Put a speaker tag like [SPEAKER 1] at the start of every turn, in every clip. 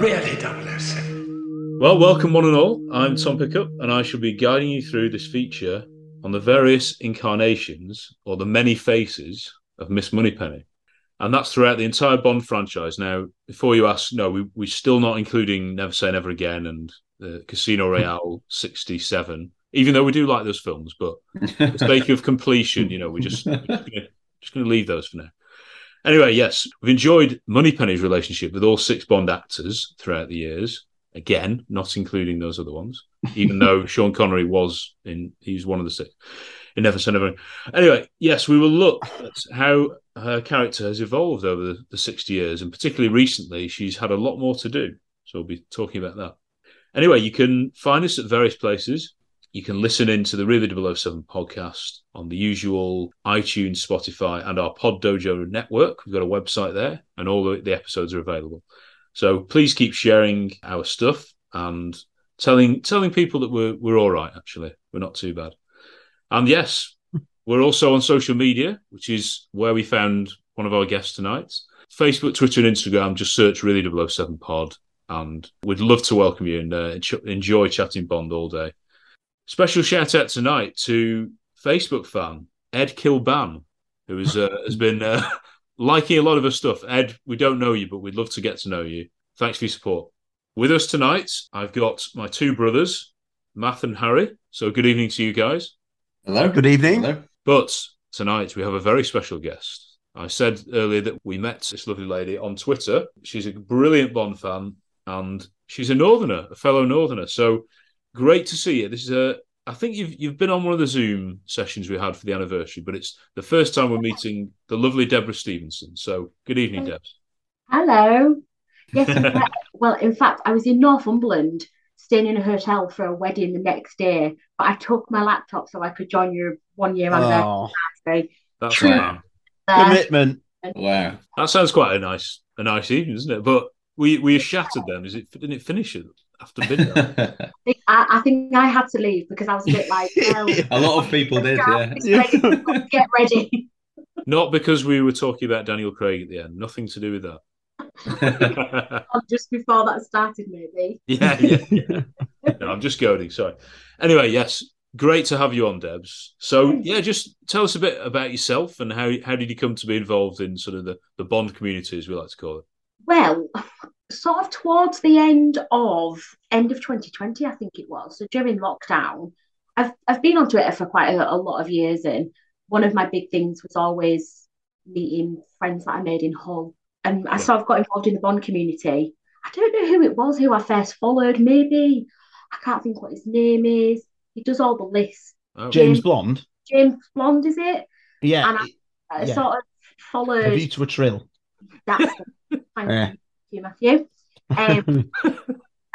[SPEAKER 1] Really, 007.
[SPEAKER 2] Well, welcome one and all. I'm Tom Pickup, and I shall be guiding you through this feature on the various incarnations or the many faces of Miss Moneypenny. And that's throughout the entire Bond franchise. Now, before you ask, no, we, we're still not including Never Say Never Again and uh, Casino Royale 67, even though we do like those films, but for the sake of completion, you know, we just, we're just gonna- just going to leave those for now. Anyway, yes, we've enjoyed Moneypenny's relationship with all six Bond actors throughout the years. Again, not including those other ones, even though Sean Connery was in, he's one of the six. In Never Say Never. Anyway, yes, we will look at how her character has evolved over the, the 60 years, and particularly recently, she's had a lot more to do. So we'll be talking about that. Anyway, you can find us at various places. You can listen in to the Really 007 podcast on the usual iTunes, Spotify, and our Pod Dojo network. We've got a website there, and all the, the episodes are available. So please keep sharing our stuff and telling telling people that we're we're all right. Actually, we're not too bad. And yes, we're also on social media, which is where we found one of our guests tonight. Facebook, Twitter, and Instagram. Just search really 007 pod, and we'd love to welcome you and uh, ch- enjoy chatting Bond all day. Special shout out tonight to Facebook fan Ed Kilban, who has, uh, has been uh, liking a lot of her stuff. Ed, we don't know you, but we'd love to get to know you. Thanks for your support. With us tonight, I've got my two brothers, Math and Harry. So good evening to you guys.
[SPEAKER 1] Hello.
[SPEAKER 3] Good evening.
[SPEAKER 1] Hello.
[SPEAKER 2] But tonight we have a very special guest. I said earlier that we met this lovely lady on Twitter. She's a brilliant Bond fan and she's a northerner, a fellow northerner. So great to see you. This is a I think you've you've been on one of the Zoom sessions we had for the anniversary, but it's the first time we're meeting the lovely Deborah Stevenson. So good evening, Deb.
[SPEAKER 4] Hello. Yes, in fact- well, in fact, I was in Northumberland staying in a hotel for a wedding the next day, but I took my laptop so I could join your one year anniversary.
[SPEAKER 3] Oh,
[SPEAKER 2] That's
[SPEAKER 4] True. Uh,
[SPEAKER 2] wow.
[SPEAKER 4] there.
[SPEAKER 3] commitment.
[SPEAKER 1] Wow.
[SPEAKER 2] That sounds quite a nice a nice evening, isn't it? But we we shattered then. Is it didn't it finish it after midnight?
[SPEAKER 1] a
[SPEAKER 4] I, I think I had to leave because I was a bit like, well,
[SPEAKER 1] lot of people did, yeah.
[SPEAKER 4] get ready.
[SPEAKER 2] Not because we were talking about Daniel Craig at the end. Nothing to do with that.
[SPEAKER 4] Or Just before that started, maybe.
[SPEAKER 2] yeah, yeah, yeah. No, I'm just goading. Sorry. Anyway, yes, great to have you on, Debs. So yeah, just tell us a bit about yourself and how how did you come to be involved in sort of the the Bond community, as we like to call it.
[SPEAKER 4] Well, sort of towards the end of end of 2020, I think it was. So during lockdown, I've I've been on Twitter for quite a, a lot of years, and one of my big things was always meeting friends that I made in Hull, and I sort of got involved in the Bond community. I don't know who it was who I first followed. Maybe I can't think what his name is. He does all the lists.
[SPEAKER 2] Oh,
[SPEAKER 3] James Blonde.
[SPEAKER 4] James Blonde, is it?
[SPEAKER 3] Yeah.
[SPEAKER 4] And I, I
[SPEAKER 3] Yeah.
[SPEAKER 4] sort of
[SPEAKER 3] Have
[SPEAKER 4] followed
[SPEAKER 3] you to a trill?
[SPEAKER 4] that's thank
[SPEAKER 3] Yeah.
[SPEAKER 4] you, Matthew. Um,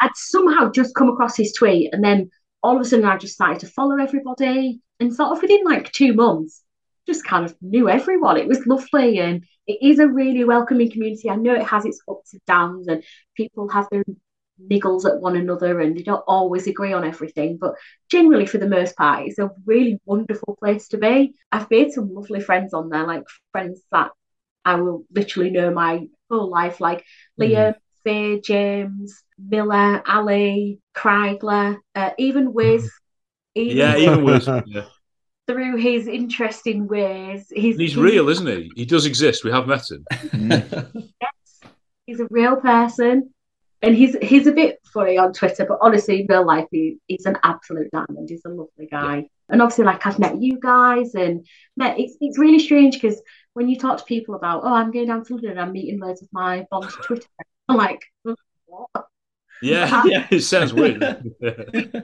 [SPEAKER 4] I'd somehow just come across his tweet, and then all of a sudden I just started to follow everybody. And sort of within like two months, just kind of knew everyone. It was lovely and it is a really welcoming community. I know it has its ups and downs and people have their niggles at one another and they don't always agree on everything, but generally for the most part, it's a really wonderful place to be. I've made some lovely friends on there, like friends that I will literally know my whole life,
[SPEAKER 2] Mm.
[SPEAKER 4] like Liam, Faye, James, Miller, Ali, Kreigler, uh, even Wiz. Even
[SPEAKER 2] Yeah, even worse. Yeah.
[SPEAKER 4] through his interesting ways. He's,
[SPEAKER 2] And he's real, isn't he? He does exist. We have met him.
[SPEAKER 4] He's a real person, and he's he's a bit funny on Twitter, but honestly, in real life, he, he's an absolute diamond. He's a lovely guy, and obviously, like I've met you guys, and met it's it's really strange because when you talk to people about, oh, I'm going down to London, I'm meeting loads of my Bond Twitter, friends," I'm like. What?
[SPEAKER 2] Yeah, yeah. It sounds weird. Yeah.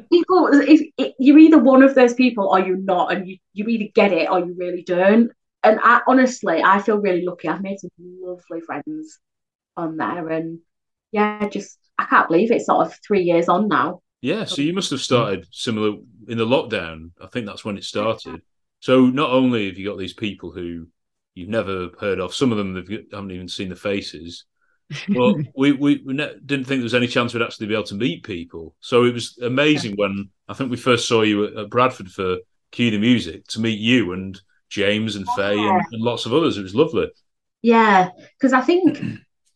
[SPEAKER 4] People, if, if you're either one of those people or you're not, and you, you either get it or you really don't. And I honestly, I feel really lucky. I've made some lovely friends on there, and yeah, just I can't believe it's sort of three years on now.
[SPEAKER 2] Yeah, so you must have started similar in the lockdown. I think that's when it started. So not only have you got these people who you've never heard of, some of them they've- haven't even seen the faces. But we we, we ne- didn't think there was any chance we'd actually be able to meet people. So it was amazing when I think we first saw you at, at Bradford for Cue the Music to meet you and James and Faye and, and lots of others. It was lovely.
[SPEAKER 4] Yeah, because I think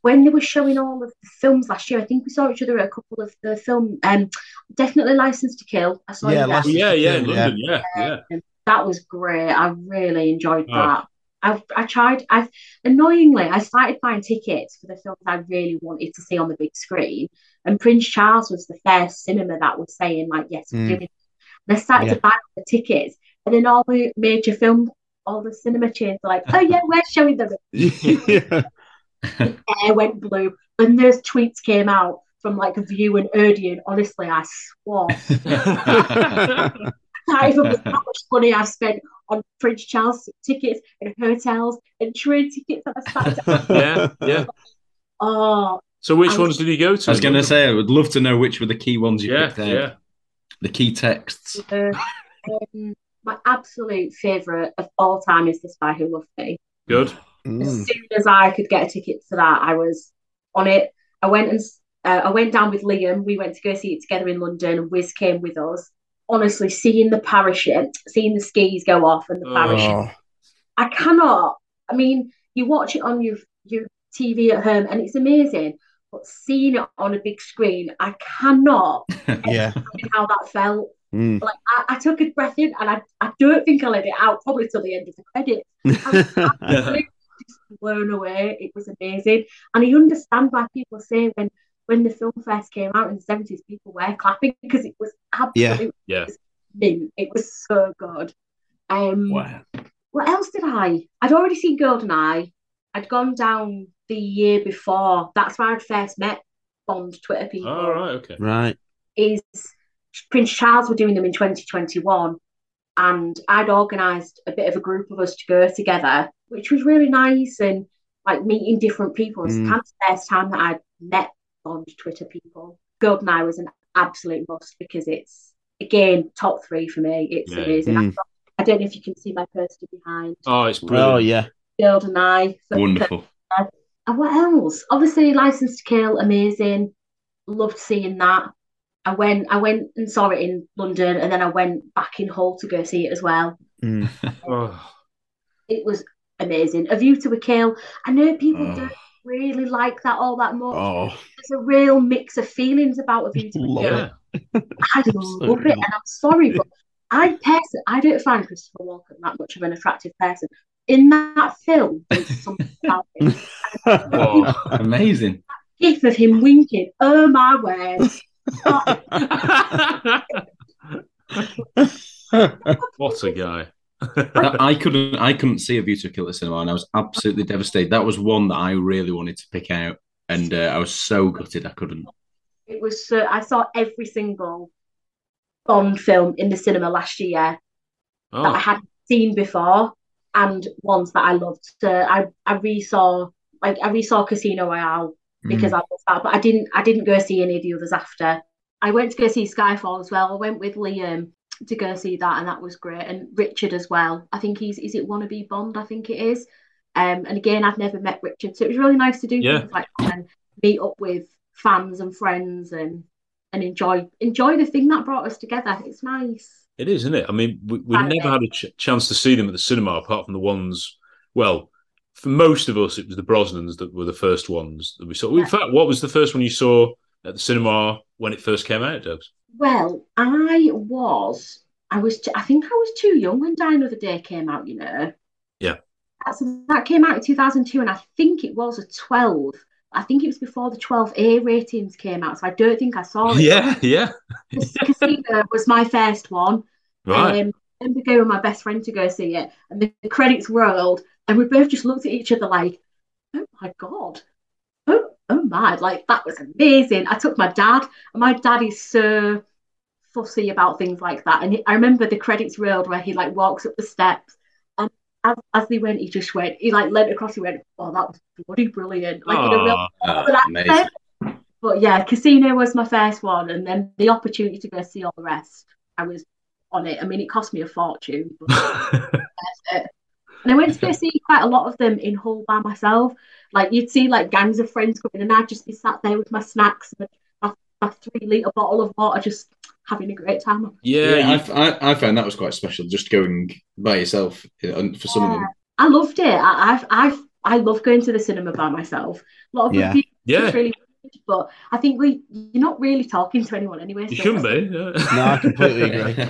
[SPEAKER 4] when they were showing all of the films last year, I think we saw each other at a couple of the film, um, definitely Licensed to Kill. I saw you
[SPEAKER 3] Yeah,
[SPEAKER 4] there. Um,
[SPEAKER 3] Licence
[SPEAKER 2] yeah, yeah, in
[SPEAKER 3] Yeah.
[SPEAKER 2] London, yeah, yeah.
[SPEAKER 4] That was great. I really enjoyed
[SPEAKER 2] Oh.
[SPEAKER 4] that. I've I tried. I annoyingly I started buying tickets for the films I really wanted to see on the big screen, and Prince Charles was the first cinema that was saying like, "Yes, we're
[SPEAKER 3] Mm.
[SPEAKER 4] doing." it. And I started
[SPEAKER 3] Yeah.
[SPEAKER 4] to buy the tickets, and then all the major film, all the cinema chains were like, "Oh yeah, we're showing them."
[SPEAKER 3] yeah.
[SPEAKER 4] Air went blue, and those tweets came out from like View and Odeon. Honestly, I swore. can't even believe how much money I've spent on Prince Charles tickets and hotels and train tickets that I've spent.
[SPEAKER 2] yeah, yeah.
[SPEAKER 4] oh,
[SPEAKER 2] So which
[SPEAKER 4] I-
[SPEAKER 2] ones did you go to?
[SPEAKER 1] I was going to say, I would love to know which were the key ones you
[SPEAKER 2] yeah,
[SPEAKER 1] picked out.
[SPEAKER 2] yeah.
[SPEAKER 1] The key texts.
[SPEAKER 4] uh, um, my absolute favourite of all time is The Spy Who Loved Me.
[SPEAKER 2] Good.
[SPEAKER 4] As soon as I could get a ticket for that, I was on it. I went and s- uh, I went down with Liam. We went to go see it together in London, and Wiz came with us. Honestly, seeing the parachute, seeing the skis go off and the
[SPEAKER 2] Oh.
[SPEAKER 4] parachute. I cannot. I mean, you watch it on your your TV at home and it's amazing, but seeing it on a big screen, I cannot
[SPEAKER 3] yeah.
[SPEAKER 4] imagine how that felt.
[SPEAKER 3] Mm.
[SPEAKER 4] Like I, I took a breath in and I, I don't think I let it out probably till the end of the credits. Blown away. It was amazing. And I understand why people say when when the film first came out in the 70s, people were clapping because it was
[SPEAKER 3] Yeah.
[SPEAKER 4] absolutely
[SPEAKER 2] Yeah.
[SPEAKER 4] mint. It was so good. Um,
[SPEAKER 1] Wow.
[SPEAKER 4] what else did I? I'd already seen Goldeneye. I'd gone down the year before. That's where I'd first met Bond Twitter people.
[SPEAKER 2] All right. Okay.
[SPEAKER 3] Right.
[SPEAKER 4] Is Prince Charles were doing them in 2021, and I'd organised a bit of a group of us to go together, which was really nice and like meeting different people. It's
[SPEAKER 3] Mm.
[SPEAKER 4] kind of the first time that I'd met Bond Twitter people. Goldeneye was an absolute must because it's again top three for me. It's
[SPEAKER 2] Yeah.
[SPEAKER 4] amazing. I-
[SPEAKER 3] Mm.
[SPEAKER 4] I don't know if you can see my poster behind.
[SPEAKER 2] Oh, it's
[SPEAKER 3] Oh,
[SPEAKER 2] brilliant.
[SPEAKER 3] yeah.
[SPEAKER 4] Girl and I.
[SPEAKER 1] Wonderful.
[SPEAKER 4] And Uh, what else? Obviously, License to Kill, amazing. Loved seeing that. I went, I went and saw it in London, and then I went back in Hull to go see it as well.
[SPEAKER 3] Mm.
[SPEAKER 2] Oh,
[SPEAKER 4] It was amazing. A View to a Kill. I know people
[SPEAKER 1] Oh.
[SPEAKER 4] don't really like that all that much.
[SPEAKER 3] Oh,
[SPEAKER 4] There's a real mix of feelings about A View to a
[SPEAKER 3] Love
[SPEAKER 4] Kill.
[SPEAKER 2] yeah.
[SPEAKER 4] I love it, and I'm sorry, but I person, I don't find Christopher Walken that much of an attractive person. In that film, there's something about it.
[SPEAKER 2] Oh.
[SPEAKER 1] Amazing.
[SPEAKER 4] gif of him winking. Oh my word! Oh,
[SPEAKER 2] what a guy.
[SPEAKER 1] That- I couldn't. I couldn't see a View to a Kill at the cinema, and I was absolutely devastated. That was one that I really wanted to pick out, and uh, I was so gutted I couldn't.
[SPEAKER 4] it was so. I saw every single Bond film in the cinema last year that I
[SPEAKER 2] Oh,
[SPEAKER 4] hadn't seen before, and ones that I loved. So I I resaw like I resaw Casino Royale
[SPEAKER 2] Mm.
[SPEAKER 4] because I loved that, but I didn't I didn't go see any of the others after. I went to go see Skyfall as well. I went with Liam to go see that, and that was great. And Richard as well. I think he's is it wannabe Bond. I think it is. Um, and again, I've never met Richard, so it was really nice to do
[SPEAKER 2] Yeah.
[SPEAKER 4] things like that and meet up with fans and friends and and enjoy enjoy the thing that brought us together. It's nice.
[SPEAKER 2] It is, isn't it? I mean, we, we
[SPEAKER 4] Fan
[SPEAKER 2] never had a ch- chance to see them at the cinema apart from the ones. Well, for most of us, it was the Brosnans that were the first ones that we saw. In
[SPEAKER 4] Yeah.
[SPEAKER 2] fact, what was the first one you saw at the cinema when it first came out, Debs?
[SPEAKER 4] Well, I was I was t- I think I was too young when Die Another Day came out. You know.
[SPEAKER 2] Yeah.
[SPEAKER 4] That's, that came out in 2002, and I think it was a 12. I think it was before the 12A ratings came out, so I don't think I saw it.
[SPEAKER 2] Yeah, yeah,
[SPEAKER 4] Cas- Casino was my first one.
[SPEAKER 2] right.
[SPEAKER 4] Um, and we go with my best friend to go see it, and the, the credits rolled, and we both just looked at each other like, "Oh my god, oh oh my, like that was amazing." I took my dad, and my dad is so fussy about things like that. And he- I remember the credits rolled where he like walks up the steps, and as, as they went, he just went, he like leant across, he went, "Oh, that was bloody brilliant!" Like in a real
[SPEAKER 2] Aw,
[SPEAKER 1] Ah,
[SPEAKER 4] But I-
[SPEAKER 1] amazing.
[SPEAKER 4] but yeah, Casino was my first one, and then the opportunity to go see all the rest, I was on it. I mean, it cost me a fortune, but and I went to go see quite a lot of them in Hull by myself. Like you'd see like gangs of friends coming, and I'd just be sat there with my snacks, and my, my three liter bottle of water, just having a great time.
[SPEAKER 2] yeah,
[SPEAKER 1] Yeah,
[SPEAKER 2] you-
[SPEAKER 1] I, I, I found that was quite special. Just going by yourself you know, and for some of them.
[SPEAKER 4] I loved it. I I I, I love going to the cinema by myself. A lot of
[SPEAKER 1] Yeah.
[SPEAKER 4] people
[SPEAKER 2] yeah.
[SPEAKER 4] it's really weird, but I think we you're not really talking to anyone anyway.
[SPEAKER 2] You
[SPEAKER 4] so
[SPEAKER 2] shouldn't be.
[SPEAKER 4] that's-
[SPEAKER 2] No,
[SPEAKER 3] No, I completely agree.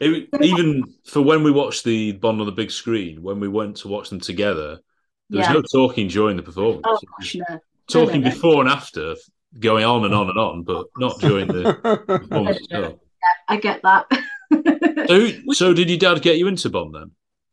[SPEAKER 2] It- even for when we watched the Bond on the big screen, when we went to watch them together, there was
[SPEAKER 4] Yeah.
[SPEAKER 2] no talking during the performance.
[SPEAKER 4] Oh
[SPEAKER 2] It was
[SPEAKER 4] gosh, no.
[SPEAKER 2] talking
[SPEAKER 4] no, no.
[SPEAKER 2] before and after, going on and on and on, but not during the performance itself.
[SPEAKER 4] I get that.
[SPEAKER 2] So, who- so did your dad get you into Bond then,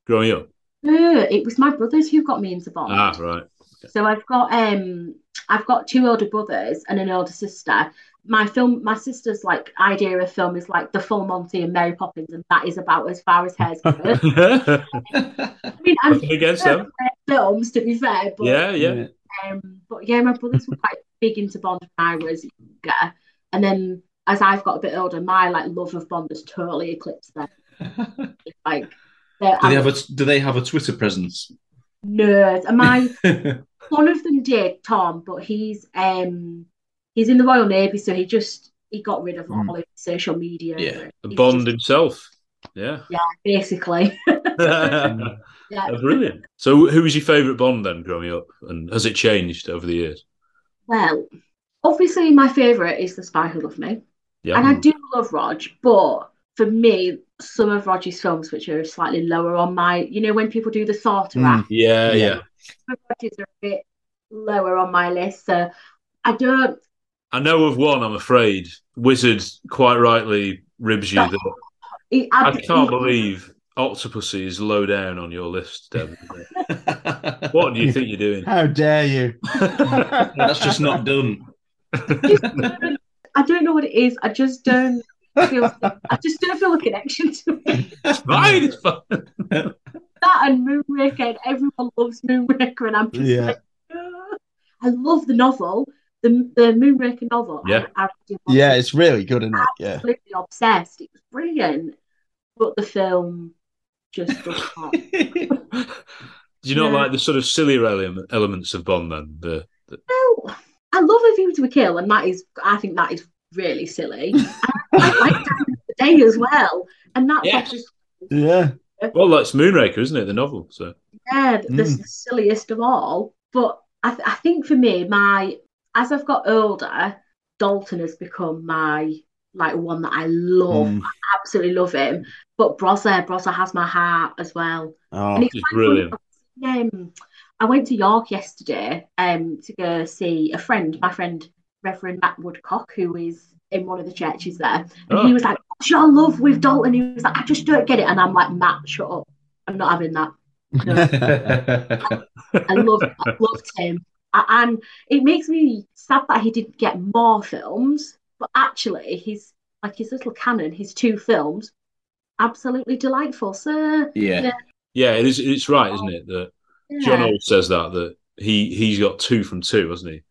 [SPEAKER 2] growing up?
[SPEAKER 4] No, Uh, it was my brothers who got me into Bond.
[SPEAKER 2] Ah, right.
[SPEAKER 4] So I've got um I've got two older brothers and an older sister. My film my sister's like idea of film is like the full Monty and Mary Poppins and that is about as far as hers goes. I mean I'm
[SPEAKER 2] Nothing against them.
[SPEAKER 4] films to be fair, but
[SPEAKER 2] Yeah, yeah.
[SPEAKER 4] um, but yeah, my brothers were quite big into Bond when I was younger. And then as I've got a bit older, my like love of Bond has totally eclipsed them. Like they're
[SPEAKER 1] do they have a Do they have a Twitter presence?
[SPEAKER 4] nerds. And my
[SPEAKER 1] yeah,
[SPEAKER 4] one of them did Tom, but he's um he's in the Royal Navy, so he just he got rid of
[SPEAKER 1] Mm.
[SPEAKER 4] all his social media.
[SPEAKER 1] Yeah.
[SPEAKER 4] He's
[SPEAKER 2] Bond
[SPEAKER 4] just-
[SPEAKER 2] himself. Yeah.
[SPEAKER 4] basically. Yeah.
[SPEAKER 2] Oh, Brilliant. So, who was your favourite Bond then growing up? And has it changed over the years?
[SPEAKER 4] Well, obviously my favourite is the Spy Who Loved Me,
[SPEAKER 2] Yeah.
[SPEAKER 4] and I do love Rog, but for me, some of Roger's films, which are slightly lower on my, you know, when people do the Sorter
[SPEAKER 3] Mm.
[SPEAKER 4] Act,
[SPEAKER 2] Hmm. yeah, yeah.
[SPEAKER 3] Yeah.
[SPEAKER 4] some of Roger's are a bit lower on my list. So I don't.
[SPEAKER 2] I know of one, I'm afraid. Wizard quite rightly ribs you that
[SPEAKER 4] I,
[SPEAKER 2] I can't believe Octopussy is low down on your list, Devin. what do you think you're doing?
[SPEAKER 3] How dare you?
[SPEAKER 1] that's just not done.
[SPEAKER 4] I don't know what it is. I just don't feel. I just don't feel a connection to it.
[SPEAKER 2] It's fine, it's fine.
[SPEAKER 4] That and Moonraker, and everyone loves Moonraker, and I'm just
[SPEAKER 3] Yeah.
[SPEAKER 4] like, "Ah." I love the novel, the the Moonraker novel. I-
[SPEAKER 2] Yeah.
[SPEAKER 4] I, really love
[SPEAKER 3] Yeah,
[SPEAKER 4] it.
[SPEAKER 3] it's really good, isn't it? Yeah.
[SPEAKER 4] completely obsessed. It was brilliant, but the film just does not.
[SPEAKER 2] Do you not
[SPEAKER 4] Yeah.
[SPEAKER 2] like the sort of sillier ele- elements of Bond then? The, the-
[SPEAKER 4] no, I love A View to a Kill, and that is, I think that is really silly. And I like Down of the Day as well, and that's
[SPEAKER 2] Yes.
[SPEAKER 4] obviously
[SPEAKER 3] Yeah.
[SPEAKER 2] well, that's Moonraker, isn't it? The novel. So
[SPEAKER 4] Yeah, the
[SPEAKER 3] Mm.
[SPEAKER 4] silliest of all. But I, th- I think for me, my as I've got older, Dalton has become my like one that I love.
[SPEAKER 3] Mm.
[SPEAKER 4] I absolutely love him. But Brozza, Brozza has my heart as well.
[SPEAKER 3] Oh.
[SPEAKER 4] And it's
[SPEAKER 2] He's
[SPEAKER 4] quite funny,
[SPEAKER 2] brilliant.
[SPEAKER 4] I've seen, Um, I went to York yesterday um, to go see a friend, my friend Reverend Matt Woodcock, who is in one of the churches there. And
[SPEAKER 2] Oh.
[SPEAKER 4] he was like, What's your love with Dalton? He was like, I just don't get it. And I'm like, Matt, shut up. I'm not having that. No. I loved, I loved him, A- and it makes me sad that he didn't get more films. But actually, his like his little canon, his two films, absolutely delightful. So
[SPEAKER 1] yeah,
[SPEAKER 2] yeah, it is. It's right, isn't it? That John
[SPEAKER 4] yeah,
[SPEAKER 2] Old says that that he he's got two from two, hasn't he?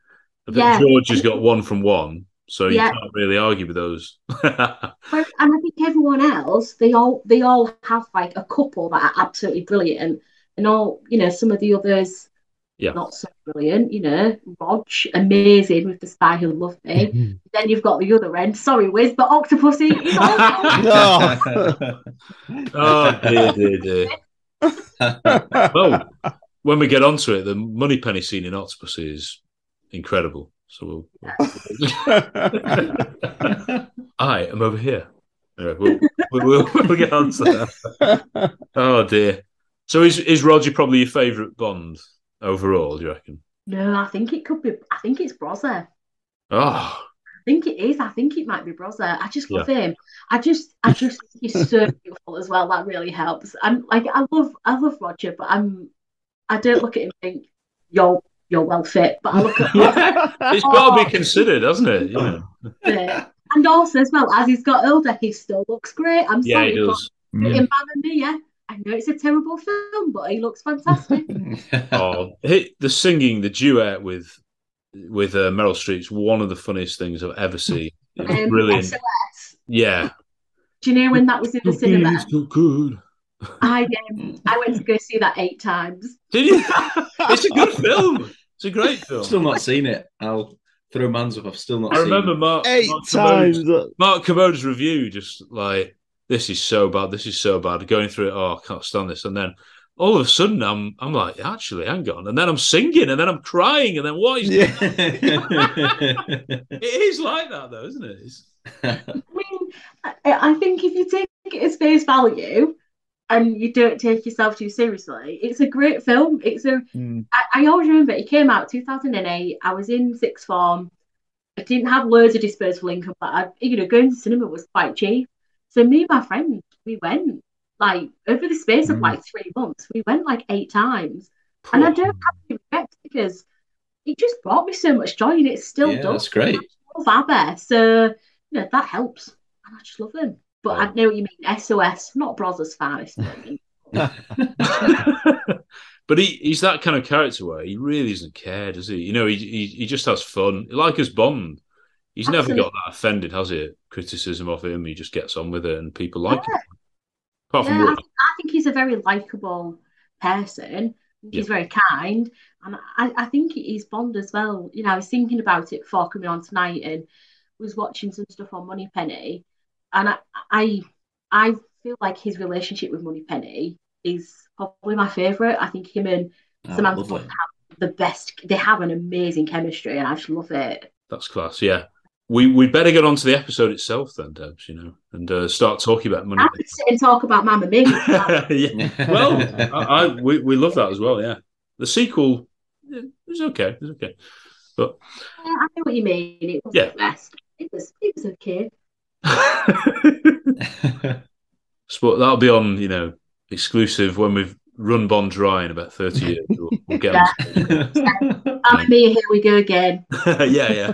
[SPEAKER 2] I think
[SPEAKER 4] Yeah.
[SPEAKER 2] George has got one from one, So you
[SPEAKER 4] Yeah.
[SPEAKER 2] can't really argue with those.
[SPEAKER 4] Where- and I think everyone else, they all they all have like a couple that are absolutely brilliant, and all you know some of the others
[SPEAKER 2] Yeah.
[SPEAKER 4] not so brilliant. You know, Rog amazing with the spy who loved me. then you've got the other end. Sorry, Wiz, but Octopussy is also
[SPEAKER 3] No.
[SPEAKER 2] oh dear, dear, dear. Well, when we get onto it, the money penny scene in Octopus is incredible. So we'll, I am over here. Anyway, we'll, we'll, we'll, we'll get on to that. Oh dear. So is is Roger probably your favourite Bond overall? Do you reckon?
[SPEAKER 4] No, I think it could be. I think it's Brozza.
[SPEAKER 2] Oh,
[SPEAKER 4] I think it is. I think it might be Brozza. I just love him. I just, I just think he's so beautiful as well. That really helps. I'm like, I love, I love Roger, but I'm, I don't look at him and think, you're, you're well fit. But I look at
[SPEAKER 2] it's got to be considered, hasn't it? You know?
[SPEAKER 4] Roger, and also as well as he's got older, he still looks great. I'm
[SPEAKER 2] Yeah, it
[SPEAKER 4] sorry,
[SPEAKER 2] does.
[SPEAKER 4] but
[SPEAKER 1] Mm.
[SPEAKER 4] in Man and Me, yeah, I know it's a terrible film, but he looks fantastic.
[SPEAKER 2] Oh, he- the singing, the duet with with uh, Meryl Streep's one of the funniest things I've ever seen. It's
[SPEAKER 4] Um,
[SPEAKER 2] brilliant.
[SPEAKER 4] SOS.
[SPEAKER 2] Yeah.
[SPEAKER 4] Do you know when that was in the cinema?
[SPEAKER 2] so good.
[SPEAKER 4] I um, I went to go see that eight times.
[SPEAKER 2] Did you? it's a good film. It's a great film.
[SPEAKER 1] Still not seen it. I'll throw man's up. I've still not
[SPEAKER 2] I
[SPEAKER 1] seen
[SPEAKER 2] remember
[SPEAKER 1] it.
[SPEAKER 2] Mark
[SPEAKER 3] Eight
[SPEAKER 2] Mark Commode's-
[SPEAKER 3] times.
[SPEAKER 2] Mark Commode's review, just like this is so bad, this is so bad. Going through it, oh, I can't stand this. And then all of a sudden, I'm I'm like, actually, hang on. And then I'm singing, and then I'm crying, and then what is?
[SPEAKER 3] Yeah.
[SPEAKER 2] It is like that, though, isn't it? It's-
[SPEAKER 4] I mean, I, I think if you take it as face value and you don't take yourself too seriously, it's a great film. It's a
[SPEAKER 3] Mm.
[SPEAKER 4] I, I always remember it came out 2008. I was in sixth form. I didn't have loads of disposable income, but I, you know, going to cinema was quite cheap. So me and my friend, we went like over the space of
[SPEAKER 1] Mm.
[SPEAKER 4] like three months. We went like eight times, and I don't have any regret because it just brought me so much joy, and it still
[SPEAKER 1] yeah,
[SPEAKER 4] does.
[SPEAKER 1] that's great.
[SPEAKER 4] love ABBA, so you know that helps, and I just love them. But I
[SPEAKER 2] Wow.
[SPEAKER 4] know what you mean. SOS, I'm not Brothers fan. It's not-
[SPEAKER 2] but he, he's that kind of character where he really doesn't care, does he? You know, he he, he just has fun, like as Bond. He's never got
[SPEAKER 4] Absolutely.
[SPEAKER 2] that offended, has he? at Criticism of him, he just gets on with it, and people like him. Apart
[SPEAKER 4] yeah,
[SPEAKER 2] from
[SPEAKER 4] I,
[SPEAKER 2] Roger,
[SPEAKER 4] think, I think he's a very likable person. He's very kind, and I, I think he's Bond as well. You know, I was thinking about it before coming on tonight, and was watching some stuff on Money Penny, and I, I, I feel like his relationship with Money Penny is probably my favorite. I think him and
[SPEAKER 1] Oh,
[SPEAKER 4] Samantha
[SPEAKER 1] lovely.
[SPEAKER 4] Fox have the best. They have an amazing chemistry, and I just love it.
[SPEAKER 2] that's class. Yeah, we we better get on to the episode itself then, Debs. You know, and uh, start talking about money.
[SPEAKER 4] I could sit and talk about Mamma Mia.
[SPEAKER 2] yeah. Well, I, I we, we love that as well. Yeah, the sequel yeah, it was okay. It was okay.
[SPEAKER 4] Yeah, I know what you mean. It was
[SPEAKER 2] Yeah.
[SPEAKER 4] the best. It was it was okay.
[SPEAKER 2] But that'll be on, you know, exclusive when we've run Bond dry in about 30 years. We'll, we'll get yeah.
[SPEAKER 4] Mamma Mia, here we go again.
[SPEAKER 2] yeah, yeah.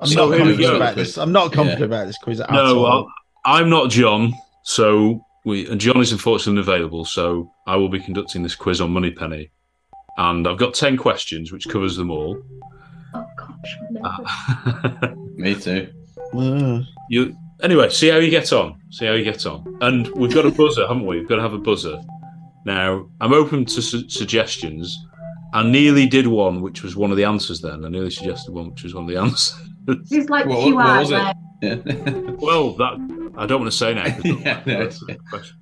[SPEAKER 3] I'm
[SPEAKER 2] So
[SPEAKER 3] not
[SPEAKER 2] here we
[SPEAKER 3] confident
[SPEAKER 2] go.
[SPEAKER 3] about this. I'm not confident
[SPEAKER 1] Yeah.
[SPEAKER 3] about this quiz at
[SPEAKER 2] No,
[SPEAKER 3] all.
[SPEAKER 2] well, I'm not John. So we, and John is unfortunately unavailable. So I will be conducting this quiz on Moneypenny. And I've got 10 questions, which covers them all.
[SPEAKER 4] Oh gosh, no.
[SPEAKER 2] Ah.
[SPEAKER 1] Me too.
[SPEAKER 3] Ugh.
[SPEAKER 2] you anyway see how you get on see how you get on and we've got a buzzer haven't we we've got to have a buzzer now i'm open to su- suggestions i nearly did one which was one of the answers then i nearly suggested one which was one of the answers
[SPEAKER 4] it's like
[SPEAKER 1] What-
[SPEAKER 4] two
[SPEAKER 1] what
[SPEAKER 4] hours.
[SPEAKER 1] was it?
[SPEAKER 4] where-
[SPEAKER 1] Yeah.
[SPEAKER 2] well that i don't want to say now 'cause
[SPEAKER 1] Yeah, no,
[SPEAKER 2] that's a question.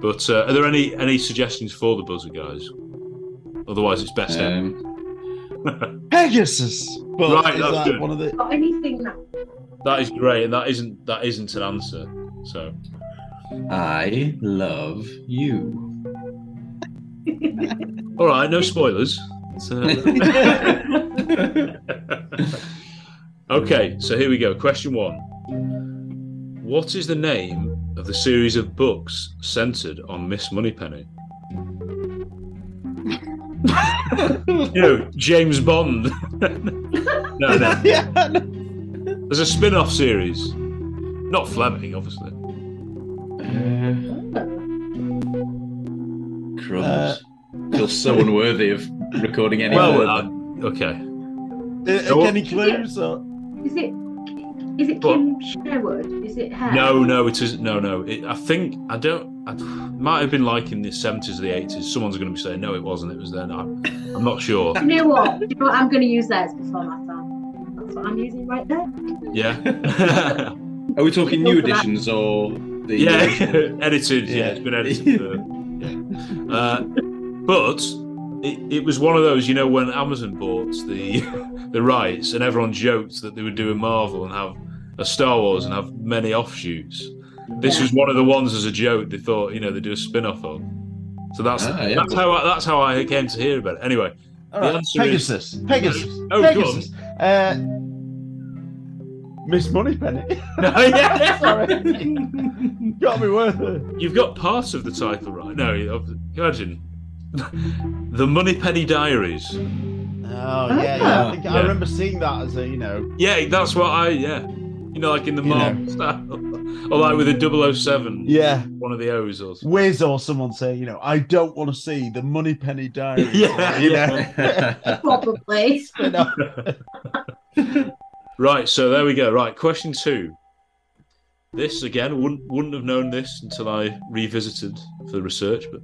[SPEAKER 2] but uh, are there any any suggestions for the buzzer guys otherwise it's best out.
[SPEAKER 1] um,
[SPEAKER 3] Pegasus. But
[SPEAKER 2] Right,
[SPEAKER 3] is
[SPEAKER 2] that's
[SPEAKER 3] that
[SPEAKER 2] good.
[SPEAKER 3] one of the?
[SPEAKER 4] Got anything that
[SPEAKER 2] that is great and that isn't that isn't an answer so
[SPEAKER 1] I love you.
[SPEAKER 2] all right no spoilers It's, uh, okay, so here we go. Question one What is the name of the series of books centered on Miss Moneypenny? you know, James Bond. no, no.
[SPEAKER 3] yeah, I know.
[SPEAKER 2] There's a spin off series. Not Fleming, obviously.
[SPEAKER 1] Crumbs. Feels so unworthy of recording any
[SPEAKER 2] Well,
[SPEAKER 1] further.
[SPEAKER 2] uh, okay.
[SPEAKER 3] Uh, any clues? Or...
[SPEAKER 4] Is it? Is it
[SPEAKER 2] What?
[SPEAKER 4] Kim Sherwood? Is it her?
[SPEAKER 2] No, no, it isn't. No, no. It, I think I don't. I might have been like in the seventies or the eighties. Someone's going to be saying, "No, it wasn't. It was then." I'm, I'm not sure.
[SPEAKER 4] You know what? You know what? I'm going to use theirs before my time. That's what I'm using right there.
[SPEAKER 2] Yeah,
[SPEAKER 1] Are we talking new editions or the
[SPEAKER 2] yeah.
[SPEAKER 1] original?
[SPEAKER 2] edited. Yeah. it's been edited. For, yeah. Uh, but it, it was one of those. You know, when Amazon bought the the rights, and everyone joked that they would do a Marvel and have a Star Wars and have many offshoots. This
[SPEAKER 4] Yeah.
[SPEAKER 2] was one of the ones as a joke. They thought, you know, they do a spin off of. So that's
[SPEAKER 1] Ah, yeah.
[SPEAKER 2] that's how I, that's how I came to hear about it. Anyway,
[SPEAKER 3] All right,
[SPEAKER 2] answer is-
[SPEAKER 3] Pegasus. Pegasus.
[SPEAKER 2] Oh, go on.
[SPEAKER 3] Pegasus. Uh, Miss Moneypenny.
[SPEAKER 2] no, yeah.
[SPEAKER 3] Sorry. Got me worth it.
[SPEAKER 2] You've got part of the title right. No, you- imagine the Moneypenny Diaries.
[SPEAKER 3] Oh yeah, yeah. I, think,
[SPEAKER 2] Yeah.
[SPEAKER 3] I remember seeing that as a you know.
[SPEAKER 2] Yeah, that's what I. Yeah, you know, like in the
[SPEAKER 3] You know.
[SPEAKER 2] Marvel style, or like with a 007,
[SPEAKER 3] Yeah,
[SPEAKER 2] one of the O's or something.
[SPEAKER 3] Wiz or someone saying you know I don't want to see the Moneypenny Diaries.
[SPEAKER 2] Yeah,
[SPEAKER 3] you
[SPEAKER 4] Probably.
[SPEAKER 3] know.
[SPEAKER 2] Right, so there we go. Right, question two. This again wouldn't wouldn't have known this until I revisited for the research. But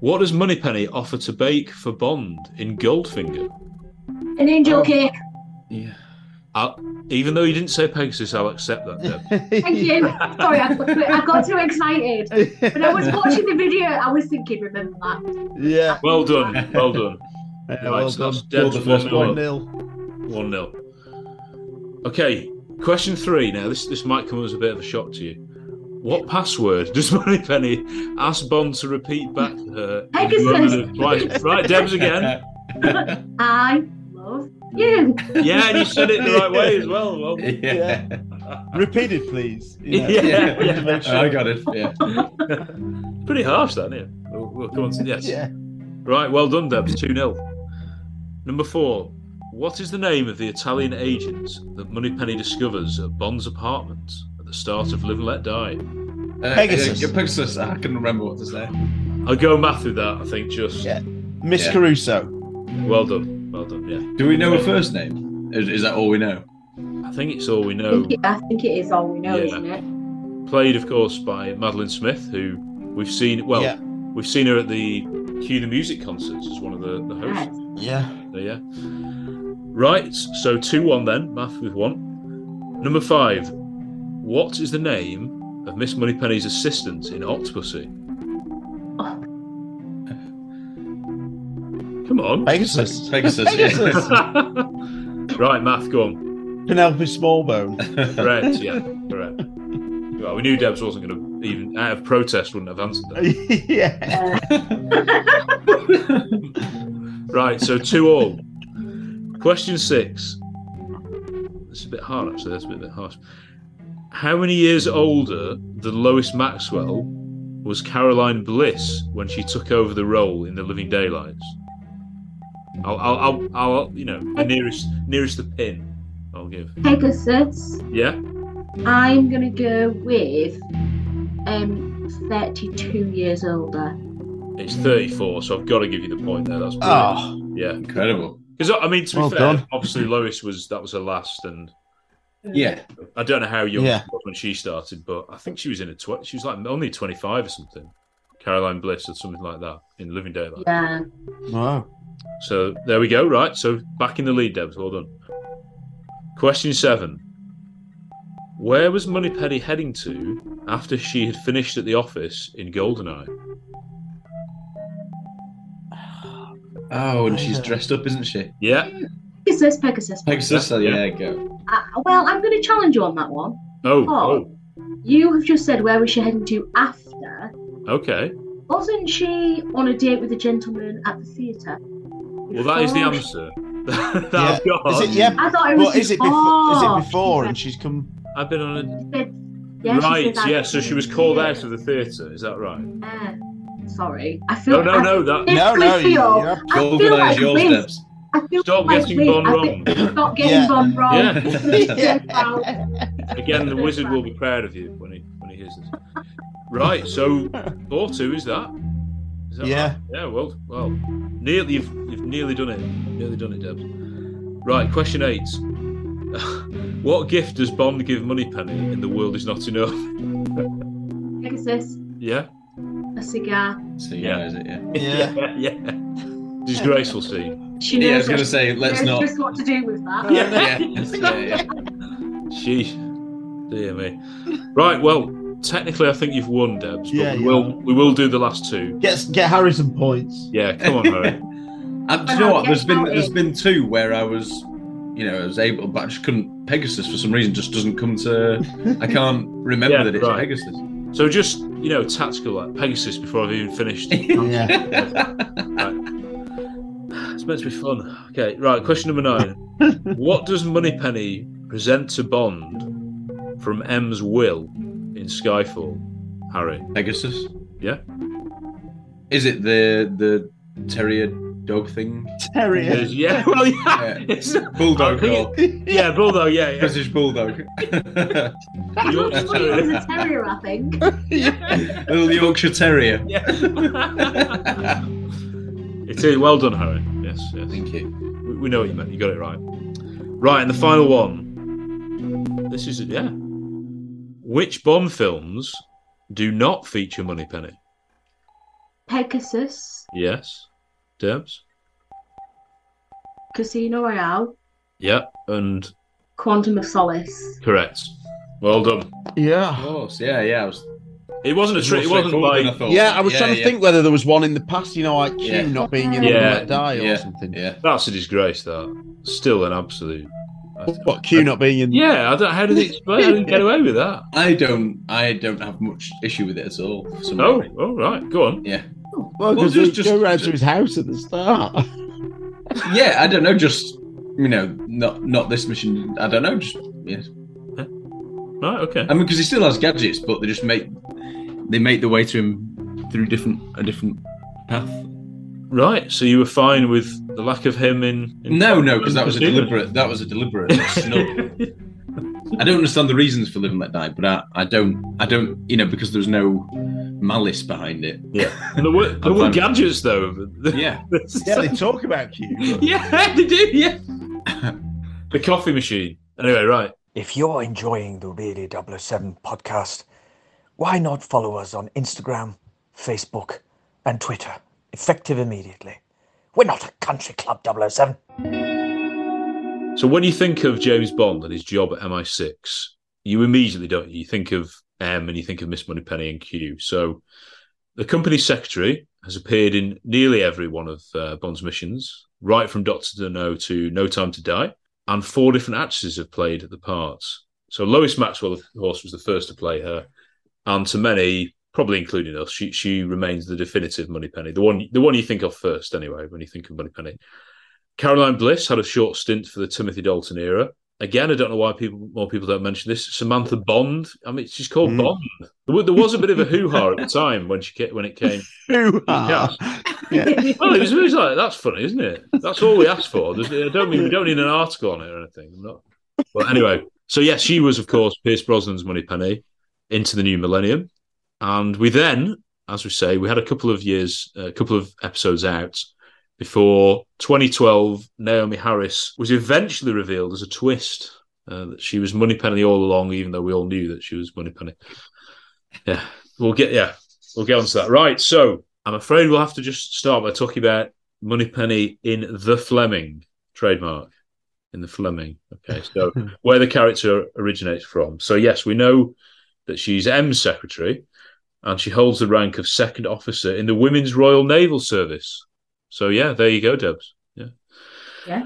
[SPEAKER 2] what does Moneypenny offer to bake for Bond in Goldfinger?
[SPEAKER 4] An angel
[SPEAKER 3] Oh.
[SPEAKER 4] cake.
[SPEAKER 1] yeah.
[SPEAKER 2] i Uh, even though you didn't say Pegasus, I'll accept that. Deb.
[SPEAKER 4] Thank you. Sorry, I, I got too excited. When I was watching the video, I was thinking, remember that.
[SPEAKER 3] yeah.
[SPEAKER 2] Well done, well done.
[SPEAKER 3] Yeah,
[SPEAKER 2] Right,
[SPEAKER 3] well done.
[SPEAKER 2] so that's Deb's
[SPEAKER 3] Well, the first
[SPEAKER 2] one
[SPEAKER 3] one nil.
[SPEAKER 2] One 0 Okay, question three. Now this this might come as a bit of a shock to you. What password does Moneypenny ask Bond to repeat back to her? in
[SPEAKER 4] Pegasus.
[SPEAKER 2] moment of twice? Right, Debs again.
[SPEAKER 4] I love you.
[SPEAKER 2] Yeah, and you said it the right way as well. Well,
[SPEAKER 1] Yeah.
[SPEAKER 3] Yeah. Uh, Repeat it, please. you know.
[SPEAKER 2] Yeah.
[SPEAKER 3] To make sure.
[SPEAKER 1] I got it. Yeah.
[SPEAKER 2] pretty harsh, that, isn't it? We'll, we'll come on to, yes.
[SPEAKER 3] Yeah.
[SPEAKER 2] Right, well done, Debs. 2 0. Number four. What is the name of the Italian agent that Moneypenny discovers at Bond's apartment at the start of Live and Let Die?
[SPEAKER 1] Uh,
[SPEAKER 3] Pegasus.
[SPEAKER 1] uh, Pegasus. I couldn't remember what to say.
[SPEAKER 2] I'll go math with that, I think, just.
[SPEAKER 3] Yeah. Miss
[SPEAKER 1] Yeah.
[SPEAKER 3] Caruso.
[SPEAKER 2] Well done. Well done, yeah.
[SPEAKER 1] Do we know her first name? Is, is that all we know?
[SPEAKER 2] I think it's all we
[SPEAKER 4] I
[SPEAKER 2] know.
[SPEAKER 4] think, it, I think it is all we know,
[SPEAKER 2] Yeah.
[SPEAKER 4] isn't it?
[SPEAKER 2] Played, of course, by Madeline Smith, who we've seen, well,
[SPEAKER 3] Yeah.
[SPEAKER 2] we've seen her at the Cue the Music concerts as one of the, the hosts.
[SPEAKER 4] Yes.
[SPEAKER 3] Yeah.
[SPEAKER 2] There, yeah. Right, so 2 1 then, math with one. Number five. What is the name of Miss Moneypenny's assistant in Octopussy? Come on.
[SPEAKER 3] Pegasus.
[SPEAKER 1] Pegasus. yeah.
[SPEAKER 3] Pegasus.
[SPEAKER 2] right, math, go on.
[SPEAKER 3] Penelope Smallbone.
[SPEAKER 2] Correct, yeah, correct. Well, we knew Debs wasn't going to even, out of protest, wouldn't have answered that.
[SPEAKER 3] yeah.
[SPEAKER 2] Right, so two all. Question six. It's a bit hard, actually. That's a bit, bit harsh. How many years older than Lois Maxwell was Caroline Bliss when she took over the role in The Living Daylights? I'll, I'll, I'll, I'll you know, the nearest, nearest the pin. I'll give.
[SPEAKER 4] Pegasus.
[SPEAKER 2] Yeah.
[SPEAKER 4] I'm going to go with um, 32 years older.
[SPEAKER 2] It's 34, so I've got to give you the point there. That's brilliant.
[SPEAKER 3] Oh.
[SPEAKER 2] yeah.
[SPEAKER 1] Ah. Incredible.
[SPEAKER 2] Because I mean, to be
[SPEAKER 3] Well
[SPEAKER 2] fair,
[SPEAKER 3] done.
[SPEAKER 2] obviously Lois was that was her last, and
[SPEAKER 1] Yeah.
[SPEAKER 2] I don't know how young
[SPEAKER 3] Yeah.
[SPEAKER 2] she was when she started, but I think she was in a tw- she was like only twenty five or something, Caroline Bliss or something like that in Living Daylight.
[SPEAKER 4] Yeah.
[SPEAKER 3] Wow.
[SPEAKER 2] So there we go. Right, so back in the lead, Debs. Well done. Question seven: Where was Moneypenny heading to after she had finished at the office in Goldeneye?
[SPEAKER 1] Oh, and she's dressed up, isn't she?
[SPEAKER 2] Yeah.
[SPEAKER 4] Pegasus, Pegasus.
[SPEAKER 1] Pegasus. Yeah. Go.
[SPEAKER 4] Uh, well, I'm going to challenge you on that one.
[SPEAKER 2] Oh.
[SPEAKER 4] Oh. You have just said where was she heading to after?
[SPEAKER 2] oh, Okay.
[SPEAKER 4] Wasn't she on a date with a gentleman at the theatre?
[SPEAKER 2] Well, that is the
[SPEAKER 4] Before-
[SPEAKER 2] answer. that I've got.
[SPEAKER 3] Is it? Yeah.
[SPEAKER 4] I thought it was
[SPEAKER 3] Well, is it before? Is
[SPEAKER 4] before.
[SPEAKER 3] it before? And she's come.
[SPEAKER 2] I've been on a
[SPEAKER 4] She said- Oh. yeah, she
[SPEAKER 2] right,
[SPEAKER 4] said that.
[SPEAKER 2] yeah, so she was called out of the theatre, is that right?
[SPEAKER 4] Yeah. Sorry, I
[SPEAKER 2] No,
[SPEAKER 4] feel
[SPEAKER 2] no, no. That
[SPEAKER 3] No, no,
[SPEAKER 4] It's
[SPEAKER 3] you-
[SPEAKER 4] Cleo.
[SPEAKER 3] you're up-
[SPEAKER 4] I feel
[SPEAKER 1] Organise
[SPEAKER 4] like
[SPEAKER 1] your
[SPEAKER 4] Wiz.
[SPEAKER 1] steps.
[SPEAKER 4] I feel
[SPEAKER 2] Stop
[SPEAKER 4] like
[SPEAKER 2] getting
[SPEAKER 4] Wiz.
[SPEAKER 2] Von
[SPEAKER 4] I
[SPEAKER 2] wrong.
[SPEAKER 4] feel- Stop getting
[SPEAKER 3] Yeah.
[SPEAKER 4] Von wrong.
[SPEAKER 2] Yeah.
[SPEAKER 4] Wiz wrong.
[SPEAKER 2] again, the wizard will be proud of you when he when he hears this. Right. So four two is that? Is that
[SPEAKER 3] Yeah.
[SPEAKER 2] right? Yeah. Well, well, nearly you've, you've nearly done it. Nearly done it, Debs. Right. Question eight. what gift does Bond give Moneypenny in the world is not enough?
[SPEAKER 4] um, Pegasus,
[SPEAKER 2] Yeah.
[SPEAKER 4] a cigar.
[SPEAKER 1] So
[SPEAKER 2] Yeah.
[SPEAKER 1] yeah, is it? Yeah.
[SPEAKER 3] Yeah.
[SPEAKER 2] yeah. Disgraceful scene.
[SPEAKER 4] She knows
[SPEAKER 1] Yeah, I was
[SPEAKER 4] what-
[SPEAKER 1] gonna say let's
[SPEAKER 4] knows
[SPEAKER 1] not.
[SPEAKER 4] just what to do with that.
[SPEAKER 2] Yeah.
[SPEAKER 1] Yeah, yeah, yeah.
[SPEAKER 2] She, dear me. Right. Well, technically, I think you've won, Debs. But
[SPEAKER 3] Yeah,
[SPEAKER 2] we
[SPEAKER 3] you
[SPEAKER 2] will
[SPEAKER 3] have.
[SPEAKER 2] we will do the last two.
[SPEAKER 3] Get get Harry some points.
[SPEAKER 2] Yeah. Come on, Harry.
[SPEAKER 1] And Uh, do you know what? There's been there's been two where I was, you know, I was able, but I just couldn't. Pegasus for some reason just doesn't uh, come to. I can't remember
[SPEAKER 2] Yeah,
[SPEAKER 1] that it's
[SPEAKER 2] right.
[SPEAKER 1] Pegasus.
[SPEAKER 2] So just you know, tactical like Pegasus before I've even finished.
[SPEAKER 3] Yeah.
[SPEAKER 2] It's meant to be fun. Okay, right. Question number nine. what does Moneypenny present to Bond from M's will in Skyfall? Harry.
[SPEAKER 1] Pegasus.
[SPEAKER 2] Yeah.
[SPEAKER 1] Is it the the terrier dog thing?
[SPEAKER 3] Terrier.
[SPEAKER 2] Yes, Yeah. Well, yeah.
[SPEAKER 1] Yeah.
[SPEAKER 2] It's,
[SPEAKER 1] Bulldog.
[SPEAKER 2] I think
[SPEAKER 1] or
[SPEAKER 2] yeah, bulldog. Yeah, yeah.
[SPEAKER 1] British bulldog.
[SPEAKER 2] Yorkshire
[SPEAKER 4] Well, it was
[SPEAKER 2] Terrier.
[SPEAKER 4] a terrier, I think.
[SPEAKER 1] Little Oh, Yorkshire Terrier.
[SPEAKER 2] Yeah. it is. Well done, Harry. Yes, yes.
[SPEAKER 1] Thank you.
[SPEAKER 2] We, we know what you meant. You got it right. Right, and the final one. This is yeah. Which Bond films do not feature Moneypenny?
[SPEAKER 4] Pegasus,
[SPEAKER 2] Yes, Debs.
[SPEAKER 4] Casino Royale,
[SPEAKER 2] Yeah, and
[SPEAKER 4] Quantum of Solace.
[SPEAKER 2] correct. Well done.
[SPEAKER 1] Of
[SPEAKER 3] Yeah.
[SPEAKER 1] course. Yeah, yeah. I was,
[SPEAKER 2] It wasn't a trick. It
[SPEAKER 1] more
[SPEAKER 2] wasn't
[SPEAKER 1] straightforward than
[SPEAKER 2] like
[SPEAKER 1] thought.
[SPEAKER 3] Yeah, I was trying to
[SPEAKER 1] yeah.
[SPEAKER 3] think whether there was one in the past, you know, like Q
[SPEAKER 1] Yeah.
[SPEAKER 3] not being in
[SPEAKER 2] Yeah.
[SPEAKER 3] Never Let Die or
[SPEAKER 1] Yeah.
[SPEAKER 3] something.
[SPEAKER 1] Yeah.
[SPEAKER 2] that's a disgrace. That still an absolute.
[SPEAKER 3] What Q not being in?
[SPEAKER 2] Yeah, I don't, how did it explain? I didn't get away with that.
[SPEAKER 1] I don't. I don't have much issue with it at all. for some
[SPEAKER 2] No,
[SPEAKER 1] reason.
[SPEAKER 2] Oh, all right, go on.
[SPEAKER 1] Yeah.
[SPEAKER 3] Well,
[SPEAKER 1] Well,
[SPEAKER 3] because
[SPEAKER 1] just-
[SPEAKER 3] well,
[SPEAKER 1] just-
[SPEAKER 3] just, go round to his house at the start.
[SPEAKER 1] Yeah. I don't know. Just you know, not not this mission. I don't know. Just yeah.
[SPEAKER 2] Right, okay.
[SPEAKER 1] I mean, because he still has gadgets, but they just make they make the way to him through different a different path.
[SPEAKER 2] Right, so you were fine with the lack of him in. in
[SPEAKER 1] No, no, because that was a
[SPEAKER 2] Casino.
[SPEAKER 1] deliberate. That was a deliberate snub. I don't understand the reasons for Live and Let Die, but I, I don't, I don't, you know, because there's no malice behind it.
[SPEAKER 2] Yeah, there were, there were
[SPEAKER 1] fine.
[SPEAKER 2] gadgets though. but-
[SPEAKER 1] Yeah,
[SPEAKER 3] yeah, they talk about Q.
[SPEAKER 2] yeah, they do. Yeah, the coffee machine. Anyway, right.
[SPEAKER 5] If you're enjoying the Really 007 podcast, why not follow us on Instagram, Facebook, and Twitter? Effective immediately. We're not a country club 007.
[SPEAKER 2] So when you think of James Bond and his job at MI6, you immediately don't you? You think of M and you think of Miss Moneypenny and Q. So the company secretary has appeared in nearly every one of uh, Bond's missions, right from Doctor No to No Time to Die, and four different actresses have played the parts. So Lois Maxwell, of course, was the first to play her, and to many, probably including us, she she remains the definitive Moneypenny, the one the one you think of first anyway when you think of Moneypenny. Caroline Bliss had a short stint for the Timothy Dalton era. Again, I don't know why people more people don't mention this. Samantha Bond. I mean, she's called
[SPEAKER 3] Mm.
[SPEAKER 2] Bond. There, wa- there was a bit of a hoo ha at the time when she ca- when it came.
[SPEAKER 3] Hoo-ha. Yeah.
[SPEAKER 2] Well, it was, it was like that's funny, isn't it? That's all we asked for. There's, I don't mean we don't need an article on it or anything. I'm not- But anyway, so yes, she was of course Pierce Brosnan's Money Penny into the new millennium, and we then, as we say, we had a couple of years, a couple of episodes out before 2012. Naomi Harris was eventually revealed as a twist uh, that she was Money Penny all along, even though we all knew that she was Money Penny. Yeah, we'll get yeah, we'll get onto that. Right, so. I'm afraid we'll have to just start by talking about Moneypenny in the Fleming trademark. In the Fleming. Okay. So where the character originates from. So yes, we know that she's M's secretary and she holds the rank of second officer in the Women's Royal Naval Service. So yeah, there you go, Debs. Yeah.
[SPEAKER 4] Yeah.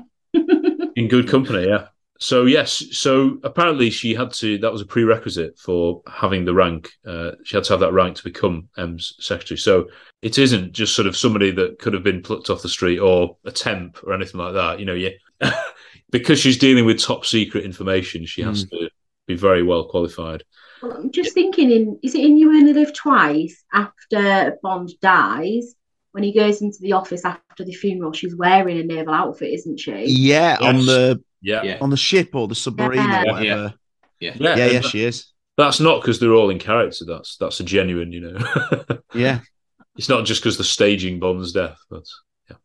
[SPEAKER 2] in good company, yeah. So yes, so apparently she had to. That was a prerequisite for having the rank. Uh, she had to have that rank to become M's secretary. So it isn't just sort of somebody that could have been plucked off the street or a temp
[SPEAKER 6] Hmm.
[SPEAKER 2] or anything like that. You know, yeah, because she's dealing with top secret information, she has to be very well qualified.
[SPEAKER 4] Well, I'm just thinking in is it in You Only Live Twice after Bond dies when he goes into the office after the funeral? She's wearing a naval outfit, isn't she?
[SPEAKER 6] Yeah, on
[SPEAKER 2] Yes.
[SPEAKER 6] the
[SPEAKER 2] Yeah,
[SPEAKER 1] Yeah.
[SPEAKER 6] on the ship or the submarine
[SPEAKER 4] Yeah.
[SPEAKER 6] or whatever.
[SPEAKER 1] Yeah.
[SPEAKER 6] Yeah, yeah,
[SPEAKER 2] and that-
[SPEAKER 6] she is.
[SPEAKER 2] that's not because they're all in character. That's that's a genuine, you know.
[SPEAKER 6] Yeah,
[SPEAKER 2] it's not just because they're staging Bond's death, but yeah.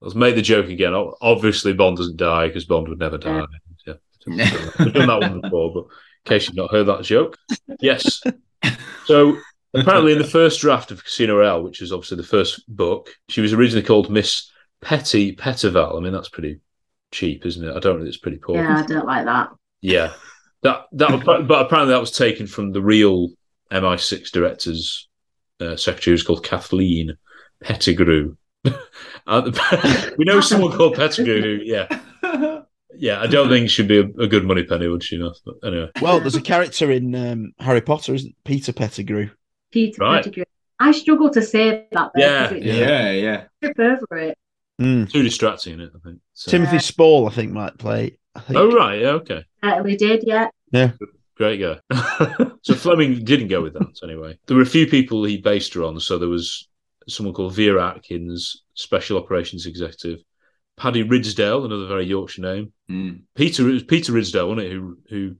[SPEAKER 2] Let's make the joke again. O- Obviously, Bond doesn't die because Bond would never die. Yeah. We've done that one before, but in case you've not heard that joke, yes. So apparently, in the first draft of Casino Royale, which is obviously the first book, she was originally called Miss Petty Pettival. I mean, that's pretty cheap, isn't it? I don't know. It's pretty poor.
[SPEAKER 4] Yeah, I don't like that.
[SPEAKER 2] Yeah, that that. was- but but apparently that was taken from the real MI6 director's uh, secretary, who's called Kathleen Pettigrew. And the- we know someone called Pettigrew. Who, yeah, yeah. I don't think she'd be a, a good money penny, would she not? But anyway,
[SPEAKER 6] well, there's a character in um, Harry Potter, isn't Peter Pettigrew?
[SPEAKER 4] Peter
[SPEAKER 2] Right.
[SPEAKER 4] Pettigrew. I struggle to say that. Though,
[SPEAKER 2] Yeah,
[SPEAKER 4] 'cause it-
[SPEAKER 1] yeah, yeah.
[SPEAKER 4] trip over it.
[SPEAKER 6] Mm.
[SPEAKER 2] too distracting. It, I think. So-
[SPEAKER 6] Timothy Spall, I think, might play. it, I think.
[SPEAKER 2] Oh right, yeah, okay,
[SPEAKER 4] Certainly did, yeah.
[SPEAKER 2] great guy. so Fleming didn't go with that anyway. There were a few people he based her on. So there was someone called Vera Atkins, special operations executive, Paddy Ridsdale, another very Yorkshire name.
[SPEAKER 1] Mm.
[SPEAKER 2] Peter it was Peter Ridsdale, wasn't it? Who who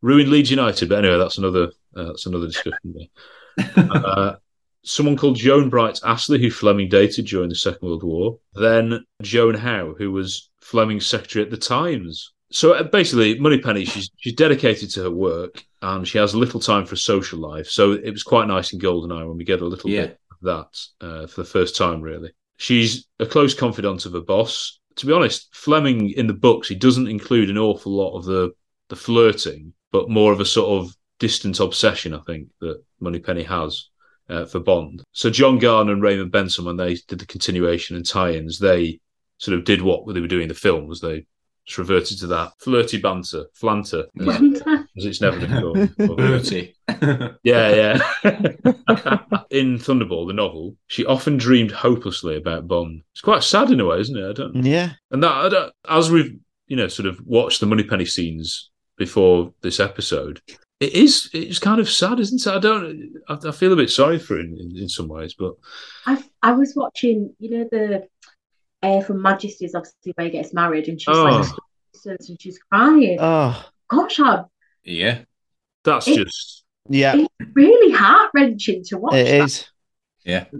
[SPEAKER 2] ruined Leeds United? But anyway, that's another uh, that's another discussion. There. uh, someone called Joan Bright Astley, who Fleming dated during the Second World War. Then Joan Howe, who was Fleming's secretary at the Times. So uh, basically, Moneypenny, she's she's dedicated to her work, and she has little time for social life. So it was quite nice in Goldeneye when we get a little
[SPEAKER 1] Yeah.
[SPEAKER 2] bit that uh, for the first time, really. She's a close confidant of her boss. To be honest, Fleming in the books, he doesn't include an awful lot of the, the flirting, but more of a sort of distant obsession, I think, that Moneypenny has uh, for Bond. So John Garner and Raymond Benson, when they did the continuation and tie ins, they sort of did what they were doing in the films. They just reverted to that flirty banter, flanter, as, as it's never been called. before.
[SPEAKER 1] Bertie.
[SPEAKER 2] Yeah, yeah. in Thunderball, the novel, she often dreamed hopelessly about Bond. It's quite sad in a way, isn't it? I don't.
[SPEAKER 6] Yeah,
[SPEAKER 2] And that, I don't, as we've you know sort of watched the Moneypenny scenes before this episode, it is it's kind of sad, isn't it? I don't. I, I feel a bit sorry for him in, in some ways, but
[SPEAKER 4] I I was watching, you know, the air from Majesty's obviously where he gets married and she's
[SPEAKER 2] Oh.
[SPEAKER 4] like sisters and she's crying.
[SPEAKER 6] oh,
[SPEAKER 4] Gosh, I
[SPEAKER 1] yeah.
[SPEAKER 2] that's
[SPEAKER 4] It-
[SPEAKER 2] just
[SPEAKER 6] yeah,
[SPEAKER 4] it's really heart wrenching to watch.
[SPEAKER 6] it
[SPEAKER 4] that.
[SPEAKER 6] is.
[SPEAKER 2] and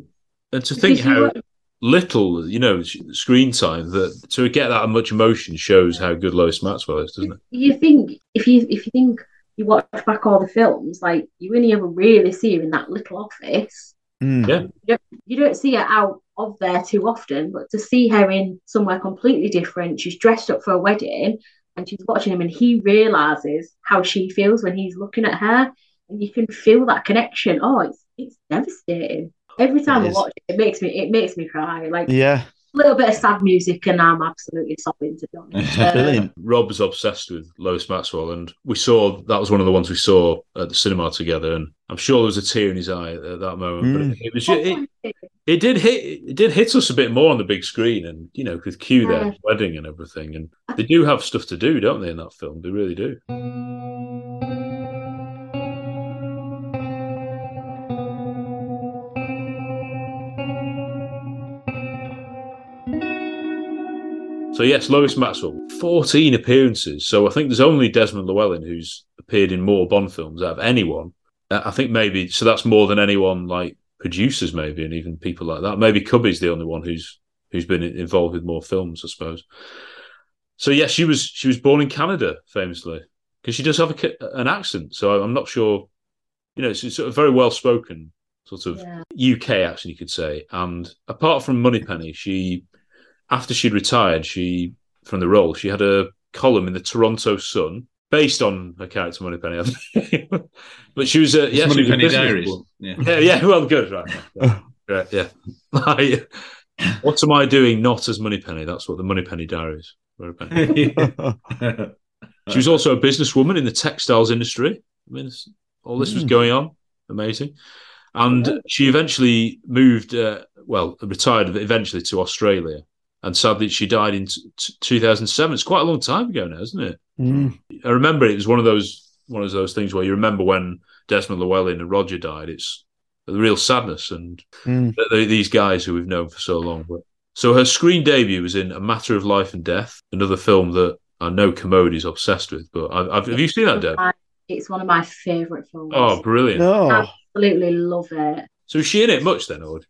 [SPEAKER 2] to think
[SPEAKER 4] Because you
[SPEAKER 2] how
[SPEAKER 4] were-
[SPEAKER 2] little you know sh- screen time that to get that much emotion shows how good Lois Maxwell is, doesn't it?
[SPEAKER 4] you think if you if you think you watch back all the films, like you only ever really see her in that little office.
[SPEAKER 6] Mm.
[SPEAKER 2] Yeah.
[SPEAKER 4] You don't see her out of there too often, but to see her in somewhere completely different, she's dressed up for a wedding and she's watching him, and he realizes how she feels when he's looking at her, and you can feel that connection. Oh, it's it's devastating. Every time I
[SPEAKER 6] is.
[SPEAKER 4] watch it, it makes me it makes me cry. Like a
[SPEAKER 6] Yeah,
[SPEAKER 4] little bit of sad music, and I'm absolutely sobbing to be honest. Uh,
[SPEAKER 6] brilliant.
[SPEAKER 2] Rob's obsessed with Lois Maxwell, and we saw that was one of the ones we saw at the cinema together. And I'm sure there was a tear in his eye at, at that moment.
[SPEAKER 6] Mm.
[SPEAKER 1] Hmm.
[SPEAKER 2] But it was ju- it, it did hit it did hit us a bit more on the big screen, and you know with Q there,
[SPEAKER 4] Yeah.
[SPEAKER 2] wedding and everything. And they do have stuff to do, don't they? In that film, they really do. So yes, Lois Maxwell, fourteen appearances. So I think there's only Desmond Llewellyn who's appeared in more Bond films out of anyone. Uh, I think maybe so that's more than anyone like producers maybe, and even people like that. Maybe Cubby's the only one who's who's been in- involved with more films, I suppose. So yes, she was she was born in Canada famously because she does have a, ca- an accent. So I'm not sure, you know, it's, it's a very well spoken sort of
[SPEAKER 4] yeah.
[SPEAKER 2] UK accent, you could say. And apart from Moneypenny, she, after she'd retired, she from the role, she had a column in the Toronto Sun based on her character Moneypenny. I think. but she was a yeah,
[SPEAKER 1] It's
[SPEAKER 2] she was a
[SPEAKER 1] Moneypenny
[SPEAKER 2] business
[SPEAKER 1] Diaries.
[SPEAKER 2] woman.
[SPEAKER 1] Yeah.
[SPEAKER 2] Yeah, yeah. Well, good, right? right, right, yeah. Like, what am I doing? Not as Moneypenny. That's what the Moneypenny Diaries were about. She was also a businesswoman in the textiles industry. I mean, it's- all this was
[SPEAKER 6] Mm.
[SPEAKER 2] going on. Amazing. And she eventually moved, uh, well, retired eventually to Australia. And sadly, she died in t- t- 2007. It's quite a long time ago now, isn't it?
[SPEAKER 6] Mm.
[SPEAKER 2] I remember it was one of those one of those things where you remember when Desmond Llewellyn and Roger died. It's a real sadness, and
[SPEAKER 6] Mm.
[SPEAKER 2] th- th- these guys who we've known for so long. But- So her screen debut was in A Matter of Life and Death, another film that I know Commode is obsessed with. But I've, I've, have you seen that, Deb?
[SPEAKER 4] It's one of my favourite films.
[SPEAKER 2] Oh, brilliant!
[SPEAKER 6] No.
[SPEAKER 4] Absolutely love it.
[SPEAKER 2] So is she in it much then, or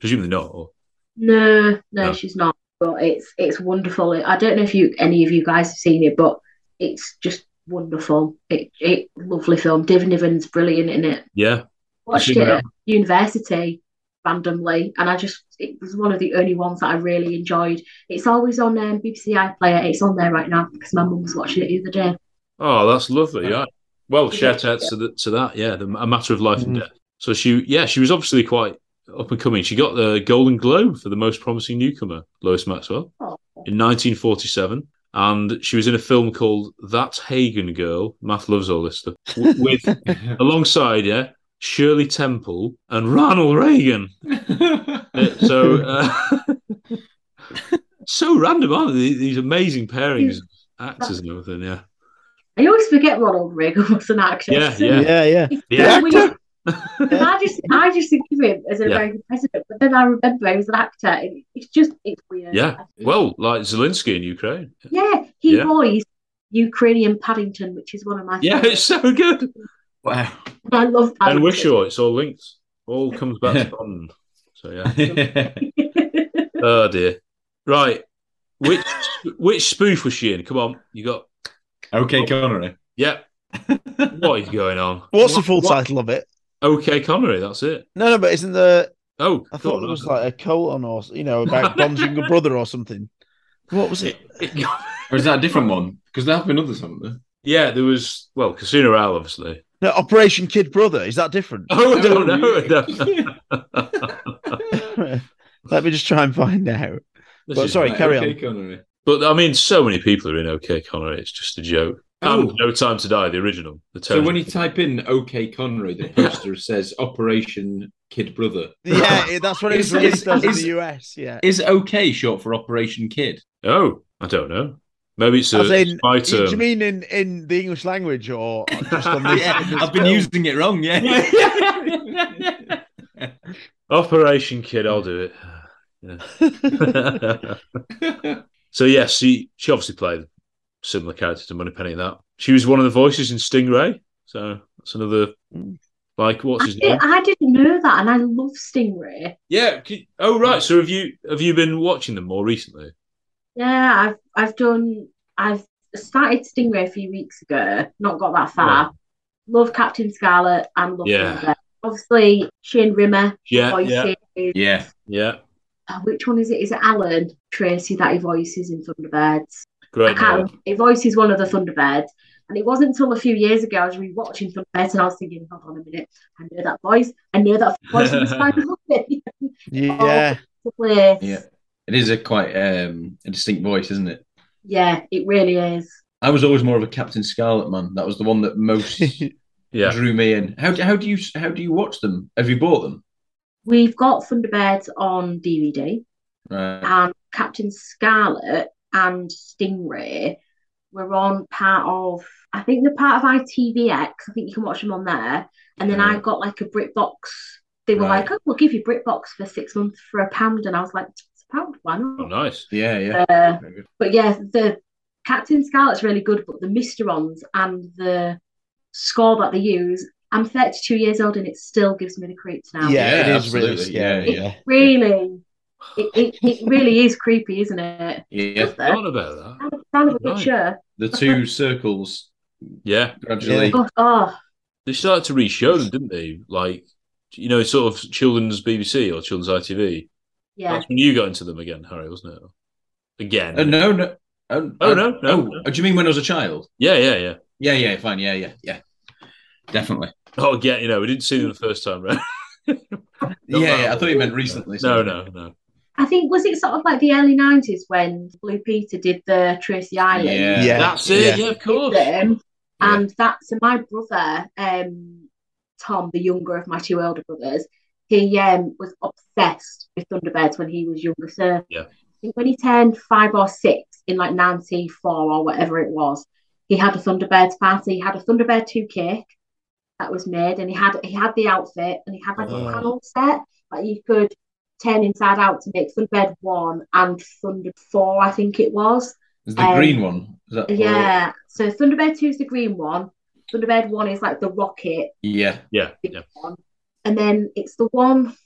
[SPEAKER 2] presumably not? Or...
[SPEAKER 4] No, no,
[SPEAKER 2] No.
[SPEAKER 4] she's not. But it's it's wonderful. I don't know if you any of you guys have seen it, but it's just wonderful. It it lovely film. David Niven's brilliant in it.
[SPEAKER 2] Yeah,
[SPEAKER 4] Watched
[SPEAKER 2] seen
[SPEAKER 4] it
[SPEAKER 2] that.
[SPEAKER 4] at university randomly, and I just it was one of the only ones that I really enjoyed. It's always on um, BBC iPlayer. It's on there right now because my mum was watching it the other day.
[SPEAKER 2] Oh, that's lovely. Yeah. Well,
[SPEAKER 4] Yeah. Mm.
[SPEAKER 2] shout out to, the, to that. Yeah, the, a matter of life and death. So she, yeah, she was obviously quite up and coming. She got the Golden Globe for the most promising newcomer, Lois Maxwell,
[SPEAKER 4] Oh.
[SPEAKER 2] in 1947, and she was in a film called That Hagen Girl. Matt loves all this stuff. w- With alongside, yeah, Shirley Temple and Ronald Reagan. Uh, so, uh, so random, aren't they? These amazing pairings, of actors and everything. Yeah.
[SPEAKER 4] I always forget Ronald Reagan was an actor.
[SPEAKER 2] Yeah, yeah.
[SPEAKER 6] Yeah, yeah.
[SPEAKER 2] The
[SPEAKER 6] actor?
[SPEAKER 4] And I just, I just think of him as an
[SPEAKER 2] Yeah.
[SPEAKER 4] American president, but then I remember he was an actor. and It's just, it's weird.
[SPEAKER 2] Yeah. Well, like Zelensky in Ukraine.
[SPEAKER 4] Yeah, he
[SPEAKER 2] Yeah.
[SPEAKER 4] voiced Ukrainian Paddington, which is one of my
[SPEAKER 2] Yeah, it's so good.
[SPEAKER 1] Wow.
[SPEAKER 4] I love
[SPEAKER 2] Ben
[SPEAKER 4] Paddington.
[SPEAKER 2] Wishaw, it's all linked. All comes back to Bond. So yeah. Oh dear. Right. Which which spoof was she in? Come on, you got.
[SPEAKER 1] okay, Connery.
[SPEAKER 2] Yeah. What is going on?
[SPEAKER 6] What's the
[SPEAKER 2] What-
[SPEAKER 6] full
[SPEAKER 2] what-
[SPEAKER 6] title of it?
[SPEAKER 2] Okay, Connery. That's it.
[SPEAKER 6] No, no, but isn't there?
[SPEAKER 2] Oh, go
[SPEAKER 6] I thought
[SPEAKER 2] on,
[SPEAKER 6] it was
[SPEAKER 2] that's
[SPEAKER 6] like a colon or you know about Bond's younger brother or something. What was it?
[SPEAKER 2] it.
[SPEAKER 1] Or is that a different one? Because there have been others, haven't there?
[SPEAKER 2] yeah, there was. Well, Casino Royale, obviously.
[SPEAKER 6] No, Operation Kid Brother. Is that different?
[SPEAKER 2] Oh, I don't know. I don't know.
[SPEAKER 1] yeah.
[SPEAKER 6] Let me just try and find out.
[SPEAKER 2] This
[SPEAKER 6] Well,
[SPEAKER 2] is-
[SPEAKER 6] sorry. carry
[SPEAKER 1] okay, Connery.
[SPEAKER 2] But I mean, so many people are in OK Connery. It's just a joke.
[SPEAKER 1] Oh.
[SPEAKER 2] And No Time to Die, the original. The
[SPEAKER 1] So
[SPEAKER 2] Tony-
[SPEAKER 1] when you type in OK Connery, the poster says Operation Kid Brother.
[SPEAKER 6] Yeah, it- that's what it was
[SPEAKER 1] Is-
[SPEAKER 6] released
[SPEAKER 1] is-
[SPEAKER 6] as in
[SPEAKER 1] is-
[SPEAKER 6] the US. Yeah,
[SPEAKER 1] Is OK short for Operation Kid?
[SPEAKER 2] Oh, I don't know. Maybe it's a
[SPEAKER 6] As in,
[SPEAKER 2] spy
[SPEAKER 6] do
[SPEAKER 2] term.
[SPEAKER 6] you mean in in the English language or just on this?
[SPEAKER 1] yeah,
[SPEAKER 6] this
[SPEAKER 1] I've been
[SPEAKER 6] film?
[SPEAKER 1] using it wrong. Yeah.
[SPEAKER 2] Operation Kid, I'll do it. Yeah. so yes, she she obviously played a similar character to Moneypenny in that. She was one of the voices in Stingray. So that's another
[SPEAKER 6] Mm.
[SPEAKER 2] like what's
[SPEAKER 4] I,
[SPEAKER 2] his
[SPEAKER 4] did,
[SPEAKER 2] name?
[SPEAKER 4] I didn't know that, and I love Stingray.
[SPEAKER 2] Yeah. c- Oh right. So have you have you been watching them more recently?
[SPEAKER 4] Yeah, I've I've done I've started Stingray a few weeks ago, not got that far.
[SPEAKER 2] Yeah.
[SPEAKER 4] Love Captain Scarlet and love
[SPEAKER 2] Yeah.
[SPEAKER 4] Thunder. Obviously Shane Rimmer
[SPEAKER 2] Yeah. Yeah.
[SPEAKER 4] voices
[SPEAKER 1] yeah.
[SPEAKER 2] Yeah.
[SPEAKER 4] uh, which one is it? Is it Alan Tracy that he voices in Thunderbirds? I
[SPEAKER 2] Great.
[SPEAKER 4] can't
[SPEAKER 2] name.
[SPEAKER 4] remember. He voices one of the Thunderbirds. And it wasn't until a few years ago I was rewatching Thunderbirds and I was thinking, hold on a minute, I know that voice. I know that voice from Spider Man.
[SPEAKER 6] Yeah,
[SPEAKER 4] Place.
[SPEAKER 1] Yeah. It is a quite um, a distinct voice, isn't it?
[SPEAKER 4] Yeah, it really is.
[SPEAKER 1] I was always more of a Captain Scarlet man. That was the one that most
[SPEAKER 2] Yeah.
[SPEAKER 1] drew me in. How do, how do you how do you watch them? Have you bought them?
[SPEAKER 4] We've got Thunderbirds on DVD.
[SPEAKER 1] Right.
[SPEAKER 4] and Um, Captain Scarlet and Stingray were on part of, I think they're part of ITVX. I think you can watch them on there. And then I
[SPEAKER 1] Right.
[SPEAKER 4] got like a BritBox. They were
[SPEAKER 1] Right.
[SPEAKER 4] like, oh, we'll give you BritBox for six months for a pound. And I was like, it's a pound, why
[SPEAKER 2] Oh,
[SPEAKER 4] not?
[SPEAKER 2] nice.
[SPEAKER 1] Yeah, yeah.
[SPEAKER 4] Uh,
[SPEAKER 1] Very good.
[SPEAKER 4] but yeah, the Captain Scarlet's really good, but the Mysterons and the score that they use, I'm 32 years old and it still gives me the creeps now.
[SPEAKER 6] yeah, it
[SPEAKER 1] Yeah,
[SPEAKER 6] is really
[SPEAKER 1] absolutely.
[SPEAKER 6] scary.
[SPEAKER 1] Yeah,
[SPEAKER 6] Yeah,
[SPEAKER 4] Really, it, it, it really is creepy, isn't it?
[SPEAKER 1] Yeah.
[SPEAKER 4] There.
[SPEAKER 2] Thought about that.
[SPEAKER 4] Sound of- sound of a good
[SPEAKER 2] Right.
[SPEAKER 4] show.
[SPEAKER 1] The two circles
[SPEAKER 2] Yeah.
[SPEAKER 1] gradually.
[SPEAKER 4] Oh, oh,
[SPEAKER 2] They started to re-show them, didn't they? Like, you know, sort of children's BBC or children's ITV.
[SPEAKER 4] yeah.
[SPEAKER 2] That's when you got into them again, Harry, wasn't it? Again.
[SPEAKER 1] Oh, no, no. Oh,
[SPEAKER 2] Oh, no, no,
[SPEAKER 1] oh,
[SPEAKER 2] no.
[SPEAKER 1] oh, do you mean when I was a child?
[SPEAKER 2] Yeah, yeah, yeah.
[SPEAKER 1] Yeah, yeah, fine. Yeah, yeah, yeah. Definitely.
[SPEAKER 2] Oh, again, you know, we didn't see them the first time round. No,
[SPEAKER 1] yeah,
[SPEAKER 2] no.
[SPEAKER 1] yeah, I thought you meant recently. sorry.
[SPEAKER 2] No, no, no.
[SPEAKER 4] I think was it sort of like the early nineties when Blue Peter did the Tracy Island.
[SPEAKER 1] Yeah.
[SPEAKER 6] Yeah.
[SPEAKER 2] That's it. Yeah, of
[SPEAKER 4] with
[SPEAKER 2] course.
[SPEAKER 4] them,
[SPEAKER 1] Yeah.
[SPEAKER 4] And that so my brother, um, Tom, the younger of my two elder brothers, he um was obsessed with Thunderbirds when he was younger. So
[SPEAKER 2] Yeah.
[SPEAKER 4] I think when he turned five or six in like ninety four or whatever it was, He had a Thunderbirds party. He had a Thunderbird two cake that was made, and he had he had the outfit, and he had like
[SPEAKER 6] Oh.
[SPEAKER 4] a panel set that you could turn inside out to make Thunderbird one and Thunder four, I think it was.
[SPEAKER 1] Is the
[SPEAKER 4] Um,
[SPEAKER 1] green one? Is that
[SPEAKER 4] Yeah. So Thunderbird two is the green one. Thunderbird one is like the rocket
[SPEAKER 1] Yeah.
[SPEAKER 2] Yeah. Yeah.
[SPEAKER 4] one, and then it's the one
[SPEAKER 1] Is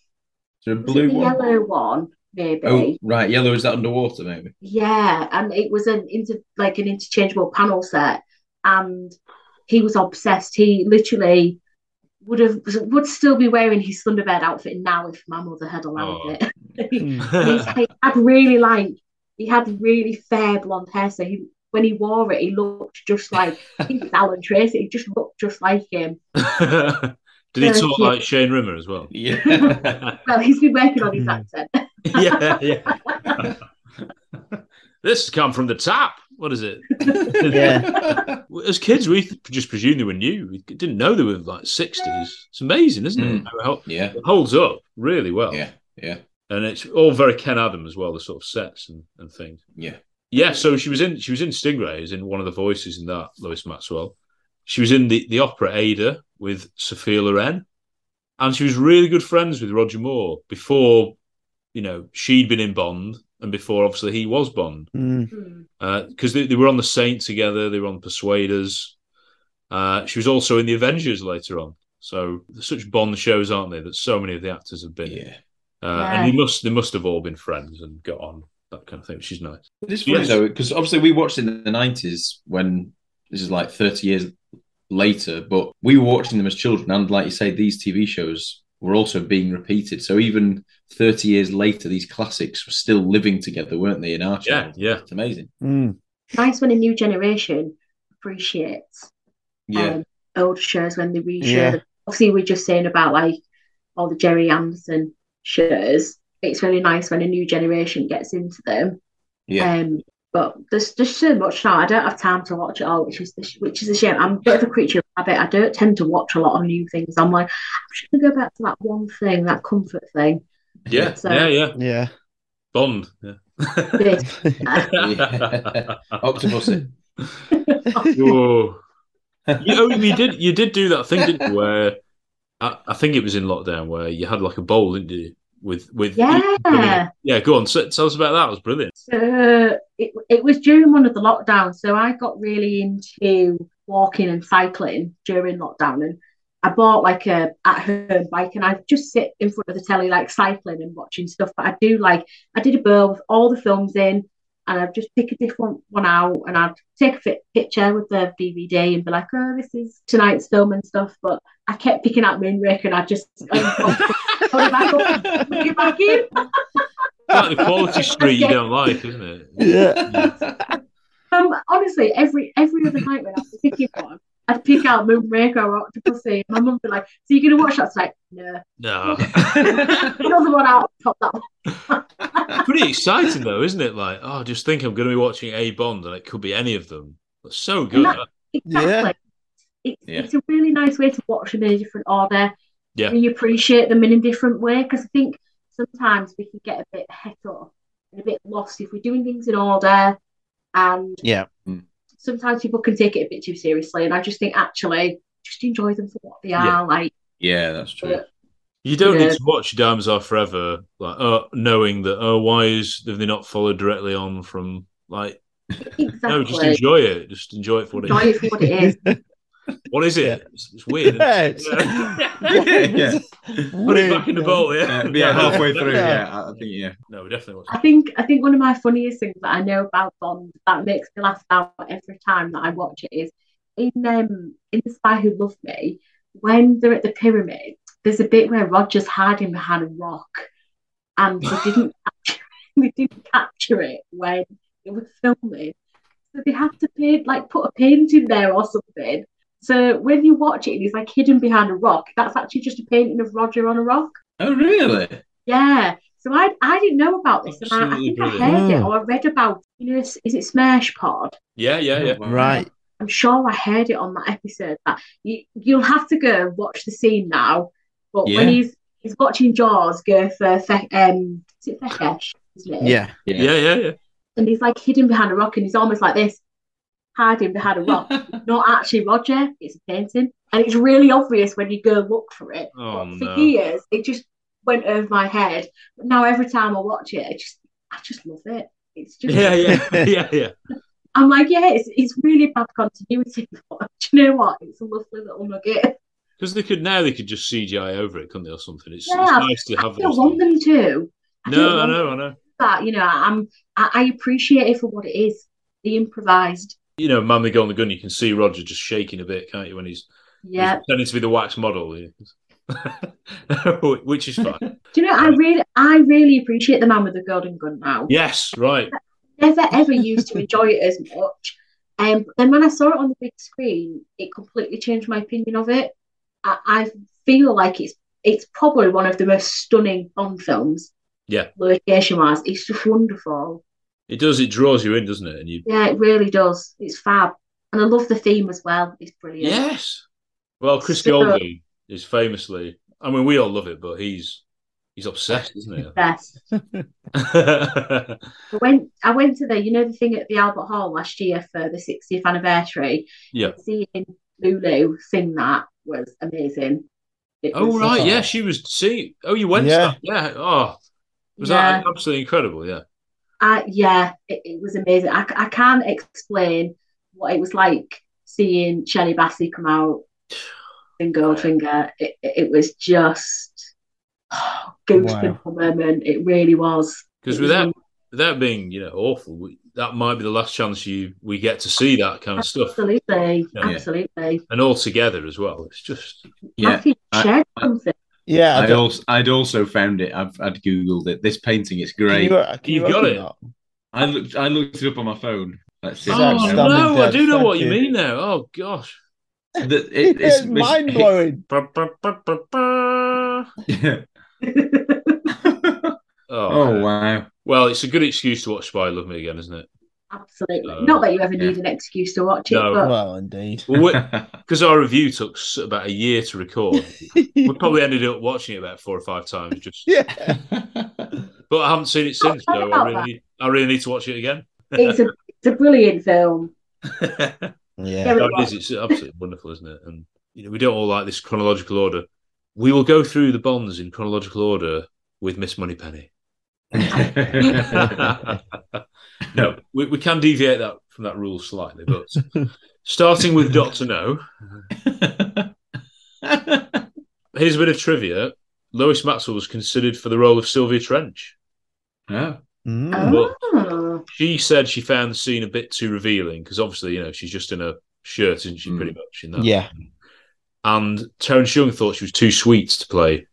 [SPEAKER 1] there a
[SPEAKER 4] was it
[SPEAKER 1] blue
[SPEAKER 4] the
[SPEAKER 1] one?
[SPEAKER 4] yellow one maybe.
[SPEAKER 1] Oh, right. Yellow is that underwater, maybe?
[SPEAKER 4] Yeah, and it was an inter like an interchangeable panel set, and he was obsessed. He literally would have would still be wearing his Thunderbird outfit now if my mother had allowed
[SPEAKER 2] Oh.
[SPEAKER 4] it. he,
[SPEAKER 7] Mm.
[SPEAKER 4] he had really like he had really fair blonde hair, so he when he wore it, he looked just like I think it's Alan Tracy. He just looked just like him.
[SPEAKER 2] Did he
[SPEAKER 4] Very
[SPEAKER 2] talk
[SPEAKER 4] cute.
[SPEAKER 2] like Shane Rimmer as well?
[SPEAKER 1] Yeah.
[SPEAKER 4] Well, he's been working on his accent.
[SPEAKER 2] yeah, yeah. this has come from the tap. What is it?
[SPEAKER 6] Yeah.
[SPEAKER 2] As kids, we just presumed they were new. We didn't know they were like sixties. It's amazing, isn't it? How it
[SPEAKER 1] Hmm. Yeah.
[SPEAKER 2] hol- holds up really well.
[SPEAKER 1] Yeah. Yeah.
[SPEAKER 2] And it's all very Ken Adam as well, the sort of sets and, and things.
[SPEAKER 1] Yeah.
[SPEAKER 2] Yeah, so she was in she was in Stingrays in one of the voices in that, Lois Maxwell. She was in the, the opera Ada with Sophia Loren. And she was really good friends with Roger Moore before, you know, she'd been in Bond and before obviously he was Bond.
[SPEAKER 6] Mm.
[SPEAKER 4] Hmm.
[SPEAKER 2] Because they, they were on The Saint together, they were on Persuaders. Uh, she was also in The Avengers later on. So there's such Bond shows, aren't they, that so many of the actors have been in.
[SPEAKER 1] Yeah.
[SPEAKER 2] Uh,
[SPEAKER 4] Yeah.
[SPEAKER 2] And they must they must have all been friends and got on that kind of thing, which is nice.
[SPEAKER 1] It is funny
[SPEAKER 2] Yes.
[SPEAKER 1] though, because obviously we watched it in the nineties when this is like thirty years later, but we were watching them as children, and like you say, these TV shows were also being repeated. So even thirty years later, these classics were still living together, weren't they? In our
[SPEAKER 2] Yeah,
[SPEAKER 1] childhood?
[SPEAKER 2] yeah,
[SPEAKER 1] it's amazing.
[SPEAKER 6] Mm.
[SPEAKER 4] Nice when a new generation appreciates.
[SPEAKER 1] Yeah,
[SPEAKER 4] um, old shows when they reshow.
[SPEAKER 6] Yeah.
[SPEAKER 4] them. Obviously, we're just saying about like all the Jerry Anderson shows. It's really nice when a new generation gets into them.
[SPEAKER 1] yeah,
[SPEAKER 4] Um, but there's just so much now. I don't have time to watch it all, which is the, sh- which is a shame. I'm a bit of a creature of habit. I don't tend to watch a lot of new things. I'm like, I'm just gonna go back to that one thing, that comfort thing.
[SPEAKER 2] yeah,
[SPEAKER 4] So-
[SPEAKER 2] yeah, yeah.
[SPEAKER 6] Yeah.
[SPEAKER 2] Bond. Yeah.
[SPEAKER 4] But
[SPEAKER 1] Yeah. octopus.
[SPEAKER 2] Whoa. You, oh, you did you did do that thing didn't you, where I, I think it was in lockdown where you had like a bowl, didn't you? With with
[SPEAKER 4] yeah.
[SPEAKER 2] yeah. Go on, so, tell us about that. It was brilliant.
[SPEAKER 4] So uh, it, it was during one of the lockdowns. So I got really into walking and cycling during lockdown, and I bought like a at-home bike, and I just sit in front of the telly like cycling and watching stuff. But I do like I did a bowl with all the films in, and I'd just pick a different one out, and I'd take a fit picture with the DVD and be like, "Oh, this is tonight's film and stuff." But I kept picking out Moonraker, and I just put it back up, put it back in.
[SPEAKER 2] Like the quality street you don't like, isn't it?
[SPEAKER 6] Yeah.
[SPEAKER 4] Um, honestly, every every other night when I was picking one, I'd pick out Moonraker or Octopussy. My mum would be like, "So you're gonna watch that?" tonight?" "No,
[SPEAKER 2] No,
[SPEAKER 4] another one out. Top that one."
[SPEAKER 2] pretty exciting though, isn't it? Like, oh, just think I'm going to be watching a Bond, and it could be any of them. That's so good.
[SPEAKER 4] No. Exactly. It's,
[SPEAKER 1] Yeah.
[SPEAKER 4] it's a really nice way to watch them in a different order.
[SPEAKER 2] Yeah.
[SPEAKER 4] You appreciate them in a different way because I think sometimes we can get a bit het up and a bit lost if we're doing things in order. And
[SPEAKER 6] Yeah.
[SPEAKER 4] sometimes people can take it a bit too seriously. And I just think, actually, just enjoy them for what they are.
[SPEAKER 2] Yeah.
[SPEAKER 4] Like,
[SPEAKER 1] yeah, that's true.
[SPEAKER 2] You don't
[SPEAKER 4] Yeah.
[SPEAKER 2] need to watch Diamonds Are Forever, like, uh, knowing that, oh, why is have they not followed directly on from, like,
[SPEAKER 4] exactly.
[SPEAKER 2] no, just enjoy it. Just enjoy it for what
[SPEAKER 4] Enjoy
[SPEAKER 2] it is.
[SPEAKER 4] it for what it is.
[SPEAKER 2] What is it?
[SPEAKER 6] Yeah.
[SPEAKER 2] It's, it's weird. isn't
[SPEAKER 6] Yeah,
[SPEAKER 2] it?
[SPEAKER 1] yeah.
[SPEAKER 2] Put it back in the bowl,
[SPEAKER 1] Uh,
[SPEAKER 2] yeah.
[SPEAKER 1] but yeah, halfway through.
[SPEAKER 6] Yeah.
[SPEAKER 1] Yeah, I I think yeah.
[SPEAKER 2] No, we definitely watch
[SPEAKER 4] I think I think one of my funniest things that I know about Bond that makes me laugh out every time that I watch it is in um in The Spy Who Loved Me when they're at the pyramid. There's a bit where Roger's hiding behind a rock, and they didn't capture, they didn't capture it when they were filming, so they had to paint like put a painting there or something. So when you watch it, he's like hidden behind a rock. That's actually just a painting of Roger on a rock.
[SPEAKER 1] Oh really?
[SPEAKER 4] Yeah. So I I didn't know about this, and I, I
[SPEAKER 2] Absolutely
[SPEAKER 4] think I
[SPEAKER 2] brilliant.
[SPEAKER 4] heard it
[SPEAKER 6] Oh.
[SPEAKER 4] or I read about. You know, is, is it Smash Pod?
[SPEAKER 2] Yeah, yeah, yeah.
[SPEAKER 6] Right.
[SPEAKER 4] I'm sure I heard it on that episode. That you you'll have to go and watch the scene now. But when
[SPEAKER 1] Yeah.
[SPEAKER 4] he's he's watching Jaws go for Fe, um, is it Fekesh? Isn't it?
[SPEAKER 6] Yeah.
[SPEAKER 2] Yeah, yeah, yeah.
[SPEAKER 4] And he's like hidden behind a rock, and he's almost like this. hiding behind a rock. Not actually Roger, it's a painting. And it's really obvious when you go look for it.
[SPEAKER 2] Oh,
[SPEAKER 4] for
[SPEAKER 2] no.
[SPEAKER 4] years, it just went over my head. But now every time I watch it, I just I just love it. It's just
[SPEAKER 2] Yeah, yeah, yeah, yeah.
[SPEAKER 4] I'm like, yeah, it's it's really bad continuity, but do you know what? It's a lovely little nugget.
[SPEAKER 2] Because they could now they could just CGI over it, couldn't they, or something? It's,
[SPEAKER 4] Yeah,
[SPEAKER 2] it's nice to have
[SPEAKER 4] I don't
[SPEAKER 2] those.
[SPEAKER 4] want
[SPEAKER 2] things.
[SPEAKER 4] them to. I don't
[SPEAKER 2] No, I
[SPEAKER 4] want
[SPEAKER 2] know, I know.
[SPEAKER 4] But you know, I'm I, I appreciate it for what it is. The improvised.
[SPEAKER 2] You know, man, they go on the gun. You can see Roger just shaking a bit, can't you? When he's,
[SPEAKER 4] Yeah.
[SPEAKER 2] he's pretending to be the wax model, yeah. which is fine.
[SPEAKER 4] Do you know, I really I really appreciate the man with the golden gun now.
[SPEAKER 2] yes, right.
[SPEAKER 4] Never ever used to enjoy it as much. Um, but then when I saw it on the big screen, it completely changed my opinion of it. I, I feel like it's it's probably one of the most stunning Bond films,
[SPEAKER 2] Yeah,
[SPEAKER 4] location wise. It's just wonderful.
[SPEAKER 2] it does. It draws you in, doesn't it? And you,
[SPEAKER 4] Yeah, it really does. It's fab. And I love the theme as well. It's brilliant.
[SPEAKER 2] yes. Well, Chris
[SPEAKER 4] So-
[SPEAKER 2] Goldblum is famously. I mean, we all love it, but he's he's obsessed, isn't he?
[SPEAKER 4] Best. I went I went to the you know the thing at the Albert Hall last year for the 60th anniversary.
[SPEAKER 2] yeah.
[SPEAKER 4] Seeing Lulu sing that was amazing. It
[SPEAKER 2] Oh
[SPEAKER 4] was-
[SPEAKER 2] right, yeah. She was. See, oh, you went. to
[SPEAKER 6] Yeah.
[SPEAKER 2] that, yeah. Oh, was that absolutely incredible? Yeah.
[SPEAKER 4] I, yeah, it, it was amazing. I, c- I can't explain what it was like seeing Shelley Bassey come out in Goldfinger. It, it it was just oh, goosebump moment. It really was.
[SPEAKER 2] Because
[SPEAKER 4] It was
[SPEAKER 2] without without being you know awful, we, that might be the last chance you we get to see that kind of stuff,
[SPEAKER 4] Absolutely,
[SPEAKER 2] Yeah.
[SPEAKER 4] absolutely.
[SPEAKER 2] and all together as well. It's just
[SPEAKER 1] Yeah,
[SPEAKER 4] Matthew
[SPEAKER 1] I-
[SPEAKER 4] shared something.
[SPEAKER 6] Yeah, I
[SPEAKER 1] I'd
[SPEAKER 6] don't-
[SPEAKER 1] also, I'd also found it. I've, I'd googled it. This painting, it's
[SPEAKER 6] can you, uh,
[SPEAKER 1] great.
[SPEAKER 6] can
[SPEAKER 2] You've got
[SPEAKER 6] open
[SPEAKER 2] it.
[SPEAKER 6] that?
[SPEAKER 1] I looked, I looked it up on my phone. Let's see.
[SPEAKER 6] It's
[SPEAKER 2] oh
[SPEAKER 6] outstanding,
[SPEAKER 2] no, I
[SPEAKER 6] Dad.
[SPEAKER 2] do know
[SPEAKER 6] Thank
[SPEAKER 2] what you
[SPEAKER 6] you.
[SPEAKER 2] mean now. Oh gosh,
[SPEAKER 1] The- it- it's-
[SPEAKER 6] it's, mind blowing.
[SPEAKER 2] Ba, ba, ba, ba, ba.
[SPEAKER 1] Yeah.
[SPEAKER 2] oh,
[SPEAKER 1] Oh
[SPEAKER 2] man.
[SPEAKER 1] wow.
[SPEAKER 2] well, it's a good excuse to watch Spy Love Me again, isn't it?
[SPEAKER 4] Absolutely.
[SPEAKER 2] Uh,
[SPEAKER 4] Not that you ever
[SPEAKER 1] yeah.
[SPEAKER 4] need an excuse to watch it,
[SPEAKER 2] No.
[SPEAKER 4] but
[SPEAKER 6] Well, indeed.
[SPEAKER 2] Because our review took s- about a year to record. we probably ended up watching it about four or five times. Just,
[SPEAKER 6] yeah.
[SPEAKER 2] but I haven't seen it since,
[SPEAKER 4] Oh,
[SPEAKER 2] so I
[SPEAKER 4] about
[SPEAKER 2] really, need- I really need to watch it again.
[SPEAKER 4] it's a it's a brilliant film.
[SPEAKER 6] Yeah.
[SPEAKER 4] Very
[SPEAKER 2] No, it
[SPEAKER 4] well.
[SPEAKER 2] is. It's absolutely wonderful, isn't it? And you know, we don't all like this chronological order. We will go through the bonds in chronological order with Miss Moneypenny. no, we, we can deviate that from that rule slightly, but starting with Doctor No, here's a bit of trivia. Lois Maxwell was considered for the role of Sylvia Trench.
[SPEAKER 1] Yeah.
[SPEAKER 6] Mm.
[SPEAKER 2] Well-
[SPEAKER 4] Oh,
[SPEAKER 2] She said she found the scene a bit too revealing because obviously, you know, she's just in a shirt, isn't she?
[SPEAKER 1] Mm.
[SPEAKER 2] Pretty much in that.
[SPEAKER 6] Yeah.
[SPEAKER 2] and Terence Young thought she was too sweet to play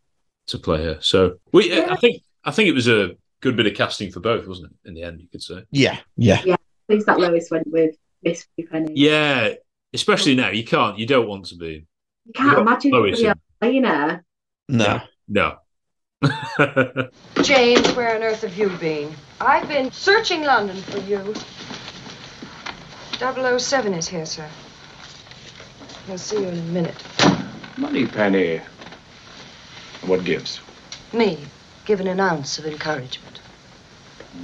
[SPEAKER 2] to play her. So we, I think, I think it was a good bit of casting for both, wasn't it? In the end, you could say.
[SPEAKER 6] Yeah. Yeah.
[SPEAKER 4] things that Lois went with Miss Penny.
[SPEAKER 2] Yeah, especially now, you can't, you don't want to be.
[SPEAKER 4] You can't
[SPEAKER 2] Yeah,
[SPEAKER 4] imagine
[SPEAKER 2] Lois
[SPEAKER 4] somebody
[SPEAKER 2] and-
[SPEAKER 4] else playing her.
[SPEAKER 6] No.
[SPEAKER 2] No.
[SPEAKER 8] James, where on earth have you been? I've been searching London for you. 007 is here, sir. He'll see you in a minute.
[SPEAKER 9] Moneypenny. What gives?
[SPEAKER 8] Me, given an ounce of encouragement.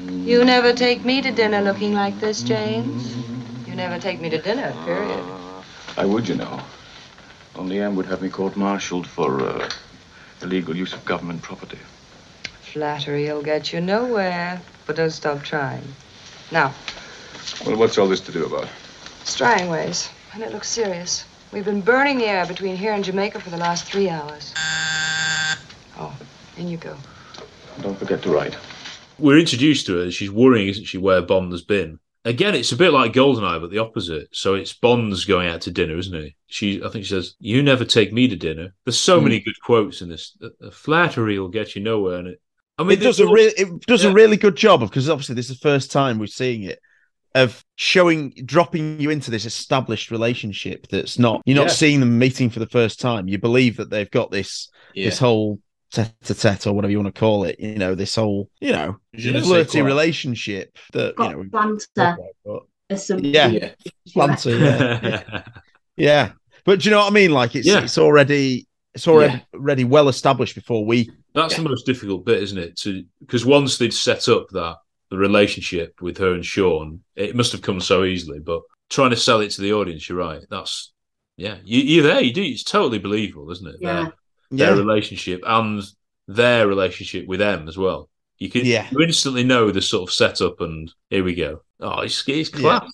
[SPEAKER 8] You never take me to dinner looking like this, James. You never take me to dinner, period.
[SPEAKER 9] Uh, I would, you know. Only Anne would have me court-martialed for uh, illegal use of government property.
[SPEAKER 8] Flattery will get you nowhere, but don't stop trying. Now,
[SPEAKER 9] Well, what's all this to do about?
[SPEAKER 8] Strangways, and it looks serious. We've been burning the air between here and Jamaica for the last three hours. Oh, in you go.
[SPEAKER 9] Don't forget to write.
[SPEAKER 2] We're introduced to her. She's worrying, isn't she, where Bond has been? Again, it's a bit like Goldeneye, but the opposite. So it's Bond's going out to dinner, isn't he? She, I think she says, "You never take me to dinner." There's so
[SPEAKER 6] Hmm.
[SPEAKER 2] many good quotes in this. The, the flattery will get you nowhere, and it. I mean,
[SPEAKER 6] it does a
[SPEAKER 2] there's-
[SPEAKER 6] really it does
[SPEAKER 2] Yeah.
[SPEAKER 6] a really good job of because obviously this is the first time we're seeing it of showing dropping you into this established relationship that's not you're not
[SPEAKER 2] Yeah.
[SPEAKER 6] seeing them meeting for the first time. You believe that they've got this this whole tete a tete or whatever you want to call it, you know, this whole, you know,
[SPEAKER 1] Je ne sais
[SPEAKER 6] flirty
[SPEAKER 1] quoi.
[SPEAKER 6] relationship that you
[SPEAKER 4] Got
[SPEAKER 6] know we've
[SPEAKER 4] banter
[SPEAKER 6] talked about,
[SPEAKER 4] as some
[SPEAKER 6] Yeah.
[SPEAKER 1] Yeah.
[SPEAKER 6] but Lancer, yeah. Yeah. But do you know what I mean? Like it's
[SPEAKER 2] Yeah.
[SPEAKER 6] it's already it's already, already well established before we
[SPEAKER 2] That's the most difficult bit, isn't it? To because once they'd set up that the relationship with her and Sean, it must have come so easily. But trying to sell it to the audience. You're right. That's yeah. You, you're there. You do. It's totally believable, isn't it?
[SPEAKER 4] Yeah.
[SPEAKER 2] Their, their
[SPEAKER 6] Yeah.
[SPEAKER 2] relationship and their relationship with them as well. You can
[SPEAKER 6] Yeah.
[SPEAKER 2] you instantly know the sort of setup and here we go. Oh, it's, it's class.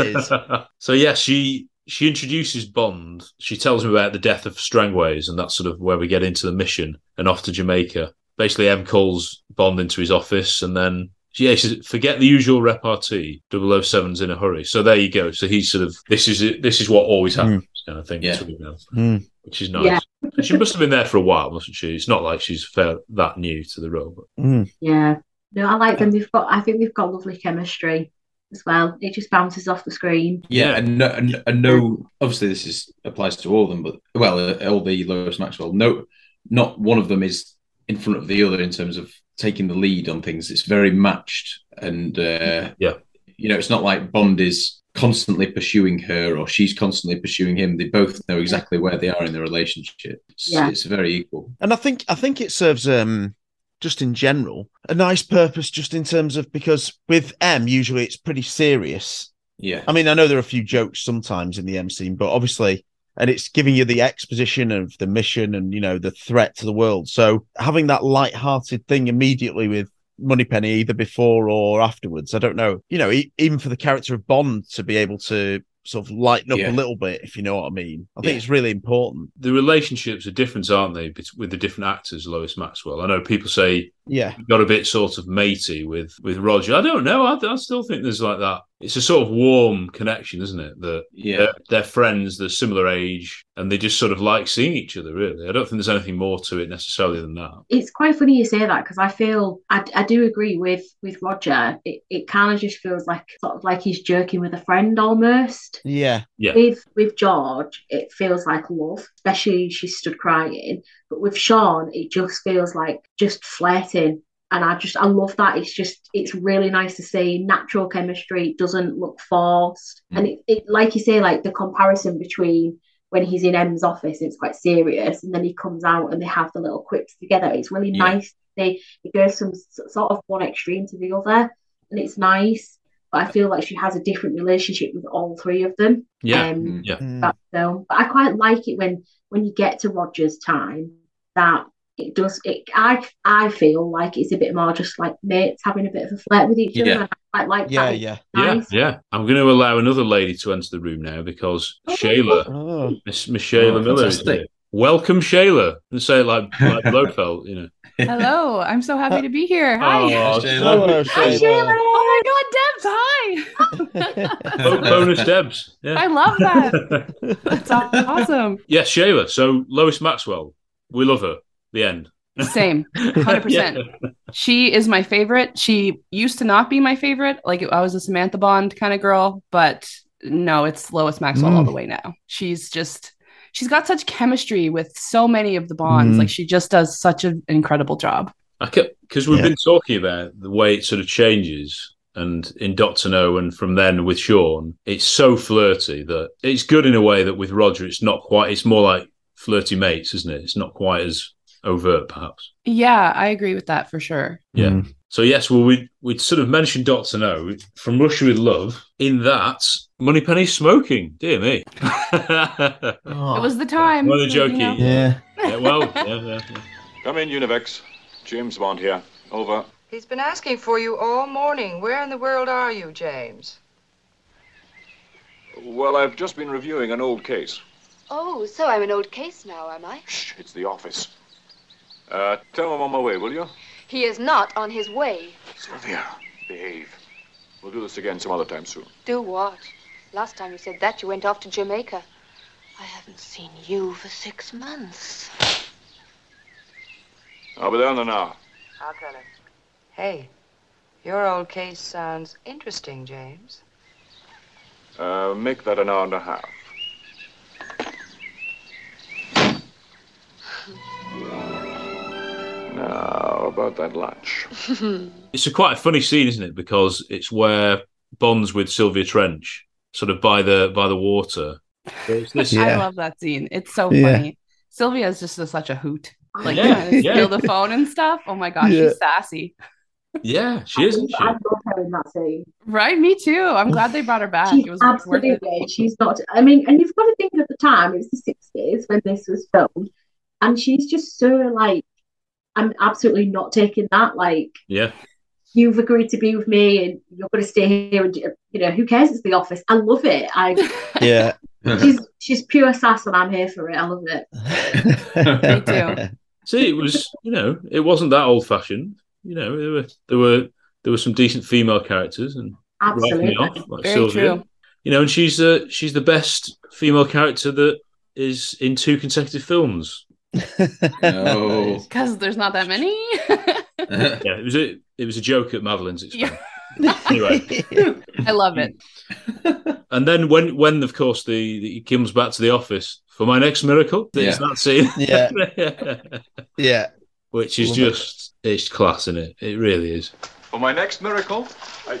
[SPEAKER 6] is.
[SPEAKER 2] so yeah, she she introduces Bond. She tells him about the death of Strangways, and that's sort of where we get into the mission and off to Jamaica. Basically, M calls Bond into his office, and then yeah, she says, "Forget the usual repartee. 007's in a hurry." So there you go. So he's sort of this is it. This is what always happens, kind of thing.
[SPEAKER 1] Yeah.
[SPEAKER 2] between them,
[SPEAKER 6] Mm.
[SPEAKER 2] Which is nice.
[SPEAKER 4] Yeah.
[SPEAKER 2] And she must have been there for a while, mustn't she? It's not like she's fair, that new to the role. But
[SPEAKER 6] Mm.
[SPEAKER 4] Yeah. No, I like them. We've got I think we've got lovely chemistry as well. It just bounces off the screen.
[SPEAKER 1] Yeah, and no, and, and no. Obviously, this is applies to all of them, but well, uh, all the Lois Maxwell. No, not one of them is in front of the other in terms of taking the lead on things. It's very matched, and uh,
[SPEAKER 2] Yeah.
[SPEAKER 1] you know, it's not like Bond is constantly pursuing her or she's constantly pursuing him. They both know exactly where they are in their relationship. It's,
[SPEAKER 4] Yeah.
[SPEAKER 1] it's very equal.
[SPEAKER 6] And I think I think it serves um just in general a nice purpose just in terms of because with M usually it's pretty serious.
[SPEAKER 1] Yeah,
[SPEAKER 6] I mean, I know there are a few jokes sometimes in the M scene, but obviously and it's giving you the exposition of the mission and you know the threat to the world. So having that light-hearted thing immediately with Moneypenny either before or afterwards, I don't know. You know, e- even for the character of Bond to be able to sort of lighten up
[SPEAKER 1] Yeah.
[SPEAKER 6] a little bit, if you know what I mean. I think
[SPEAKER 1] Yeah.
[SPEAKER 6] it's really important.
[SPEAKER 2] the relationships are different, aren't they, bet- with the different actors? Lois Maxwell. I know people say
[SPEAKER 6] Yeah.
[SPEAKER 2] got a bit sort of matey with with Roger. I don't know. I, I still think there's like that. It's a sort of warm connection, isn't it? That
[SPEAKER 1] yeah.
[SPEAKER 2] they're, they're friends, they're similar age, and they just sort of like seeing each other. Really, I don't think there's anything more to it necessarily than that.
[SPEAKER 4] It's quite funny you say that because I feel I, I do agree with with Roger. It, it kind of just feels like sort of like he's jerking with a friend almost.
[SPEAKER 6] Yeah.
[SPEAKER 2] Yeah.
[SPEAKER 4] With with George, it feels like love, especially she stood crying. But with Sean, it just feels like just flirting. And I just I love that. It's just it's really nice to see natural chemistry. It doesn't look forced. And it, it like you say, like the comparison between when he's in M's office, it's quite serious, and then he comes out and they have the little quips together. It's really
[SPEAKER 1] Yeah.
[SPEAKER 4] nice. They it goes from s- sort of one extreme to the other, and it's nice. But I feel like she has a different relationship with all three of them.
[SPEAKER 2] Yeah.
[SPEAKER 4] Um,
[SPEAKER 2] Yeah.
[SPEAKER 6] Mm.
[SPEAKER 4] that film. But I quite like it when when you get to Roger's time that it does it I I feel like it's a bit more just like mates having a bit of a flirt with each other.
[SPEAKER 1] Yeah.
[SPEAKER 4] And I quite like
[SPEAKER 6] Yeah,
[SPEAKER 4] that. It's
[SPEAKER 6] yeah.
[SPEAKER 4] nice.
[SPEAKER 2] Yeah, yeah. I'm going to allow another lady to enter the room now because Shayla,
[SPEAKER 6] Oh.
[SPEAKER 2] Miss, Miss Shayla
[SPEAKER 1] Oh,
[SPEAKER 2] Miller, is
[SPEAKER 1] fantastic.
[SPEAKER 2] here. Welcome, Shayla, and say it like like Blofeld, you know.
[SPEAKER 7] Hello, I'm so happy to be here. Hi.
[SPEAKER 2] Oh,
[SPEAKER 1] Shayla.
[SPEAKER 2] so-
[SPEAKER 6] Hello,
[SPEAKER 4] Hi
[SPEAKER 6] Shayla.
[SPEAKER 4] Shayla.
[SPEAKER 7] Oh my God, Debs! Hi.
[SPEAKER 2] bo- bonus Debs.
[SPEAKER 7] I
[SPEAKER 2] Yeah.
[SPEAKER 7] love that. That's aw- awesome.
[SPEAKER 2] Yes, Shayla. So Lois Maxwell, we love her. The end.
[SPEAKER 7] Same, hundred percent.
[SPEAKER 2] Yeah.
[SPEAKER 7] She is my favorite. She used to not be my favorite. Like I was a Samantha Bond kind of girl, but no, it's Lois Maxwell all
[SPEAKER 6] Mm.
[SPEAKER 7] the way now. She's just she's got such chemistry with so many of the Bonds.
[SPEAKER 6] Mm.
[SPEAKER 7] Like she just does such an incredible job.
[SPEAKER 2] I kept because we've
[SPEAKER 6] Yeah.
[SPEAKER 2] been talking about the way it sort of changes, and in Doctor No, and from then with Sean, it's so flirty that it's good in a way that with Roger, it's not quite. It's more like flirty mates, isn't it? It's not quite as overt, perhaps.
[SPEAKER 7] Yeah, I agree with that for sure.
[SPEAKER 2] Yeah. So yes, well, we we sort of mentioned Doctor No from Russia with Love. In that, Moneypenny's smoking. Dear me.
[SPEAKER 7] It was the time.
[SPEAKER 2] Well, the
[SPEAKER 7] you
[SPEAKER 2] jokey.
[SPEAKER 7] know.
[SPEAKER 6] Yeah.
[SPEAKER 2] Yeah, well, yeah, yeah, yeah.
[SPEAKER 9] Come in, Univex. James Bond here. Over.
[SPEAKER 8] He's been asking for you all morning. Where in the world are you, James?
[SPEAKER 9] Well, I've just been reviewing an old case.
[SPEAKER 10] Oh, so I'm an old case now, am I?
[SPEAKER 9] Shh, it's the office. Uh, tell him I'm away, will you?
[SPEAKER 10] He is not on his way.
[SPEAKER 9] Sylvia, behave. We'll do this again some other time soon.
[SPEAKER 10] Do what? Last time you said that, you went off to Jamaica. I haven't seen you for six months.
[SPEAKER 9] I'll be there in an hour.
[SPEAKER 8] I'll tell him. Hey, your old case sounds interesting, James.
[SPEAKER 9] Uh, make that an hour and a half. Now, about that lunch.
[SPEAKER 2] It's a quite a funny scene, isn't it? Because it's where Bond's with Sylvia Trench, sort of by the by the water. So it's this-
[SPEAKER 6] Yeah.
[SPEAKER 7] I love that scene. It's so
[SPEAKER 6] Yeah.
[SPEAKER 7] funny. Sylvia is just a- such a hoot. Like
[SPEAKER 2] Yeah,
[SPEAKER 7] trying to
[SPEAKER 2] yeah.
[SPEAKER 7] steal the phone and stuff. Oh my gosh,
[SPEAKER 6] Yeah.
[SPEAKER 7] she's sassy.
[SPEAKER 2] Yeah, she is, isn't she?
[SPEAKER 4] I love her in that scene.
[SPEAKER 7] Right, me too. I'm glad they brought her back.
[SPEAKER 4] She's
[SPEAKER 7] it was worth it.
[SPEAKER 4] absolutely. She's not. I mean, and you've got to think at the time it was the sixties when this was filmed, and she's just so like, I'm absolutely not taking that. Like,
[SPEAKER 2] Yeah.
[SPEAKER 4] you've agreed to be with me, and you're going to stay here, and you know who cares? It's the office. I love it. I
[SPEAKER 6] Yeah.
[SPEAKER 4] she's she's pure sass, and I'm here for it. I love it.
[SPEAKER 2] Me
[SPEAKER 7] too.
[SPEAKER 2] See, it was you know, it wasn't that old fashioned. You know, there were there were there were some decent female characters and writing
[SPEAKER 4] Absolutely.
[SPEAKER 2] it off, like
[SPEAKER 4] Very
[SPEAKER 2] Sylvia.
[SPEAKER 4] true.
[SPEAKER 2] You know, and she's the she's the best female character that is in two consecutive films. no.
[SPEAKER 7] Because there's not that many.
[SPEAKER 2] yeah, it was a it was a joke at Madeline's expense.
[SPEAKER 7] yeah.
[SPEAKER 2] Anyway.
[SPEAKER 7] I love it.
[SPEAKER 2] And then when when of course the, the he comes back to the office for my next miracle, there's
[SPEAKER 6] Yeah.
[SPEAKER 2] that scene.
[SPEAKER 6] Yeah. yeah.
[SPEAKER 2] Which is
[SPEAKER 6] Love it.
[SPEAKER 2] just it's class, is it? It really is.
[SPEAKER 9] For my next miracle, I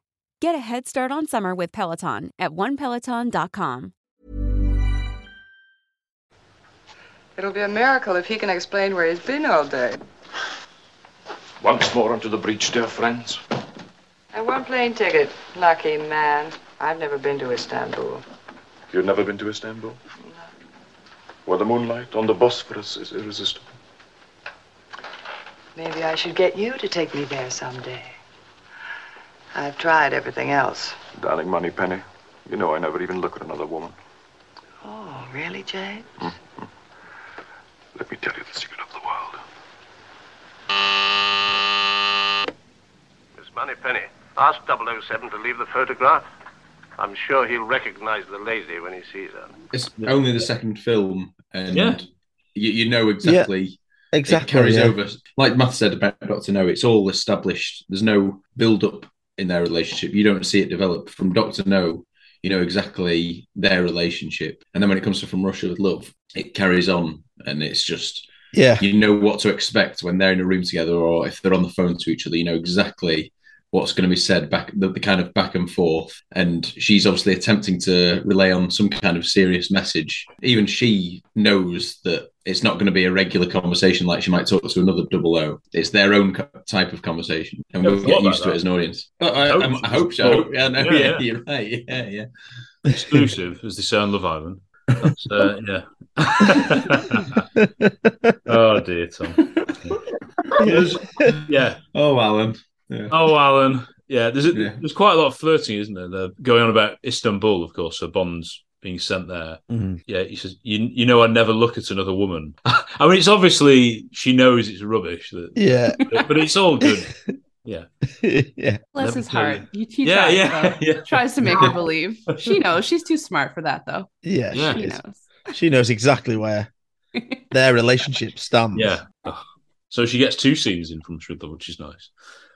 [SPEAKER 11] Get a head start on summer with Peloton at onepeloton.com.
[SPEAKER 8] It'll be a miracle if he can explain where he's been all day.
[SPEAKER 9] once more into the breach, dear friends.
[SPEAKER 8] And one plane ticket. Lucky man. I've never been to Istanbul.
[SPEAKER 9] You've never been to Istanbul? Where the moonlight on the Bosphorus is irresistible.
[SPEAKER 8] Maybe I should get you to take me there someday. I've tried everything else.
[SPEAKER 9] Darling Money Penny, you know I never even look at another woman.
[SPEAKER 8] Oh, really, Jane?
[SPEAKER 9] Let me tell you the secret of the world.
[SPEAKER 12] Miss Moneypenny, ask 007 to leave the photograph. I'm sure he'll recognize the lady when he sees her.
[SPEAKER 1] It's only the second film, and
[SPEAKER 12] Yeah.
[SPEAKER 1] you, you know exactly.
[SPEAKER 6] exactly,
[SPEAKER 1] It carries
[SPEAKER 6] yeah.
[SPEAKER 1] over. Like Matt said about Doctor No, it's all established. There's no build up in their relationship. You don't see it develop from Doctor No. You know exactly their relationship, and then when it comes to From Russia with Love, it carries on, and it's just
[SPEAKER 6] Yeah.
[SPEAKER 1] You know what to expect when they're in a room together, or if they're on the phone to each other. You know exactly what's going to be said back the, the kind of back and forth and she's obviously attempting to relay on some kind of serious message even she knows that it's not going to be a regular conversation like she might talk to another double o it's their own co- type of conversation and
[SPEAKER 2] Never
[SPEAKER 1] we'll
[SPEAKER 2] thought
[SPEAKER 1] get
[SPEAKER 2] about
[SPEAKER 1] used to
[SPEAKER 2] that.
[SPEAKER 1] it as an audience I, I,
[SPEAKER 2] Hope
[SPEAKER 1] I'm- I
[SPEAKER 2] so.
[SPEAKER 1] hope so I hope- yeah, no,
[SPEAKER 2] Yeah,
[SPEAKER 1] yeah,
[SPEAKER 2] yeah.
[SPEAKER 1] you're right yeah yeah
[SPEAKER 2] Exclusive, as they say on Love Island. That's, uh, yeah. oh dear, Tom. There's- yeah.
[SPEAKER 1] Oh, Alan.
[SPEAKER 2] Oh, Alan. Yeah. There's a, there's quite a lot of flirting, isn't there? They're going on about Istanbul, of course. So Bond's being sent there.
[SPEAKER 6] Mhm.
[SPEAKER 2] Yeah. He says, "You you know, I never look at another woman." I mean, it's obviously she knows it's rubbish. That,
[SPEAKER 6] Yeah.
[SPEAKER 2] But, it's all good. Yeah.
[SPEAKER 6] yeah.
[SPEAKER 7] Bless his
[SPEAKER 2] Never
[SPEAKER 7] heart.
[SPEAKER 2] tell
[SPEAKER 7] He, he
[SPEAKER 2] Yeah,
[SPEAKER 7] tries,
[SPEAKER 2] yeah,
[SPEAKER 7] though.
[SPEAKER 2] yeah.
[SPEAKER 7] Tries to make her believe. She knows. She's too smart for that, though.
[SPEAKER 6] Yeah,
[SPEAKER 7] She
[SPEAKER 6] she,
[SPEAKER 7] knows.
[SPEAKER 6] knows. she knows exactly where their relationship stands.
[SPEAKER 2] Yeah. Ugh. So she gets two scenes in from Shriddle, which is nice.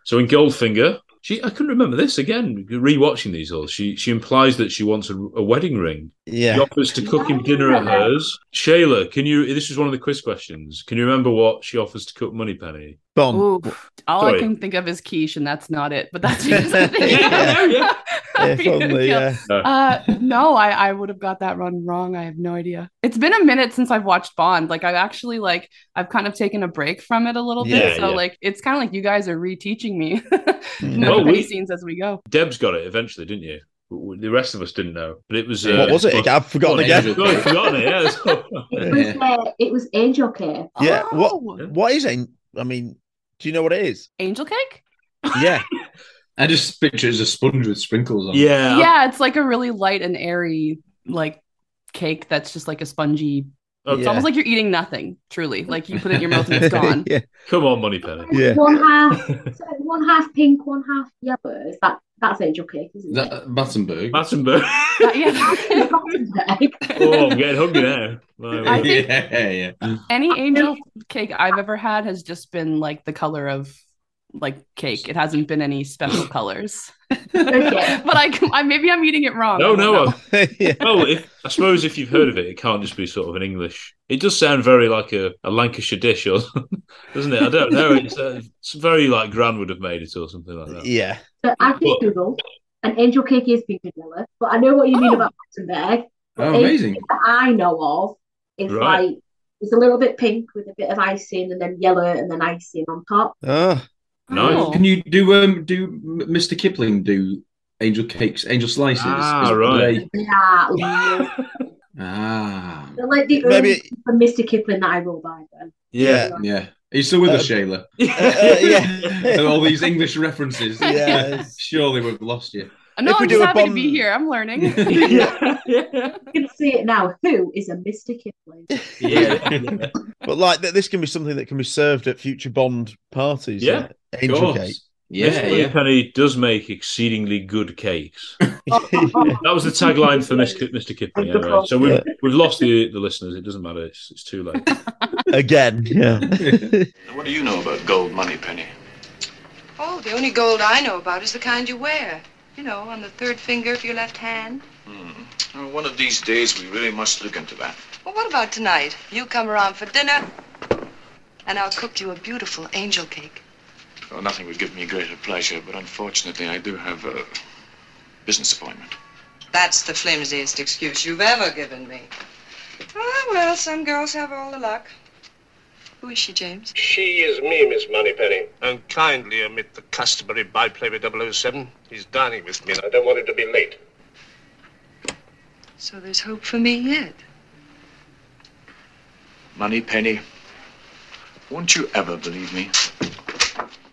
[SPEAKER 2] So in Goldfinger, she I couldn't remember this again. Rewatching these all, she she implies that she wants a, a wedding ring.
[SPEAKER 6] Yeah.
[SPEAKER 2] He offers to cook him dinner at hers. Shayla, can you? This is one of the quiz questions. Can you remember what she offers to cook Moneypenny?
[SPEAKER 6] Bomb.
[SPEAKER 7] Ooh, all I
[SPEAKER 2] Sorry.
[SPEAKER 7] can think of is quiche, and that's not it. But that's because I think- I'd be gonna kill. Uh, no, I, I would have got that run wrong. I have no idea. It's been a minute since I've watched Bond. Like I've actually like I've kind of taken a break from it a little bit.
[SPEAKER 2] Yeah,
[SPEAKER 7] So
[SPEAKER 2] yeah.
[SPEAKER 7] like it's kind of like you guys are reteaching me
[SPEAKER 2] Well,
[SPEAKER 7] many
[SPEAKER 2] we-
[SPEAKER 7] scenes as we go.
[SPEAKER 2] Deb's got it eventually, didn't you? W- w- The rest of us didn't know, but it was.
[SPEAKER 6] What was it? I've forgotten
[SPEAKER 2] Oh,
[SPEAKER 6] again.
[SPEAKER 2] Angel- oh, I've forgotten it. Yeah. that's-
[SPEAKER 4] It was, uh, it was Angel Care.
[SPEAKER 6] Yeah. What what is it? I mean, do you know what it is?
[SPEAKER 7] Angel cake?
[SPEAKER 6] Yeah.
[SPEAKER 1] i just picture it as a sponge with sprinkles on it.
[SPEAKER 7] yeah, it's like a really light and airy like cake that's just like a spongy It's almost like you're eating nothing, truly. Like you put it in your mouth and it's gone.
[SPEAKER 2] yeah. Come on, Money Penny.
[SPEAKER 4] One half, so one half pink, one half yellow. Is that that's age okay? Isn't it?
[SPEAKER 1] That, Battenberg.
[SPEAKER 2] Battenberg. oh, I'm getting hungry now. My
[SPEAKER 7] I
[SPEAKER 2] word.
[SPEAKER 7] think-
[SPEAKER 1] yeah, yeah.
[SPEAKER 7] Any angel cake I've ever had has just been like the color of like cake. It hasn't been any special colors. but I, I maybe I'm eating it wrong.
[SPEAKER 2] No, no. I- Well, if, I suppose if you've heard of it, it can't just be sort of an English. It does sound very like a, a Lancashire dish, or doesn't it? I don't know. It's, uh, it's very like Gran would have made it or something like that.
[SPEAKER 6] Yeah.
[SPEAKER 4] So I just Googled, and angel cake is pink and yellow, but I know what you mean about Battenberg.
[SPEAKER 1] Oh,
[SPEAKER 4] Angel
[SPEAKER 1] amazing.
[SPEAKER 4] cake That I know of is
[SPEAKER 1] Right.
[SPEAKER 4] like it's a little bit pink with a bit of icing, and then yellow, and then icing on top.
[SPEAKER 1] Ah.
[SPEAKER 6] Oh,
[SPEAKER 4] Nice.
[SPEAKER 1] Can you do um do M- Mr. Kipling do angel cakes, angel slices?
[SPEAKER 2] Ah,
[SPEAKER 1] Is-
[SPEAKER 2] right.
[SPEAKER 1] they-
[SPEAKER 4] Yeah, love.
[SPEAKER 1] Ah,
[SPEAKER 4] They're like the
[SPEAKER 1] Maybe-
[SPEAKER 4] Maybe... from Mr. Kipling that I will buy then.
[SPEAKER 1] yeah, yeah. Are you still with us, Shayla? yeah. all these English references.
[SPEAKER 6] Yeah.
[SPEAKER 1] surely we've lost you.
[SPEAKER 7] No,
[SPEAKER 1] If we
[SPEAKER 7] I'm
[SPEAKER 1] do
[SPEAKER 7] just
[SPEAKER 1] a
[SPEAKER 7] happy to
[SPEAKER 1] bomb-
[SPEAKER 7] be here. I'm learning.
[SPEAKER 4] You can see it now. Who is a Mr. Kipling?
[SPEAKER 6] Yeah. but like th- this can be something that can be served at future Bond parties.
[SPEAKER 2] Yeah,
[SPEAKER 6] uh,
[SPEAKER 2] of
[SPEAKER 6] Angel
[SPEAKER 2] course.
[SPEAKER 6] cake.
[SPEAKER 2] Miss Money Penny does make exceedingly good cakes. that was the tagline for Miss- Mr. Kipling. Anyway. So we've, we've lost the, the listeners. It doesn't matter. It's, it's too late.
[SPEAKER 6] Again. Yeah.
[SPEAKER 9] Now, what do you know about gold money, Penny?
[SPEAKER 8] Oh, the only gold I know about is the kind you wear. You know, on the third finger of your left hand.
[SPEAKER 9] Hmm. Well, one of these days, we really must look into that.
[SPEAKER 8] Well, what about tonight? You come around for dinner, and I'll cook you a beautiful angel cake.
[SPEAKER 9] Well, nothing would give me greater pleasure, but unfortunately, I do have a business appointment.
[SPEAKER 8] That's the flimsiest excuse you've ever given me. Ah, well, some girls have all the luck. Who is she, James?
[SPEAKER 12] She is me, Miss Moneypenny. And kindly omit the customary byplay with 007. He's dining with me, and I don't want him to be late.
[SPEAKER 8] So there's hope for me yet.
[SPEAKER 9] Money, Penny. Won't you ever believe me?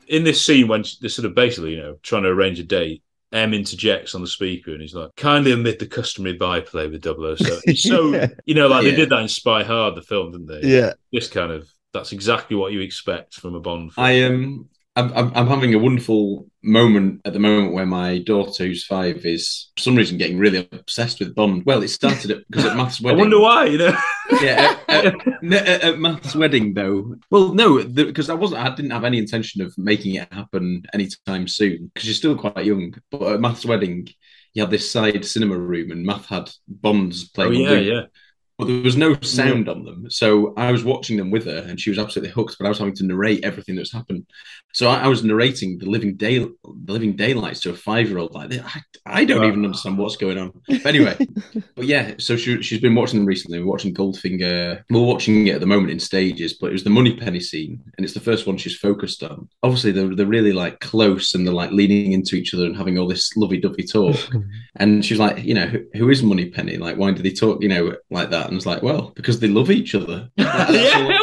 [SPEAKER 2] in this scene when they're sort of basically, you know, trying to arrange a date, M interjects on the speaker and he's like, kindly omit the customary byplay with 007. It's so,
[SPEAKER 6] Yeah.
[SPEAKER 2] you know, like
[SPEAKER 6] Yeah.
[SPEAKER 2] they did that in Spy Hard, the film, didn't they?
[SPEAKER 6] Yeah.
[SPEAKER 2] This kind of, that's exactly what you expect from a Bond film.
[SPEAKER 1] I am. I'm, I'm, I'm having a wonderful moment at the moment where my daughter, who's five, is for some reason getting really obsessed with Bond. Well, it started at because at Math's
[SPEAKER 2] I
[SPEAKER 1] wedding.
[SPEAKER 2] wonder why, you know?
[SPEAKER 1] yeah, uh, at, at, no, at- at Math's wedding though. Well, no, because I wasn't. I didn't have any intention of making it happen anytime soon because you're still quite young. But at Math's wedding, you had this side cinema room, and Math had Bonds playing. on
[SPEAKER 2] Oh, yeah,
[SPEAKER 1] loop.
[SPEAKER 2] yeah.
[SPEAKER 1] But there was no sound on them, so I was watching them with her, and she was absolutely hooked. But I was having to narrate everything that's happened. So I, I was narrating the living day, the living daylights to a five-year-old. Like I, I don't even understand what's going on. But anyway, but yeah, so she, she's been watching them recently. We're watching Goldfinger. We're watching it at the moment in stages, but it was the Money Penny scene, and it's the first one she's focused on. Obviously, they're, they're really like close and they're like leaning into each other and having all this lovey dovey talk. and she's like, you know, who, who is Money Penny? Like, why do they talk, you know, like that? And it's like, well, because they love each other.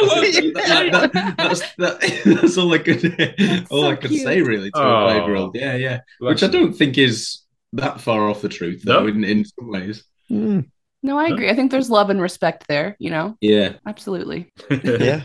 [SPEAKER 1] That's, that, that's all I could all I could
[SPEAKER 2] cute.
[SPEAKER 1] say really to
[SPEAKER 2] Aw.
[SPEAKER 1] a five year old. Yeah, yeah. Which I don't think is that far off the truth though, in, in some ways. Hmm.
[SPEAKER 7] No, I agree. I think there's love and respect there, you know?
[SPEAKER 1] Yeah.
[SPEAKER 7] Absolutely.
[SPEAKER 6] yeah.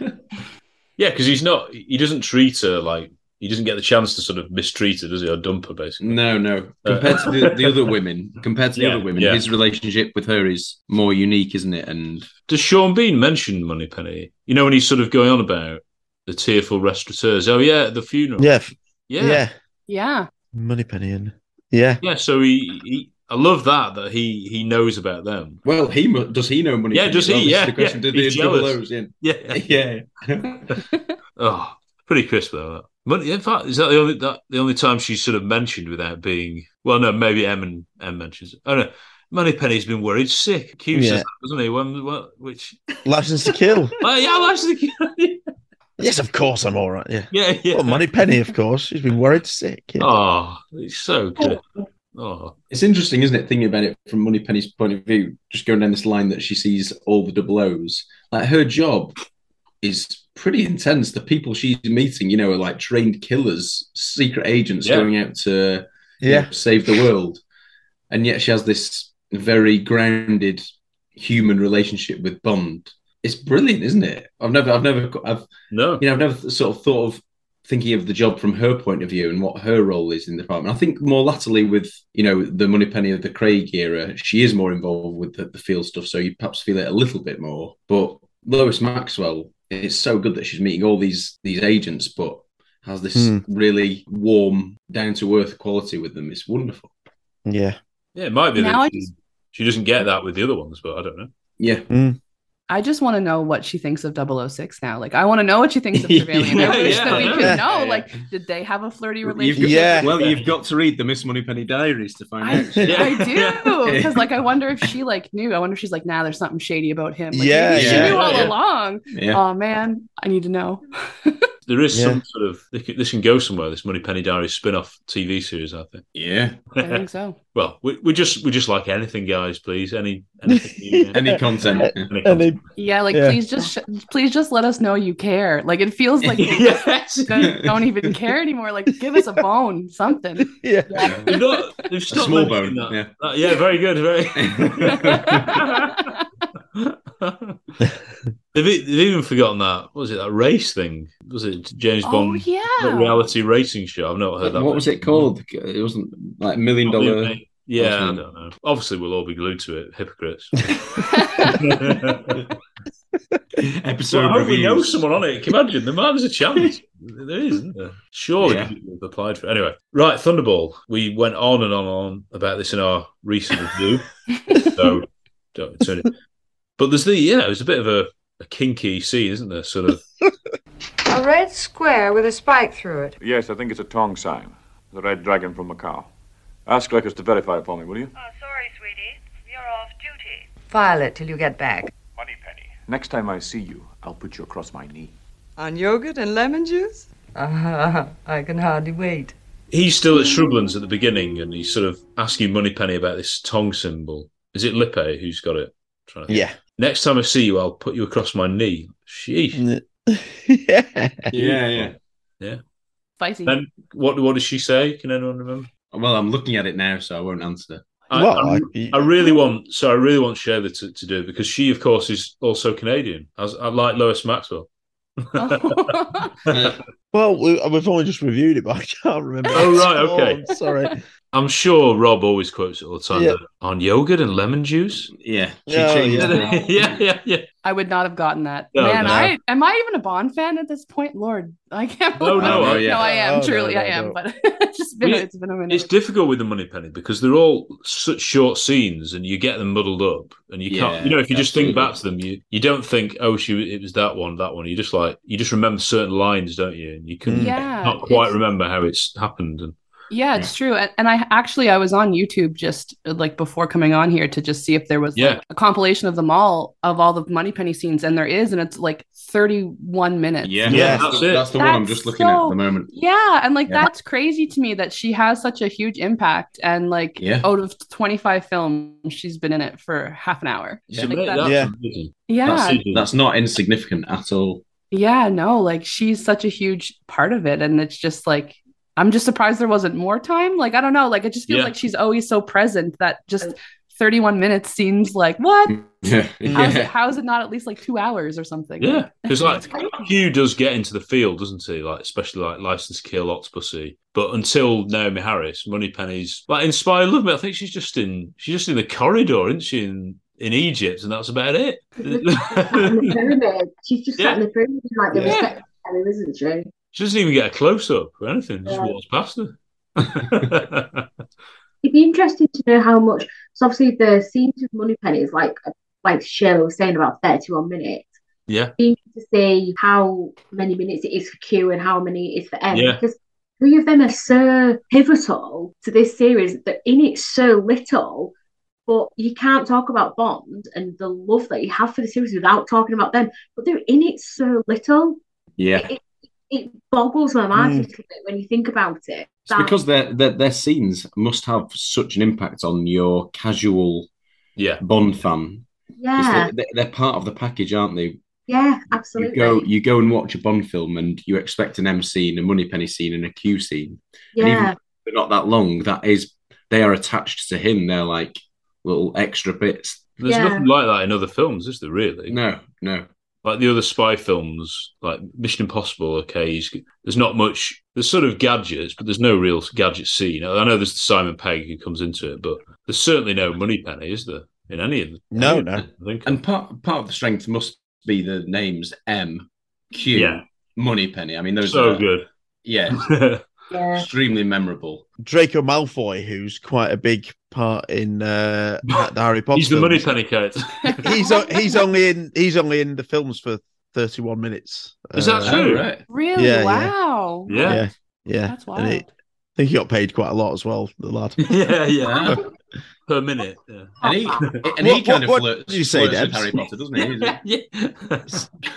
[SPEAKER 2] Yeah, because he's not, he doesn't treat her like, he doesn't get the chance to sort of mistreat her, does he, or dump her, basically.
[SPEAKER 1] No, no.
[SPEAKER 2] Uh,
[SPEAKER 1] Compared to the, the other women, compared to the
[SPEAKER 2] Yeah,
[SPEAKER 1] other women,
[SPEAKER 2] yeah.
[SPEAKER 1] his relationship with her is more unique, isn't it? And
[SPEAKER 2] Does Sean Bean mention Moneypenny? You know, when he's sort of going on about the tearful restaurateurs. Oh, yeah, at the funeral.
[SPEAKER 6] Yeah. f-
[SPEAKER 2] Yeah.
[SPEAKER 6] Yeah.
[SPEAKER 7] Yeah.
[SPEAKER 6] Moneypenny and yeah.
[SPEAKER 2] Yeah, so he, he I love that that he he knows about them.
[SPEAKER 1] well, he mu- does he know money?
[SPEAKER 2] Yeah, does he? Yeah,
[SPEAKER 1] the question.
[SPEAKER 2] yeah.
[SPEAKER 1] Did they
[SPEAKER 2] He's
[SPEAKER 1] double O's?
[SPEAKER 2] jealous.
[SPEAKER 1] Yeah,
[SPEAKER 2] yeah,
[SPEAKER 1] yeah.
[SPEAKER 2] Oh, pretty crisp though. That. But in fact, is that the only that the only time she's sort of mentioned without being? Well, no, maybe M and M mentions. It. Oh no, Moneypenny's been worried sick. Q
[SPEAKER 6] Yeah.
[SPEAKER 2] says that, doesn't he? When, what, which?
[SPEAKER 6] License to kill.
[SPEAKER 2] Oh, yeah, well, actually,
[SPEAKER 6] yes, of course I'm all right. Yeah.
[SPEAKER 2] Yeah. Yeah.
[SPEAKER 6] Well, Moneypenny, of course. She's been worried sick. Yeah.
[SPEAKER 2] Oh, it's so good. Oh,
[SPEAKER 1] It's interesting, isn't it, thinking about it from Money Penny's point of view, just going down this line that she sees all the double O's. Like her job is pretty intense. The people she's meeting, you know, are like trained killers, secret agents
[SPEAKER 6] Yeah.
[SPEAKER 1] going out to you
[SPEAKER 6] Yeah.
[SPEAKER 1] know, save the world. And yet she has this very grounded human relationship with Bond. it's brilliant, isn't it? I've never, I've never, I've
[SPEAKER 2] no,
[SPEAKER 1] you know, I've never sort of thought of thinking of the job from her point of view and what her role is in the department. I think more latterly with you know the money penny of the Craig era, she is more involved with the, the field stuff, so you perhaps feel it a little bit more. But Lois Maxwell, it's so good that she's meeting all these these agents, but has this
[SPEAKER 6] Hmm.
[SPEAKER 1] really warm, down to earth quality with them. It's wonderful.
[SPEAKER 6] Yeah.
[SPEAKER 2] Yeah, it might be
[SPEAKER 7] Now I
[SPEAKER 2] that she, she doesn't get that with the other ones, but I don't know.
[SPEAKER 1] Yeah.
[SPEAKER 7] I just want to know what she thinks of 006 now. Like, I want to know what she thinks of Trevelyan. I wish that we could
[SPEAKER 1] Yeah.
[SPEAKER 7] know. Oh, Like, did they have a flirty
[SPEAKER 1] You've
[SPEAKER 7] relationship?
[SPEAKER 1] got, Well, you've got to read the Miss Moneypenny diaries to find out.
[SPEAKER 7] I do because, like, I wonder if she like knew. I wonder if she's like, nah, there's something shady about him. Like,
[SPEAKER 2] Yeah,
[SPEAKER 7] maybe she
[SPEAKER 2] yeah,
[SPEAKER 7] knew all
[SPEAKER 2] yeah.
[SPEAKER 7] along.
[SPEAKER 2] Yeah.
[SPEAKER 7] Oh man, I need to know.
[SPEAKER 2] There is
[SPEAKER 7] Yeah.
[SPEAKER 2] some sort of they could- this can go somewhere. This Money Penny Diaries spin-off TV series, I think.
[SPEAKER 1] Yeah,
[SPEAKER 7] I think so.
[SPEAKER 2] well, we, we just we just like anything, guys. Please, any anything
[SPEAKER 1] any content,
[SPEAKER 2] any content.
[SPEAKER 7] Yeah, like
[SPEAKER 2] Yeah.
[SPEAKER 7] please just sh- please just let us know you care. Like it feels like they just don't, don't even care anymore. Like give us a bone, something.
[SPEAKER 6] Yeah.
[SPEAKER 2] They've not- they've stopped
[SPEAKER 1] small
[SPEAKER 2] mentioning
[SPEAKER 1] bone,
[SPEAKER 2] that. Uh, yeah, very good. Very. they've, e- they've even forgotten that. What was it that race thing? Was it James
[SPEAKER 7] Oh,
[SPEAKER 2] Bond?
[SPEAKER 7] yeah.
[SPEAKER 2] that reality racing show. I've not heard that.
[SPEAKER 1] What was it called? It wasn't like million dollar.
[SPEAKER 2] Yeah, I don't know. Obviously, we'll all be glued to it. Hypocrites.
[SPEAKER 1] Episode
[SPEAKER 2] Well, I hope we know
[SPEAKER 1] reviews.
[SPEAKER 2] someone on it. Can you imagine? The man's a chance. there is, isn't there? Surely
[SPEAKER 1] Yeah.
[SPEAKER 2] people have applied for it. Anyway, right, Thunderball. We went on and on and on about this in our recent review. so don't turn it. But there's the, you know, it's a bit of a, a kinky scene, isn't there? Sort of.
[SPEAKER 8] A red square with a spike through it.
[SPEAKER 13] Yes, I think it's a Tong sign. The red dragon from Macau. Ask Grecus to verify it for me, will you?
[SPEAKER 8] File it till you get back.
[SPEAKER 13] Next time I see you, I'll put you across my knee.
[SPEAKER 8] On yogurt and lemon juice? Uh-huh. I can hardly wait.
[SPEAKER 2] He's still at Shrublands at the beginning and he's sort of asking Moneypenny about this tongue symbol. Is it Lippe who's got it? Trying
[SPEAKER 6] Yeah.
[SPEAKER 2] Next time I see you, I'll put you across my knee. Sheesh.
[SPEAKER 1] Yeah, yeah.
[SPEAKER 2] Yeah.
[SPEAKER 7] Spicy.
[SPEAKER 2] Then what what does she say? Can anyone remember?
[SPEAKER 1] Well, I'm looking at it now, so I won't answer.
[SPEAKER 2] I, I, I really want so I really want Shirley to, to do it because she of course is also Canadian. As I like Lois Maxwell.
[SPEAKER 6] Well, we, we've only just reviewed it, but I can't remember.
[SPEAKER 2] Oh right,
[SPEAKER 6] Oh,
[SPEAKER 2] okay.
[SPEAKER 6] I'm sorry.
[SPEAKER 2] I'm sure Rob always quotes it all the time.
[SPEAKER 6] Yeah.
[SPEAKER 2] that, on yogurt and lemon juice.
[SPEAKER 1] Yeah.
[SPEAKER 6] she Oh, changes yeah.
[SPEAKER 2] yeah. yeah, yeah,
[SPEAKER 7] I would not have gotten that.
[SPEAKER 2] No,
[SPEAKER 7] Man,
[SPEAKER 2] no.
[SPEAKER 7] I am I even a Bond fan at this point? Lord, I can't.
[SPEAKER 2] No,
[SPEAKER 7] believe
[SPEAKER 2] no,
[SPEAKER 7] it.
[SPEAKER 2] oh, yeah.
[SPEAKER 7] no, I am.
[SPEAKER 2] Oh, no,
[SPEAKER 7] truly,
[SPEAKER 2] no,
[SPEAKER 7] I am.
[SPEAKER 2] no.
[SPEAKER 7] But it's just been
[SPEAKER 2] We-
[SPEAKER 7] it's been a minute.
[SPEAKER 2] It's difficult with the money penny because they're all such short scenes, and you get them muddled up, and you
[SPEAKER 1] Yeah,
[SPEAKER 2] can't. You know, if you just think back to them, you you don't think, oh, she it was that one, that one. You just like you just remember certain lines, don't you? And you
[SPEAKER 6] Mm.
[SPEAKER 2] can
[SPEAKER 7] Yeah,
[SPEAKER 2] not quite
[SPEAKER 7] it's-
[SPEAKER 2] remember how it's happened. And
[SPEAKER 7] Yeah, it's true. And, and I actually I was on YouTube just uh, like before coming on here to just see if there was
[SPEAKER 2] Yeah.
[SPEAKER 7] like, a compilation of them all of all the Money Penny scenes, and there is, and it's like 31 minutes.
[SPEAKER 1] Yeah,
[SPEAKER 2] Yeah,
[SPEAKER 1] that's,
[SPEAKER 2] that's
[SPEAKER 1] the,
[SPEAKER 2] it.
[SPEAKER 1] that's the one I'm
[SPEAKER 7] That's
[SPEAKER 1] just looking at at
[SPEAKER 7] so-
[SPEAKER 1] the moment.
[SPEAKER 7] Yeah, and like
[SPEAKER 1] Yeah.
[SPEAKER 7] that's crazy to me that she has such a huge impact, and like
[SPEAKER 1] Yeah.
[SPEAKER 7] out of 25 films, she's been in it for half an hour.
[SPEAKER 1] Yeah.
[SPEAKER 7] Like, that's-
[SPEAKER 1] yeah.
[SPEAKER 7] Yeah.
[SPEAKER 1] That's, that's not insignificant at all.
[SPEAKER 7] Yeah, no, like she's such a huge part of it. And it's just like, I'm just surprised there wasn't more time. Like, I don't know. Like, it just feels
[SPEAKER 1] Yeah.
[SPEAKER 7] like she's always so present that
[SPEAKER 6] Uh,
[SPEAKER 7] just 31 minutes seems like, what?
[SPEAKER 1] Yeah.
[SPEAKER 7] How's, it, how's it not at least like two hours or something?
[SPEAKER 2] Yeah, because like Hugh does get into the field, doesn't he? Like especially like License to Kill, Octopussy. But until Naomi Harris, Moneypenny's like Inspire Love Me. I think she's just in she's just in the corridor, isn't she? In, in Egypt, and that's about it.
[SPEAKER 4] in the pyramid. She's just sat in the pyramid like the
[SPEAKER 2] Yeah.
[SPEAKER 4] receptionary, isn't she?
[SPEAKER 2] she doesn't even get a close up or anything. Just
[SPEAKER 4] Yeah.
[SPEAKER 2] walks past her.
[SPEAKER 4] It'd be interesting to know how much. So obviously the scenes with Moneypenny is like like Shirley was saying about thirty-one minutes.
[SPEAKER 2] Yeah.
[SPEAKER 4] It'd be interesting to see how many minutes it is for Q and how many it is for M
[SPEAKER 2] Yeah.
[SPEAKER 4] because three of them are so pivotal to this series that in it so little. But you can't talk about Bond and the love that you have for the series without talking about them. But they're in it so little.
[SPEAKER 1] Yeah.
[SPEAKER 4] It, it boggles my mind
[SPEAKER 1] Mm.
[SPEAKER 4] a little bit when you think about it.
[SPEAKER 1] It's because their, their their scenes must have such an impact on your casual
[SPEAKER 2] yeah.
[SPEAKER 1] Bond fan. It's
[SPEAKER 4] yeah,
[SPEAKER 1] the- they- they're part of the package, aren't they?
[SPEAKER 4] yeah,
[SPEAKER 1] You
[SPEAKER 4] absolutely.
[SPEAKER 1] go you go and watch a Bond film and you expect an M scene, a Moneypenny scene, and a Q scene. And even
[SPEAKER 4] Yeah.
[SPEAKER 1] if they're not that long, that is they are attached to him. They're like little extra bits.
[SPEAKER 2] There's
[SPEAKER 4] Yeah.
[SPEAKER 2] nothing like that in other films, is there? Really?
[SPEAKER 1] No, no.
[SPEAKER 2] Like the other spy films, like Mission Impossible, okay, he's, there's not much. There's sort of gadgets, but there's no real gadget scene. I know there's Simon Pegg who comes into it, but there's certainly no money penny, is there? In any of them?
[SPEAKER 1] No,
[SPEAKER 2] no.
[SPEAKER 1] And part part of the strength must be the names M, Q,
[SPEAKER 2] Yeah.
[SPEAKER 1] Money Penny. I mean, those
[SPEAKER 2] So
[SPEAKER 1] are
[SPEAKER 2] good.
[SPEAKER 1] Yeah, extremely memorable.
[SPEAKER 6] Draco Malfoy, who's quite a big part in uh, the Harry Potter.
[SPEAKER 2] He's the
[SPEAKER 6] films.
[SPEAKER 2] money penny character.
[SPEAKER 6] he's o- he's only in he's only in the films for thirty one minutes. Uh,
[SPEAKER 2] Is that true? Oh, right.
[SPEAKER 7] Really?
[SPEAKER 6] Yeah, yeah.
[SPEAKER 7] wow.
[SPEAKER 6] Yeah, yeah, That's
[SPEAKER 7] wild.
[SPEAKER 6] I think he got paid quite a lot as well. The lad.
[SPEAKER 2] yeah, yeah. Per minute. Yeah.
[SPEAKER 1] And he, and
[SPEAKER 6] What-
[SPEAKER 1] he kind of
[SPEAKER 6] what- what
[SPEAKER 1] flirts,
[SPEAKER 6] did you say,
[SPEAKER 1] flirts with
[SPEAKER 6] Debs?
[SPEAKER 1] Harry Potter, doesn't he? He's-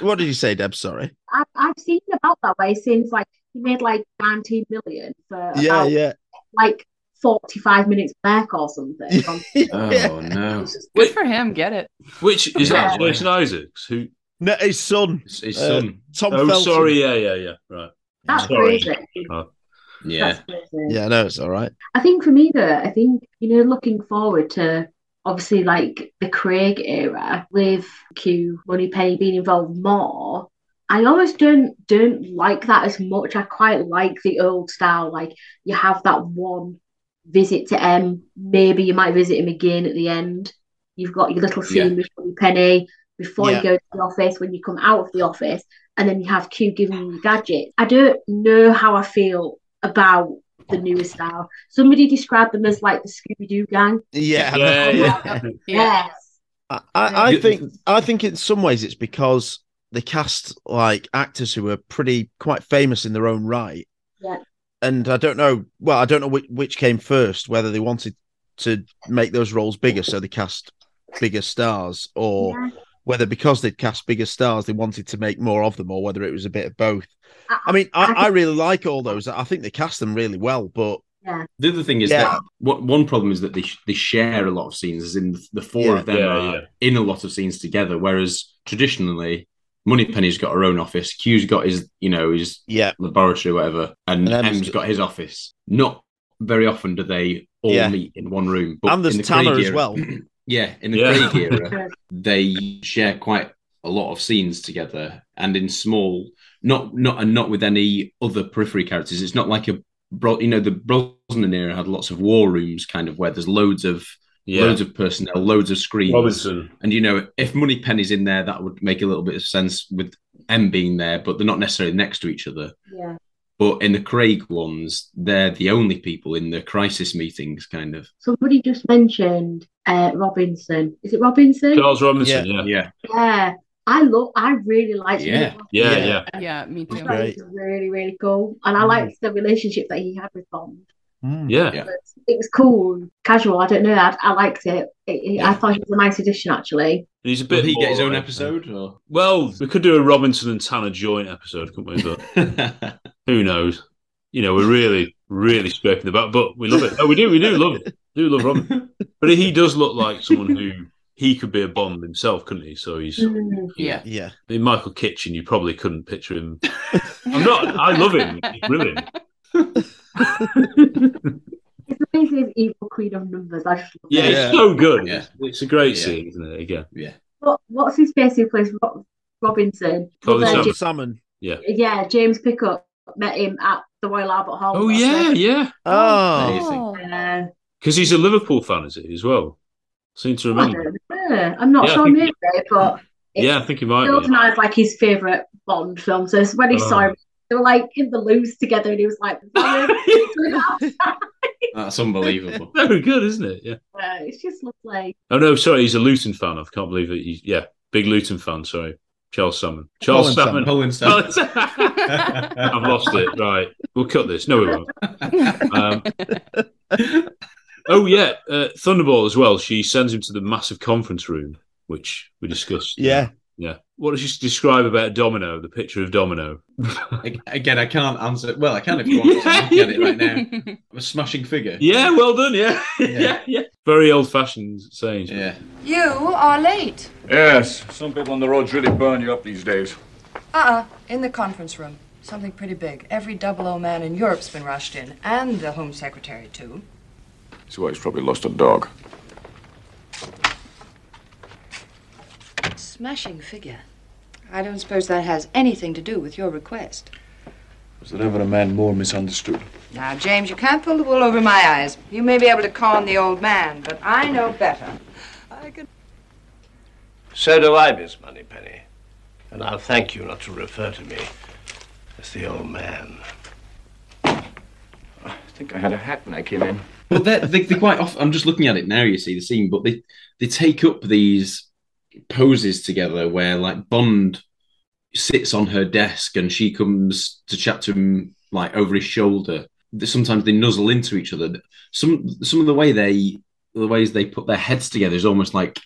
[SPEAKER 6] what did you say, Deb? Sorry.
[SPEAKER 4] I, I've seen about that way since like he made like 19 million for
[SPEAKER 6] Yeah,
[SPEAKER 4] about,
[SPEAKER 6] yeah.
[SPEAKER 4] like 45 minutes back or something.
[SPEAKER 2] Oh no!
[SPEAKER 7] Good for him. Get it.
[SPEAKER 2] Which is
[SPEAKER 7] Yeah.
[SPEAKER 2] that Jason Isaacs? Who?
[SPEAKER 6] No, his son.
[SPEAKER 1] His
[SPEAKER 2] Uh,
[SPEAKER 1] son.
[SPEAKER 6] Tom
[SPEAKER 2] Oh,
[SPEAKER 6] Felton.
[SPEAKER 2] sorry. Yeah, yeah, yeah. Right.
[SPEAKER 4] That's
[SPEAKER 2] sorry.
[SPEAKER 4] crazy.
[SPEAKER 2] Oh.
[SPEAKER 1] Yeah.
[SPEAKER 6] Yeah, I know it's all right.
[SPEAKER 4] I think for me though, I think, you know, looking forward to obviously like the Craig era with Q Moneypenny being involved more. I almost don't don't like that as much. I quite like the old style, like you have that one visit to M, maybe you might visit him again at the end. You've got your little scene
[SPEAKER 10] Yeah.
[SPEAKER 4] with Moneypenny before
[SPEAKER 10] Yeah.
[SPEAKER 4] you go to the office, when you come out of the office, and then you have Q giving you the gadget. I don't know how I feel about the newer style. Somebody described them as like the Scooby Doo gang.
[SPEAKER 6] Yeah, I
[SPEAKER 2] Yeah,
[SPEAKER 6] know.
[SPEAKER 7] uh,
[SPEAKER 2] yeah.
[SPEAKER 4] Yes.
[SPEAKER 6] I, I I think I think in some ways it's because they cast like actors who are pretty quite famous in their own right,
[SPEAKER 4] Yeah.
[SPEAKER 6] and I don't know. Well, I don't know which, which came first, whether they wanted to make those roles bigger, so they cast bigger stars, or
[SPEAKER 4] Yeah.
[SPEAKER 6] whether because they'd cast bigger stars, they wanted to make more of them, or whether it was a bit of both.
[SPEAKER 4] I,
[SPEAKER 6] mean, I, I really like all those. I think they cast them really well, but
[SPEAKER 4] Yeah.
[SPEAKER 1] The other thing is
[SPEAKER 6] Yeah.
[SPEAKER 1] that what, one problem is that they sh- they share a lot of scenes, as in the four
[SPEAKER 6] Yeah.
[SPEAKER 1] of them
[SPEAKER 6] Yeah,
[SPEAKER 1] are
[SPEAKER 6] yeah.
[SPEAKER 1] in a lot of scenes together. Whereas traditionally, Moneypenny's got her own office, Q's got his you know his
[SPEAKER 6] yeah.
[SPEAKER 1] laboratory or whatever, and,
[SPEAKER 6] And M's
[SPEAKER 1] M's got his office. Not very often do they all
[SPEAKER 6] Yeah.
[SPEAKER 1] meet in one room.
[SPEAKER 6] and there's
[SPEAKER 1] in the
[SPEAKER 6] Tanner
[SPEAKER 1] Craig
[SPEAKER 6] as
[SPEAKER 1] era-
[SPEAKER 6] well.
[SPEAKER 1] Yeah, in the
[SPEAKER 6] Yeah.
[SPEAKER 1] Craig era, they share quite a lot of scenes together, and in small, not not and not with any other periphery characters. It's not like a Bro- you know the Brosnan era had lots of war rooms, kind of where there's loads of
[SPEAKER 2] Yeah.
[SPEAKER 1] loads of personnel, loads of screens.
[SPEAKER 2] Robinson.
[SPEAKER 1] And you know, if Moneypenny's in there, that would make a little bit of sense with M being there, but they're not necessarily next to each other.
[SPEAKER 4] Yeah.
[SPEAKER 1] But in the Craig ones, they're the only people in the crisis meetings, kind of.
[SPEAKER 4] Somebody just mentioned uh, Robinson. Is it Robinson?
[SPEAKER 1] Robinson, yeah, yeah,
[SPEAKER 4] Yeah. I love. I really liked him.
[SPEAKER 1] yeah,
[SPEAKER 2] Yeah,
[SPEAKER 7] Yeah, me
[SPEAKER 4] I
[SPEAKER 7] too.
[SPEAKER 4] thought he was really, really cool, and I liked the relationship that he had with Bond.
[SPEAKER 2] Hmm. yeah.
[SPEAKER 4] It was- It was cool, casual. I don't know. I, I liked it. it, it- I thought he was a nice addition, actually.
[SPEAKER 2] He's a bit.
[SPEAKER 1] Will he get his
[SPEAKER 2] more
[SPEAKER 1] own
[SPEAKER 2] like-
[SPEAKER 1] episode, or
[SPEAKER 2] Well, we could do a Robinson and Tanner joint episode, couldn't we? But who knows? You know, we're really, really scraping the back, but we love it. No, we do, we do love it. Do love Robin, but he does look like someone who he could be a Bond himself, couldn't he? So he's
[SPEAKER 7] Yeah.
[SPEAKER 6] yeah.
[SPEAKER 2] In Michael Kitchen, you probably couldn't picture him. I'm not. I love him. He's brilliant.
[SPEAKER 4] It's amazing, his evil queen of numbers. I just love
[SPEAKER 2] Yeah,
[SPEAKER 4] it.
[SPEAKER 2] it's so good. It's a great scene, isn't it? Again.
[SPEAKER 1] Yeah.
[SPEAKER 4] What, what's his face who plays Ro- Robinson?
[SPEAKER 2] Colin
[SPEAKER 4] Brother
[SPEAKER 2] Oh, Salmon.
[SPEAKER 4] Ja-
[SPEAKER 2] Yeah.
[SPEAKER 4] yeah, James Pickup met him at the Royal Albert Hall.
[SPEAKER 2] Oh yeah, yeah.
[SPEAKER 4] Oh.
[SPEAKER 2] Because he's a Liverpool fan, is he as well? I seem to
[SPEAKER 4] Uh, I
[SPEAKER 2] remember.
[SPEAKER 4] don't know. I'm not
[SPEAKER 2] Yeah, I
[SPEAKER 4] sure,
[SPEAKER 2] think-
[SPEAKER 4] maybe, but
[SPEAKER 2] Yeah, I think he might be.
[SPEAKER 4] Golden Eye is like his favourite Bond film. So it's when he saw
[SPEAKER 2] Oh.
[SPEAKER 4] him, they were like in the loose together, and he was like,
[SPEAKER 1] That's unbelievable.
[SPEAKER 2] Very good, isn't it? Yeah.
[SPEAKER 4] "It's just lovely."
[SPEAKER 2] Oh no, sorry, he's a Luton fan. I can't believe it. He's, yeah, big Luton fan. Sorry, Charles Salmon. Charles Salmon.
[SPEAKER 1] Colin
[SPEAKER 2] Salmon.
[SPEAKER 1] Salmon.
[SPEAKER 2] I've lost it. Right, we'll cut this. No, we won't. Um, oh yeah, uh, Thunderball as well. She sends him to the massive conference room, which we discussed.
[SPEAKER 6] Yeah.
[SPEAKER 2] yeah. What does she describe about Domino? The picture of Domino.
[SPEAKER 1] Ag- Again, I can't answer. Well, I can if you want. I'm looking at it right now. A smashing figure.
[SPEAKER 2] Yeah, well done. Yeah, yeah, yeah. Very old-fashioned sayings.
[SPEAKER 1] Yeah.
[SPEAKER 10] You are late.
[SPEAKER 13] Yes, some people on the roads really burn you up these days.
[SPEAKER 8] Uh-uh. In the conference room. Something pretty big. Every double O man in Europe's been rushed in, and the Home Secretary, too.
[SPEAKER 13] That's why he's probably lost a dog.
[SPEAKER 8] Smashing figure. I don't suppose that has anything to do with your request.
[SPEAKER 9] Was there ever a man more misunderstood?
[SPEAKER 8] Now, James, you can't pull the wool over my eyes. You may be able to con the old man, but I know better. I can.
[SPEAKER 12] So do I, Miss Moneypenny. And I'll thank you not to refer to me as the old man.
[SPEAKER 9] I think I had a hat when I came in.
[SPEAKER 1] but they're, they, they quite often. I'm just looking at it now. You see the scene, but they they take up these poses together where like Bond sits on her desk and she comes to chat to him like over his shoulder. Sometimes they nuzzle into each other. Some some of the way they the ways they put their heads together is almost like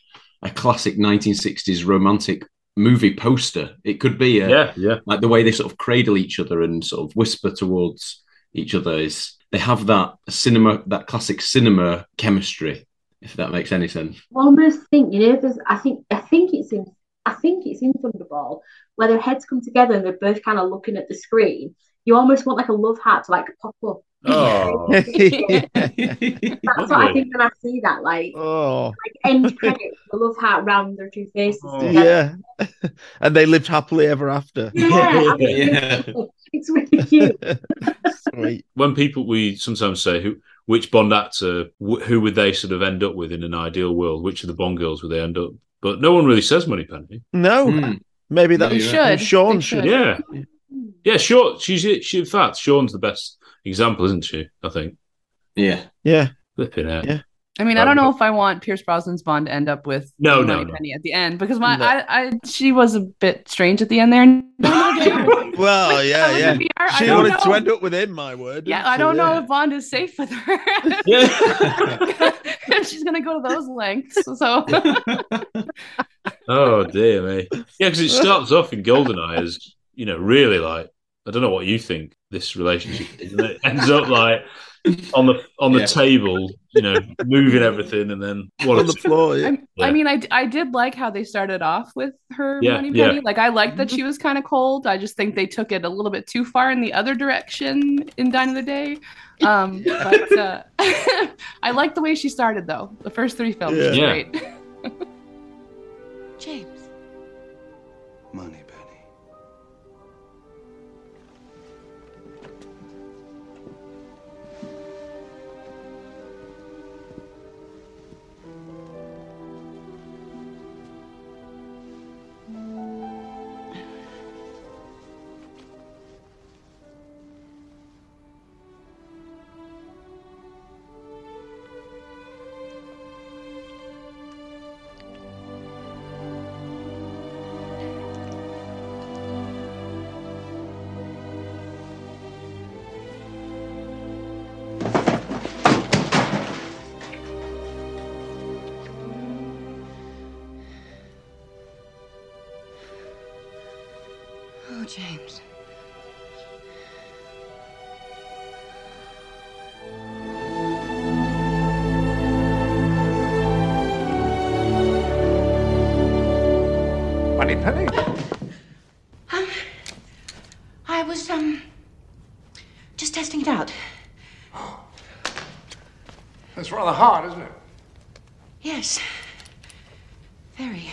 [SPEAKER 1] a classic 1960s romantic movie poster. It could be a,
[SPEAKER 2] Yeah, yeah.
[SPEAKER 1] like the way they sort of cradle each other and sort of whisper towards each other is they have that cinema that classic cinema chemistry if that makes any sense
[SPEAKER 4] almost think, you know, there's I think I think it's in I think it's in Thunderball where their heads come together and they're both kind of looking at the screen. You almost want like a love heart to like pop up.
[SPEAKER 2] Oh.
[SPEAKER 4] That's what I think when I see that, like,
[SPEAKER 6] Oh.
[SPEAKER 4] like end credits, the love heart round their two faces.
[SPEAKER 2] Oh.
[SPEAKER 4] together.
[SPEAKER 6] Yeah. and they lived happily ever after.
[SPEAKER 4] Yeah, It's really cute.
[SPEAKER 2] When people we sometimes say who which Bond actor wh- who would they sort of end up with in an ideal world? Which of the Bond girls would they end up? But no one really says Moneypenny.
[SPEAKER 6] No. Maybe
[SPEAKER 2] No,
[SPEAKER 6] that
[SPEAKER 2] you're right. They
[SPEAKER 6] Sean
[SPEAKER 2] should.
[SPEAKER 6] should.
[SPEAKER 2] Yeah. Yeah, sure. She's it. She, in fact, Sean's the best example, isn't she? I think.
[SPEAKER 1] Yeah.
[SPEAKER 6] Yeah.
[SPEAKER 2] Flipping out. Yeah.
[SPEAKER 7] I mean, I don't know if I want Pierce Brosnan's Bond to end up with
[SPEAKER 2] No, no,
[SPEAKER 7] Money
[SPEAKER 2] no.
[SPEAKER 7] Penny at the end because my I, I she was a bit strange at the end there. No,
[SPEAKER 6] Well, yeah, yeah.
[SPEAKER 7] be our- I
[SPEAKER 6] She
[SPEAKER 7] don't
[SPEAKER 6] wanted
[SPEAKER 7] know.
[SPEAKER 6] to end up with him, my word.
[SPEAKER 7] yeah,
[SPEAKER 6] didn't
[SPEAKER 7] I
[SPEAKER 6] she?
[SPEAKER 7] don't know
[SPEAKER 6] Yeah.
[SPEAKER 7] if Bond is safe with her if she's gonna go to those lengths. So
[SPEAKER 2] Oh dear me. Yeah, because it starts off in Goldeneye as you know, really like I don't know what you think this relationship is, and it ends up like on the on the
[SPEAKER 12] Yeah.
[SPEAKER 2] table, you know, moving everything, and then what
[SPEAKER 6] On the floor.
[SPEAKER 2] Yeah.
[SPEAKER 7] I mean, I, d- I did like how they started off with her
[SPEAKER 2] Yeah,
[SPEAKER 7] money
[SPEAKER 2] yeah. Mm-hmm.
[SPEAKER 7] penny. Like I liked that she was kind of cold. I just think they took it a little bit too far in the other direction in Dine of the Day. Um, but uh, I like the way she started though. The first three films,
[SPEAKER 12] Yeah.
[SPEAKER 7] was
[SPEAKER 12] Yeah.
[SPEAKER 7] great.
[SPEAKER 10] James.
[SPEAKER 12] Money, Penny.
[SPEAKER 8] Oh, James.
[SPEAKER 12] Moneypenny?
[SPEAKER 10] Um, I was, um, just testing it out.
[SPEAKER 12] That's rather hard, isn't it?
[SPEAKER 10] Yes. Very.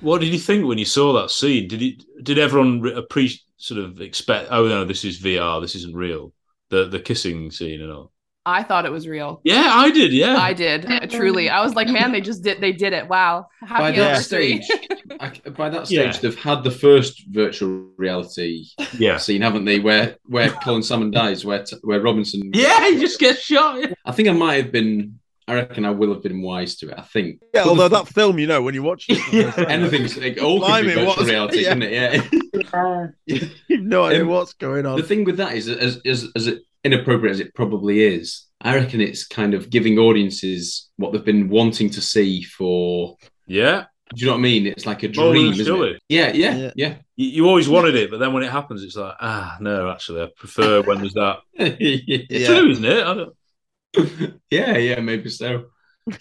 [SPEAKER 2] What did you think when you saw that scene? Did it did everyone re- appreciate sort of expect? Oh no, this is VR. This isn't real. The the kissing scene and all.
[SPEAKER 7] I thought it was real.
[SPEAKER 2] Yeah, I did. Yeah,
[SPEAKER 7] I did truly. I was like, man, they just did. They did it. Wow.
[SPEAKER 1] by
[SPEAKER 7] Happy
[SPEAKER 1] that
[SPEAKER 7] anniversary.
[SPEAKER 1] stage I, by that stage
[SPEAKER 2] Yeah.
[SPEAKER 1] they've had the first virtual reality
[SPEAKER 2] yeah.
[SPEAKER 1] scene haven't they where where colin salmon dies where t- where robinson
[SPEAKER 2] Yeah, he just gets shot. yeah.
[SPEAKER 1] i think i might have been i reckon i will have been wise to it i think
[SPEAKER 6] Yeah, although that film, you know, when you watch it,
[SPEAKER 1] anything's it all could be
[SPEAKER 6] Blimey,
[SPEAKER 1] virtual
[SPEAKER 6] what's-
[SPEAKER 1] reality
[SPEAKER 6] yeah.
[SPEAKER 1] isn't it yeah
[SPEAKER 6] You've no idea
[SPEAKER 1] Um,
[SPEAKER 6] what's going on.
[SPEAKER 1] The thing with that is, as as as inappropriate as it probably is, I reckon it's kind of giving audiences what they've been wanting to see for.
[SPEAKER 2] Yeah.
[SPEAKER 1] Do you know what I mean? It's like a
[SPEAKER 2] More
[SPEAKER 1] dream,
[SPEAKER 2] than
[SPEAKER 1] isn't
[SPEAKER 2] silly.
[SPEAKER 1] it? Yeah, yeah, yeah,
[SPEAKER 2] You, you always wanted it, but then when it happens, it's like, ah, no, actually, I prefer when there's that. It's
[SPEAKER 1] Yeah.
[SPEAKER 2] true, isn't it? I don't...
[SPEAKER 1] yeah, yeah. Maybe so.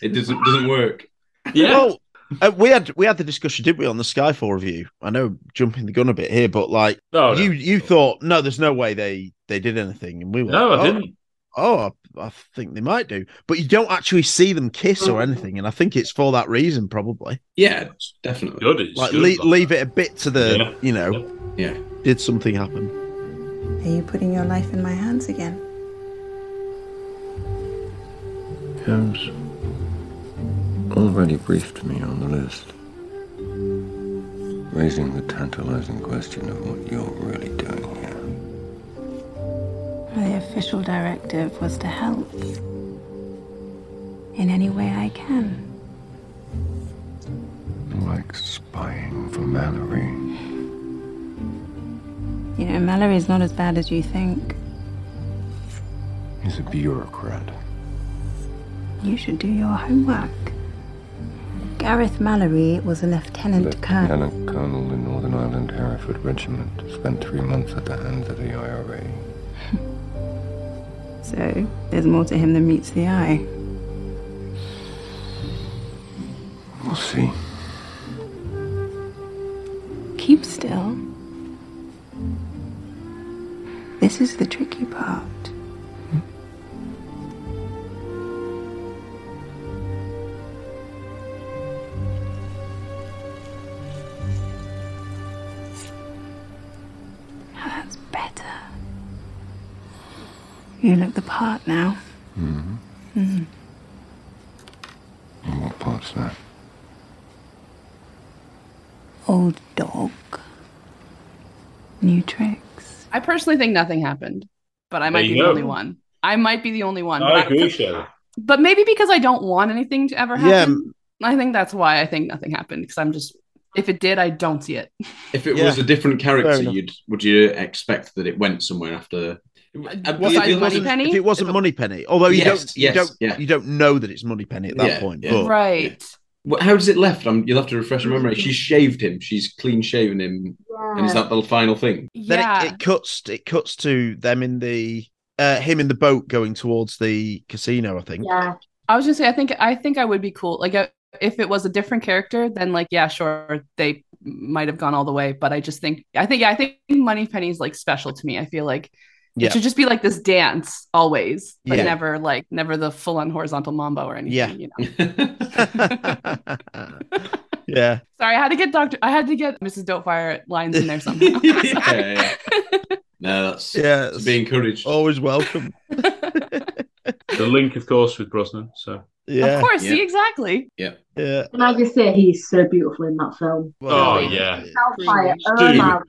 [SPEAKER 1] It doesn't doesn't work.
[SPEAKER 6] Well, uh, we had we had the discussion, didn't we, on the Skyfall review? I know jumping the gun a bit here, but like
[SPEAKER 2] No, no.
[SPEAKER 6] you you thought no, there's no way they they did anything, and we were
[SPEAKER 2] No, I
[SPEAKER 6] like, "Oh,
[SPEAKER 2] didn't.
[SPEAKER 6] oh, I, I think they might do, but you don't actually see them kiss or anything, and I think it's for that reason probably.
[SPEAKER 1] Yeah, definitely.
[SPEAKER 2] Good. It's
[SPEAKER 6] Like
[SPEAKER 2] good,
[SPEAKER 6] lea-
[SPEAKER 2] but-
[SPEAKER 6] leave it a bit to the
[SPEAKER 2] Yeah.
[SPEAKER 6] you know.
[SPEAKER 1] Yeah.
[SPEAKER 6] Did something happen?
[SPEAKER 14] Are you putting your life in my hands again?
[SPEAKER 9] Pim's already briefed me on the list, raising the tantalizing question of what you're really doing here.
[SPEAKER 14] The official directive was to help in any way I can.
[SPEAKER 9] Like spying for Mallory.
[SPEAKER 14] You know, Mallory's not as bad as you think.
[SPEAKER 9] He's a bureaucrat.
[SPEAKER 14] You should do your homework. Gareth Mallory was a lieutenant colonel.
[SPEAKER 9] Lieutenant Colonel in Northern Ireland Hereford Regiment spent three months at the hands of the IRA.
[SPEAKER 14] So there's more to him than meets the eye.
[SPEAKER 9] We'll see.
[SPEAKER 14] Keep still. This is the tricky part. Now that's better. You look the part now.
[SPEAKER 9] Mm-hmm.
[SPEAKER 14] Mhm.
[SPEAKER 9] And what part's that?
[SPEAKER 14] Old dog. New trick.
[SPEAKER 7] I personally think nothing happened, but I
[SPEAKER 2] There
[SPEAKER 7] might be
[SPEAKER 2] you
[SPEAKER 7] the
[SPEAKER 2] go.
[SPEAKER 7] only one. I might be the only one.
[SPEAKER 2] I
[SPEAKER 7] but
[SPEAKER 2] agree, Shelley.
[SPEAKER 7] but maybe because I don't want anything to ever
[SPEAKER 6] Yeah,
[SPEAKER 7] happen. I think that's why I think nothing happened because I'm just if it did, I don't see it.
[SPEAKER 1] If it
[SPEAKER 6] Yeah.
[SPEAKER 1] was a different
[SPEAKER 6] Fair
[SPEAKER 1] character,
[SPEAKER 6] enough.
[SPEAKER 1] you'd would you expect that it went somewhere after?
[SPEAKER 6] Well, if, it wasn't, if it wasn't Moneypenny, although you
[SPEAKER 1] Yes,
[SPEAKER 6] don't, you
[SPEAKER 1] yes,
[SPEAKER 6] don't,
[SPEAKER 1] yeah.
[SPEAKER 6] you don't know that it's Moneypenny at that
[SPEAKER 1] Yeah,
[SPEAKER 6] point.
[SPEAKER 1] yeah.
[SPEAKER 6] But
[SPEAKER 7] Right.
[SPEAKER 1] What, how does it left? i you'll have to refresh my memory. She's shaved him. She's clean shaven him, and is that the final thing?
[SPEAKER 2] Oh,
[SPEAKER 6] then it, it cuts. It cuts to them in the uh, him in the boat going towards the casino. I think.
[SPEAKER 7] I was just say I think I think I would be cool. Like uh, if it was a different character, then like yeah, sure they might have gone all the way. But I just think I think yeah, I think Money Penny's like special to me. I feel like
[SPEAKER 6] Yeah.
[SPEAKER 7] it should just be like this dance always, but
[SPEAKER 6] Yeah.
[SPEAKER 7] never like never the full on horizontal mambo or anything.
[SPEAKER 6] Yeah.
[SPEAKER 7] You know?
[SPEAKER 6] Yeah.
[SPEAKER 7] Sorry, I had to get Doctor. I had to get Mrs. Doubtfire lines in there somehow.
[SPEAKER 1] Yeah, yeah, yeah. no, that's
[SPEAKER 6] yeah,
[SPEAKER 1] to be encouraged.
[SPEAKER 6] Always welcome.
[SPEAKER 2] The link, of course, with Brosnan. So
[SPEAKER 7] Of course, see exactly.
[SPEAKER 1] Yeah.
[SPEAKER 6] Yeah.
[SPEAKER 4] Can I just say he's so beautiful in that film?
[SPEAKER 2] Oh yeah.
[SPEAKER 4] Hellfire, oh
[SPEAKER 1] Dude.
[SPEAKER 4] my word.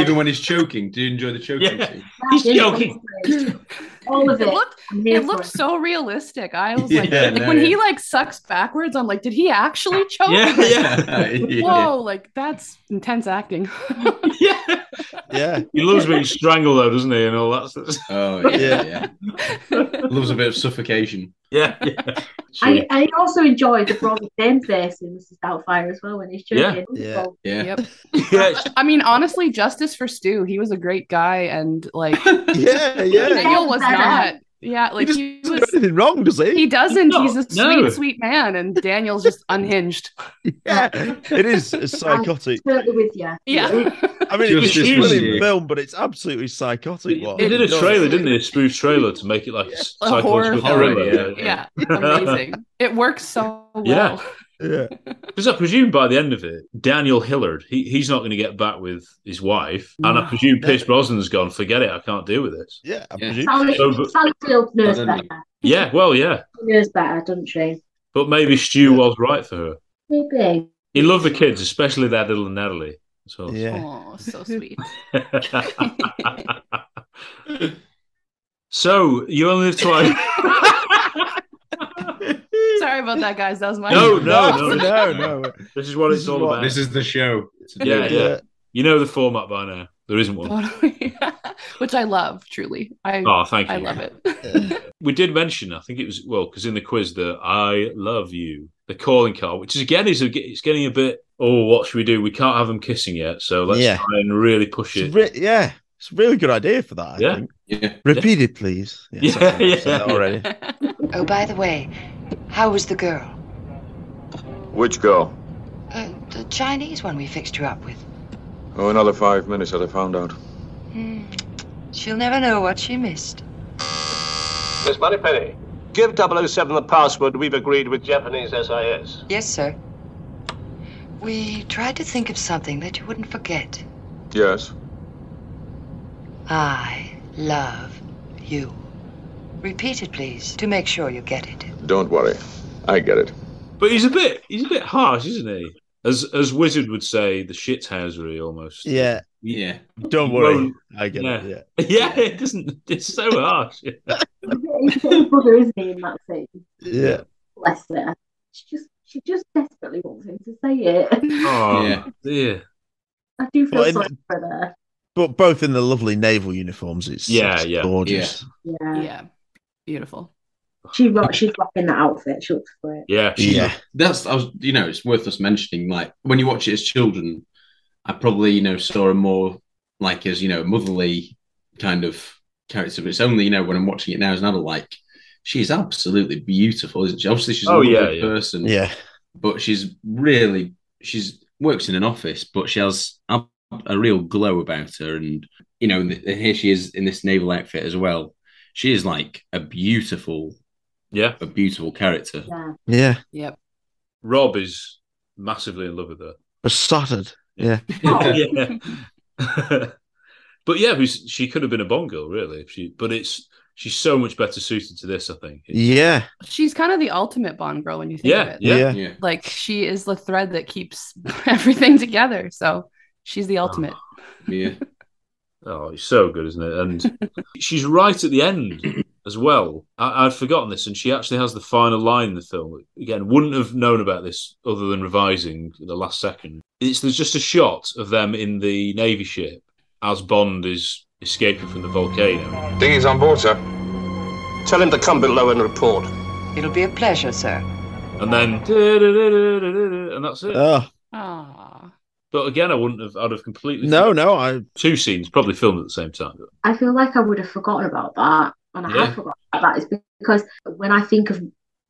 [SPEAKER 1] Even when he's choking, do you enjoy the choking? scene?
[SPEAKER 4] He's joking. All of it.
[SPEAKER 7] It looked,
[SPEAKER 4] I'm here
[SPEAKER 7] it
[SPEAKER 4] for
[SPEAKER 7] looked so realistic. I was like,
[SPEAKER 1] Yeah,
[SPEAKER 7] like
[SPEAKER 1] no,
[SPEAKER 7] when he
[SPEAKER 1] yeah.
[SPEAKER 7] like sucks backwards, I'm like, did he actually choke? Like,
[SPEAKER 1] yeah.
[SPEAKER 7] Whoa, like that's intense acting.
[SPEAKER 6] Yeah.
[SPEAKER 2] He loves being strangled though, doesn't he? And all that stuff.
[SPEAKER 1] Oh
[SPEAKER 6] Yeah.
[SPEAKER 1] yeah, yeah. Loves a bit of suffocation.
[SPEAKER 2] Yeah.
[SPEAKER 4] I, I also enjoyed the Brother James face in Mrs. Doubtfire as well when he's
[SPEAKER 2] Yeah.
[SPEAKER 4] joking.
[SPEAKER 6] Yeah.
[SPEAKER 1] Yeah.
[SPEAKER 7] Yep. I mean, honestly, justice for Stu. He was a great guy, and like
[SPEAKER 6] Yeah, yeah.
[SPEAKER 7] Daniel was
[SPEAKER 4] Better.
[SPEAKER 7] not. Yeah, like he
[SPEAKER 6] Does
[SPEAKER 7] was.
[SPEAKER 6] he do anything wrong? Does he?
[SPEAKER 7] He doesn't.
[SPEAKER 6] No,
[SPEAKER 7] He's a sweet,
[SPEAKER 6] no.
[SPEAKER 7] sweet man, and Daniel's just unhinged.
[SPEAKER 6] Yeah, it is it's psychotic.
[SPEAKER 4] Totally with you.
[SPEAKER 7] Yeah.
[SPEAKER 6] I mean,
[SPEAKER 2] Just
[SPEAKER 6] it's
[SPEAKER 2] this
[SPEAKER 6] a
[SPEAKER 2] one.
[SPEAKER 6] brilliant film, but it's absolutely psychotic. What
[SPEAKER 2] They did a
[SPEAKER 6] does.
[SPEAKER 2] trailer, didn't they? A spoof trailer to make it like a
[SPEAKER 7] A horror
[SPEAKER 2] psychological
[SPEAKER 7] film.
[SPEAKER 2] thriller.
[SPEAKER 7] yeah, amazing. It works so well.
[SPEAKER 2] Yeah.
[SPEAKER 6] Yeah.
[SPEAKER 2] Because I presume by the end of it, Daniel Hillard, he, he's not going to get back with his wife. And I presume Pierce Brosnan's gone, forget it, I can't deal with this.
[SPEAKER 6] Yeah, I
[SPEAKER 2] presume.
[SPEAKER 4] Sally,
[SPEAKER 2] So, but-
[SPEAKER 4] Sally Field knows
[SPEAKER 2] I don't know.
[SPEAKER 4] better.
[SPEAKER 2] yeah, well, yeah.
[SPEAKER 4] She knows better, doesn't she?
[SPEAKER 2] But maybe Stu was right for her.
[SPEAKER 4] Maybe.
[SPEAKER 2] He loved the kids, especially their little Natalie. So,
[SPEAKER 7] Oh, so sweet.
[SPEAKER 2] so you only live twice.
[SPEAKER 7] Sorry about that, guys. That was my
[SPEAKER 2] No, no, no,
[SPEAKER 6] no, no.
[SPEAKER 2] This is what it's all about.
[SPEAKER 1] This is the show.
[SPEAKER 2] yeah,
[SPEAKER 6] Yeah.
[SPEAKER 2] yeah. You know the format by now. There isn't one.
[SPEAKER 7] Which I love, truly. I
[SPEAKER 2] Oh, thank
[SPEAKER 7] I
[SPEAKER 2] you.
[SPEAKER 7] love it.
[SPEAKER 2] We did mention, I think it was well, because in the quiz, the "I love you," the calling card, which is again is a, it's getting a bit. Oh, what should we do? We can't have them kissing yet, so let's
[SPEAKER 6] Yeah.
[SPEAKER 2] try and really push
[SPEAKER 6] It's
[SPEAKER 2] it.
[SPEAKER 6] re- yeah, it's a really good idea for that. I
[SPEAKER 2] Yeah.
[SPEAKER 6] think.
[SPEAKER 1] Yeah.
[SPEAKER 6] Repeat it, please.
[SPEAKER 2] Yeah,
[SPEAKER 6] sorry, I've
[SPEAKER 2] yeah,
[SPEAKER 6] said that
[SPEAKER 2] yeah.
[SPEAKER 6] already.
[SPEAKER 8] Oh, by the way, how was the girl?
[SPEAKER 13] Which girl?
[SPEAKER 8] Uh, the Chinese one we fixed her up with.
[SPEAKER 13] Oh, another five minutes
[SPEAKER 8] Hmm.
[SPEAKER 13] had I found out.
[SPEAKER 8] She'll never know what she missed.
[SPEAKER 12] Miss Moneypenny, give 007 the password we've agreed with Japanese SIS.
[SPEAKER 8] Yes, sir. We tried to think of something that you wouldn't forget.
[SPEAKER 13] Yes.
[SPEAKER 8] I love you. Repeat it, please, to make sure you get it.
[SPEAKER 13] Don't worry. I get it.
[SPEAKER 2] But he's a bit he's a bit harsh, isn't he? As as Wizard would say, the shithousery almost.
[SPEAKER 6] Yeah.
[SPEAKER 1] Yeah.
[SPEAKER 6] Don't worry. I get
[SPEAKER 2] yeah.
[SPEAKER 6] it.
[SPEAKER 2] Yeah. Yeah, it doesn't it's so harsh.
[SPEAKER 4] He's got his brother, isn't he, in that scene?
[SPEAKER 6] Yeah.
[SPEAKER 4] Bless her. She just, she just desperately wants him to say it.
[SPEAKER 2] Oh
[SPEAKER 6] Yeah.
[SPEAKER 2] dear.
[SPEAKER 4] I do feel
[SPEAKER 6] Well, in-
[SPEAKER 4] sorry for her.
[SPEAKER 6] But both in the lovely naval uniforms. It's
[SPEAKER 2] Yeah,
[SPEAKER 6] it's
[SPEAKER 2] yeah.
[SPEAKER 6] gorgeous.
[SPEAKER 4] Yeah.
[SPEAKER 7] Yeah. Beautiful.
[SPEAKER 4] She rock, she's rocking that outfit. She looks great.
[SPEAKER 2] Yeah,
[SPEAKER 1] yeah. That's I was, you know, it's worth us mentioning. Like when you watch it as children, I probably you know saw a more like as you know motherly kind of character. But it's only you know when I'm watching it now as an adult, like she's absolutely beautiful, isn't she? Obviously, she's a
[SPEAKER 2] Oh,
[SPEAKER 1] lovely
[SPEAKER 2] yeah, yeah.
[SPEAKER 1] person.
[SPEAKER 6] Yeah.
[SPEAKER 1] but she's really she's works in an office, but she has a, a real glow about her, and you know, and here she is in this naval outfit as well. She is like a beautiful,
[SPEAKER 2] yeah,
[SPEAKER 1] a beautiful character.
[SPEAKER 4] Yeah.
[SPEAKER 6] Yeah.
[SPEAKER 7] Yep.
[SPEAKER 2] Rob is massively in love with her.
[SPEAKER 6] Besotted. Yeah.
[SPEAKER 2] yeah. but yeah, we- she could have been a Bond girl, really. If she, but it's she's so much better suited to this, I think.
[SPEAKER 6] Yeah.
[SPEAKER 7] She's kind of the ultimate Bond girl when you think of
[SPEAKER 2] Yeah,
[SPEAKER 7] it.
[SPEAKER 2] yeah, yeah. yeah.
[SPEAKER 7] Like she is the thread that keeps everything together. So she's the ultimate.
[SPEAKER 2] Oh, it's so good, isn't it? And she's right at the end as well. I, I'd forgotten this, and she actually has the final line in the film. Again, wouldn't have known about this other than revising at the last second. It's there's just a shot of them in the navy ship as Bond is escaping from the volcano.
[SPEAKER 12] Dinghy's on board, sir. Tell him to come below and report.
[SPEAKER 8] It'll be a pleasure, sir.
[SPEAKER 2] and then
[SPEAKER 8] Oh,
[SPEAKER 2] and that's it.
[SPEAKER 6] Oh.
[SPEAKER 2] But again, I wouldn't have. I'd have completely.
[SPEAKER 6] No, no. I
[SPEAKER 2] two scenes probably filmed at the same time.
[SPEAKER 4] I feel like I would have forgotten about that, and I
[SPEAKER 2] Yeah.
[SPEAKER 4] have forgotten about that. Is because when I think of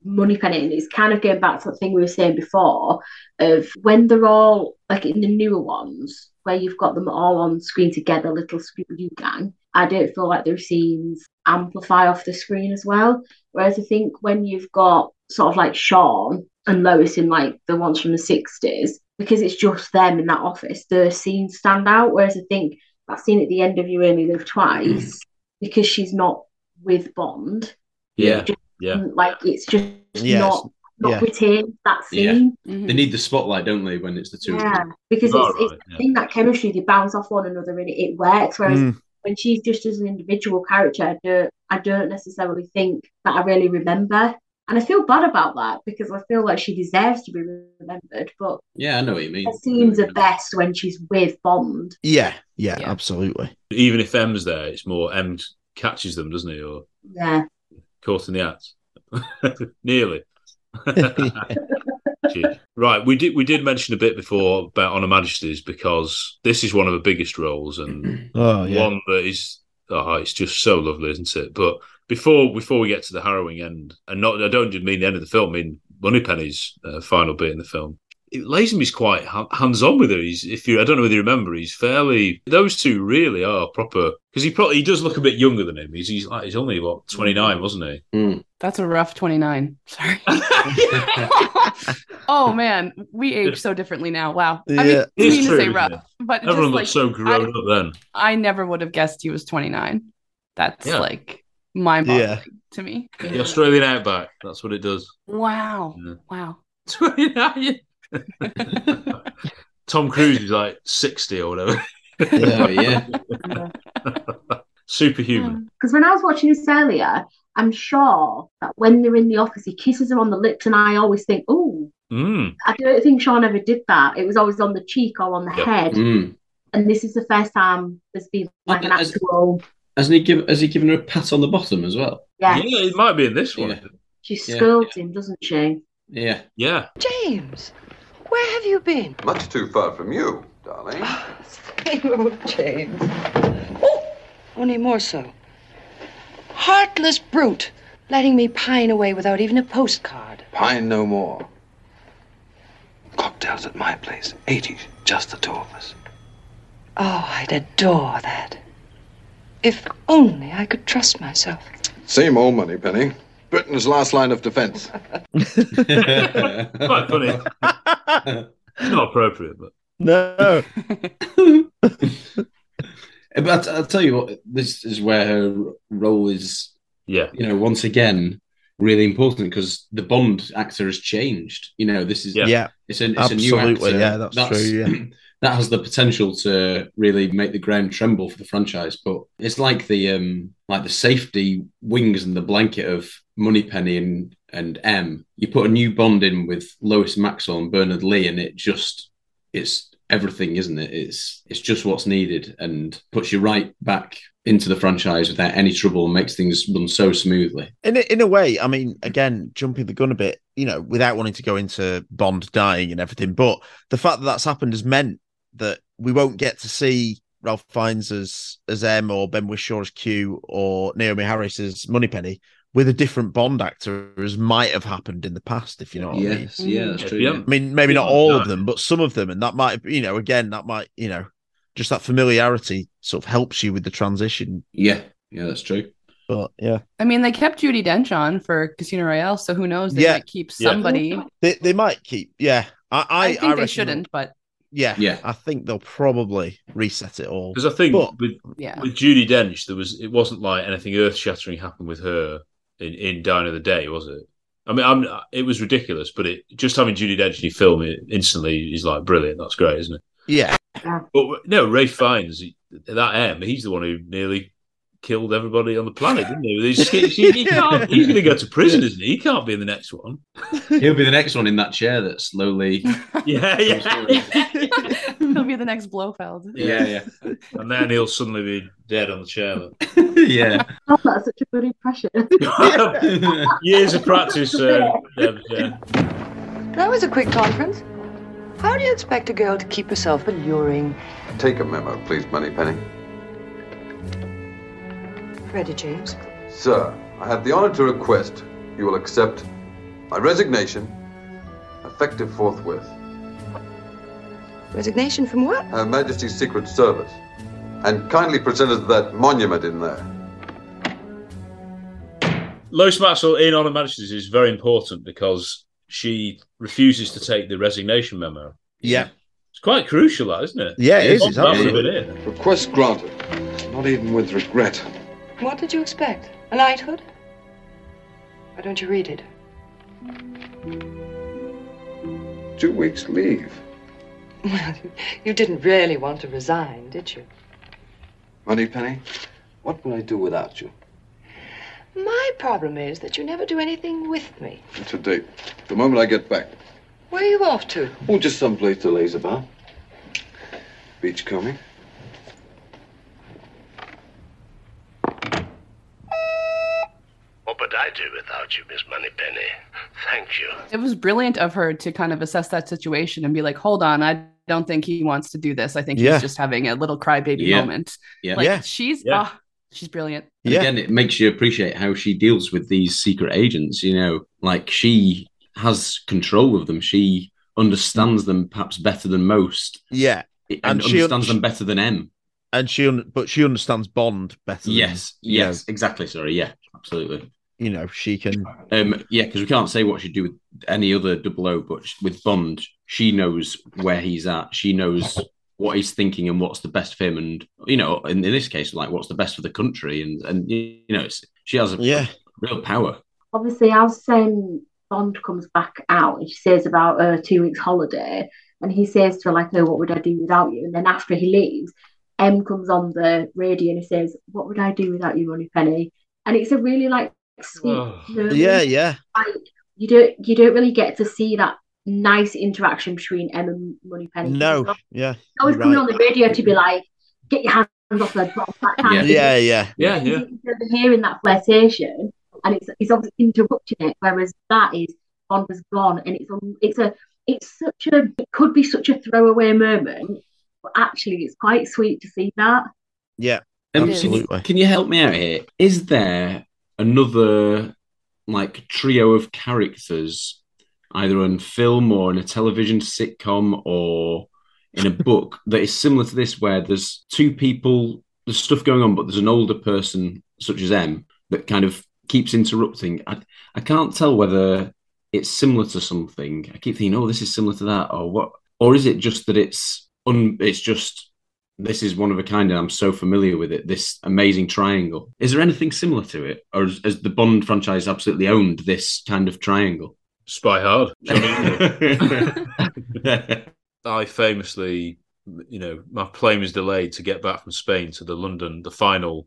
[SPEAKER 4] Moneypenny, and it's kind of going back to the thing we were saying before of when they're all like in the newer ones where you've got them all on screen together, little Scooby-Doo gang. I don't feel like their scenes amplify off the screen as well. Whereas I think when you've got sort of like Sean and Lois in like the ones from the sixties, because it's just them in that office, the scenes stand out. Whereas I think that scene at the end of You Only Live Twice,
[SPEAKER 1] Mm.
[SPEAKER 4] because she's not with Bond,
[SPEAKER 1] Yeah,
[SPEAKER 2] yeah.
[SPEAKER 4] like it's just
[SPEAKER 1] Yes,
[SPEAKER 4] not not
[SPEAKER 1] yeah.
[SPEAKER 4] retained that
[SPEAKER 1] Yeah.
[SPEAKER 4] scene.
[SPEAKER 1] They need the spotlight, don't they, when it's the two of
[SPEAKER 4] Yeah,
[SPEAKER 1] them?
[SPEAKER 4] because
[SPEAKER 1] You're
[SPEAKER 4] it's, it's
[SPEAKER 1] right, yeah.
[SPEAKER 4] I think that chemistry they bounce off one another and it, it works. Whereas
[SPEAKER 1] Mm.
[SPEAKER 4] when she's just as an individual character, I don't I don't necessarily think that I really remember. And I feel bad about that because I feel like she deserves to be remembered. But
[SPEAKER 1] Yeah, I know what you mean.
[SPEAKER 4] her scenes are best when she's with Bond.
[SPEAKER 6] Yeah, yeah, absolutely.
[SPEAKER 2] Even if M's there, it's more M catches them, doesn't he? Or
[SPEAKER 4] Yeah.
[SPEAKER 2] caught in the act. Nearly. Cheek. right, we did we did mention a bit before about Honor Majesties because this is one of the biggest roles and
[SPEAKER 6] Oh, yeah.
[SPEAKER 2] one that is oh, it's just so lovely, isn't it? But before before we get to the harrowing end, and not I don't mean the end of the film, I mean Moneypenny's uh, final bit in the film. It- Lazenby's quite ha- hands-on with her. He's, if you, I don't know whether you remember, he's fairly. Those two really are proper because he probably he does look a bit younger than him. He's he's, like, he's only what twenty nine, wasn't he?
[SPEAKER 6] Hmm.
[SPEAKER 7] That's a rough 29. Sorry. oh man, we age so differently now. Wow. I mean, I
[SPEAKER 2] It's
[SPEAKER 7] mean to
[SPEAKER 2] true,
[SPEAKER 7] say
[SPEAKER 2] isn't
[SPEAKER 7] rough,
[SPEAKER 2] it?
[SPEAKER 7] but just,
[SPEAKER 2] everyone
[SPEAKER 7] like,
[SPEAKER 2] looks so grown up then.
[SPEAKER 7] I never would have guessed he was 29. That's
[SPEAKER 2] Yeah.
[SPEAKER 7] like mind boggling
[SPEAKER 2] Yeah.
[SPEAKER 7] to me.
[SPEAKER 2] The Australian outback. That's what it does.
[SPEAKER 7] Wow. Wow.
[SPEAKER 2] 29. Tom Cruise is like sixty or whatever.
[SPEAKER 1] Yeah, yeah.
[SPEAKER 2] Superhuman.
[SPEAKER 7] Um,
[SPEAKER 4] Because when I was watching this earlier, I'm sure that when they're in the office, he kisses her on the lips, and I always think, "Oh,
[SPEAKER 2] Mm.
[SPEAKER 4] I don't think Sean ever did that. It was always on the cheek or on the head."
[SPEAKER 2] Mm.
[SPEAKER 4] And this is the first time there's been like an actual.
[SPEAKER 1] Hasn't he given? Has he given her a pat on the bottom as well?
[SPEAKER 4] Yeah.
[SPEAKER 2] it might be in this one.
[SPEAKER 4] She
[SPEAKER 1] Yeah.
[SPEAKER 4] scolds him, doesn't she?
[SPEAKER 1] Yeah.
[SPEAKER 2] Yeah.
[SPEAKER 8] James, where have you been?
[SPEAKER 15] Much too far from you, darling.
[SPEAKER 8] oh, James. Oh, only more so. Heartless brute, letting me pine away without even a postcard.
[SPEAKER 15] Pine no more. Cocktails at my place. 80, just the two of us.
[SPEAKER 8] Oh, I'd adore that. If only I could trust myself.
[SPEAKER 9] Same old money, Penny. Britain's last line of defense.
[SPEAKER 2] Quite funny. it's not appropriate, but
[SPEAKER 6] No.
[SPEAKER 1] Eh, But I'll tell you what, this is where her role is,
[SPEAKER 2] yeah,
[SPEAKER 1] you know, once again, really important because the Bond actor has changed. You know, this is
[SPEAKER 6] Yeah. Yeah.
[SPEAKER 1] it's a it's a new
[SPEAKER 6] Absolutely,
[SPEAKER 1] actor.
[SPEAKER 6] yeah, that's true, yeah.
[SPEAKER 1] that has the potential to really make the ground tremble for the franchise. But it's like the um like the safety wings and the blanket of Moneypenny and and M. You put a new Bond in with Lois Maxwell and Bernard Lee, and it just it's everything, isn't it? It's it's just what's needed and puts you right back into the franchise without any trouble and makes things run so smoothly.
[SPEAKER 6] In a, in a way, I mean, again, jumping the gun a bit, you know, without wanting to go into Bond dying and everything, but the fact that that's happened has meant that we won't get to see Ralph Fiennes as as M or Ben Wishaw as Q or Naomi Harris as Moneypenny with a different Bond actor, as might have happened in the past, if you know what
[SPEAKER 1] Yes,
[SPEAKER 6] I mean.
[SPEAKER 1] yeah, that's true,
[SPEAKER 6] I
[SPEAKER 1] yeah.
[SPEAKER 6] mean, maybe not
[SPEAKER 1] Yeah,
[SPEAKER 6] all
[SPEAKER 1] no.
[SPEAKER 6] of them, but some of them, and that might, you know, again, that might, you know, just that familiarity sort of helps you with the transition.
[SPEAKER 1] Yeah, yeah, that's true.
[SPEAKER 6] But yeah.
[SPEAKER 7] I mean, they kept Judy Dench on for Casino Royale, so who knows? They
[SPEAKER 6] Yeah.
[SPEAKER 7] might keep
[SPEAKER 6] Yeah.
[SPEAKER 7] somebody.
[SPEAKER 6] They they might keep. Yeah, I I,
[SPEAKER 7] I think
[SPEAKER 6] reckon
[SPEAKER 7] they shouldn't, but
[SPEAKER 6] Yeah,
[SPEAKER 2] Yeah.
[SPEAKER 6] I think they'll probably reset it all.
[SPEAKER 2] because I think
[SPEAKER 6] But-
[SPEAKER 2] with
[SPEAKER 7] yeah.
[SPEAKER 2] with Judy Dench, there was it wasn't like anything earth shattering happened with her in in Dine of the Day, was it? I mean, I'm, it was ridiculous, but it just having Judy Dench in your film it instantly is like brilliant. That's great, isn't it?
[SPEAKER 6] yeah.
[SPEAKER 2] But no, Ray Fiennes, he- that M, he's the one who nearly killed everybody on the planet, didn't he? He's, he- he can't- he's going to go to prison, isn't he? He can't be in the next one.
[SPEAKER 1] He'll be the next one in that chair that slowly.
[SPEAKER 2] Yeah, yeah,
[SPEAKER 7] He'll be the next Blofeld.
[SPEAKER 1] yeah.
[SPEAKER 2] And then he'll suddenly be dead on the chair.
[SPEAKER 1] yeah.
[SPEAKER 4] Oh, that's such a good impression.
[SPEAKER 2] Years of practice. Uh, yeah, yeah.
[SPEAKER 8] That was a quick conference. How do you expect a girl to keep herself alluring?
[SPEAKER 15] Take a memo, please, Moneypenny.
[SPEAKER 8] Freddie James.
[SPEAKER 15] Sir, I have the honor to request you will accept my resignation, effective forthwith.
[SPEAKER 8] Resignation from what?
[SPEAKER 15] Her Majesty's Secret Service, and kindly present us that monument in there.
[SPEAKER 2] Lois Maxwell in Honor Majesties is very important because she refuses to take the resignation memo.
[SPEAKER 6] Yeah.
[SPEAKER 2] It's quite crucial, that, isn't it?
[SPEAKER 6] Yeah, it is, it's
[SPEAKER 2] That would have
[SPEAKER 6] absolutely-
[SPEAKER 2] been it.
[SPEAKER 15] Request granted. Not even with regret.
[SPEAKER 8] What did you expect? A knighthood? Why don't you read it?
[SPEAKER 15] Two weeks leave.
[SPEAKER 8] Well, you didn't really want to resign, did you?
[SPEAKER 15] Moneypenny, what will I do without you?
[SPEAKER 8] My problem is that you never do anything with me.
[SPEAKER 15] Today, the moment I get back.
[SPEAKER 8] Where are you off to?
[SPEAKER 15] Oh, just someplace to laze about. Beachcombing.
[SPEAKER 12] What would I do without you, Miss Moneypenny? Thank you.
[SPEAKER 7] It was brilliant of her to kind of assess that situation and be like, hold on, I don't think he wants to do this. I think
[SPEAKER 1] Yeah.
[SPEAKER 7] he's just having a little crybaby
[SPEAKER 1] Yeah.
[SPEAKER 7] moment.
[SPEAKER 1] Yeah.
[SPEAKER 7] Like,
[SPEAKER 1] Yeah.
[SPEAKER 7] she's,
[SPEAKER 1] Yeah.
[SPEAKER 7] ah, she's brilliant.
[SPEAKER 1] And Again, it makes you appreciate how she deals with these secret agents. You know, like she has control of them. She understands them perhaps better than most,
[SPEAKER 6] Yeah,
[SPEAKER 1] and,
[SPEAKER 6] And she-
[SPEAKER 1] understands them better than M.
[SPEAKER 6] and she un- but she understands Bond better.
[SPEAKER 1] Yes,
[SPEAKER 6] than, you know,
[SPEAKER 1] yes, exactly. Sorry, yeah, absolutely.
[SPEAKER 6] You know, she can.
[SPEAKER 1] Um, yeah, because we can't say what she'd do with any other double O, but sh- with Bond, she knows where he's at. She knows what he's thinking and what's the best for him. And you know, in, in this case, like what's the best for the country. And and you know, it's, she has a
[SPEAKER 6] yeah.
[SPEAKER 1] real power.
[SPEAKER 4] obviously as um, Bond comes back out and she says about her two weeks holiday and he says to her like oh what would I do without you and then after he leaves M comes on the radio and he says what would I do without you Money Penny and it's a really like sweet nervous-
[SPEAKER 6] Yeah, yeah,
[SPEAKER 4] like you don't you don't really get to see that nice interaction between M and Money Penny
[SPEAKER 6] no, yeah.
[SPEAKER 4] I was
[SPEAKER 6] you're
[SPEAKER 4] coming
[SPEAKER 6] right.
[SPEAKER 4] on the radio to be like get your hands off her box that kind
[SPEAKER 6] Yeah,
[SPEAKER 4] of
[SPEAKER 6] yeah, yeah,
[SPEAKER 2] yeah, yeah.
[SPEAKER 4] hearing that flirtation and it's it's obviously interrupting it whereas that is Bond has gone and it's a, it's a it's such a it could be such a throwaway moment but actually it's quite sweet to see that
[SPEAKER 1] Um,
[SPEAKER 6] Absolutely.
[SPEAKER 1] Can, can you help me out here? Is there another like trio of characters, either on film or in a television sitcom or in a book that is similar to this, where there's two people, there's stuff going on, but there's an older person such as M that kind of keeps interrupting. I, I can't tell whether it's similar to something. I keep thinking, oh, this is similar to that, or what, or is it just that it's un, it's just this is one of a kind, and I'm so familiar with it. This amazing triangle. Is there anything similar to it, or has, has the Bond franchise absolutely owned this kind of triangle?
[SPEAKER 2] Spy Hard. I famously, you know, my plane was delayed to get back from Spain to the London, the final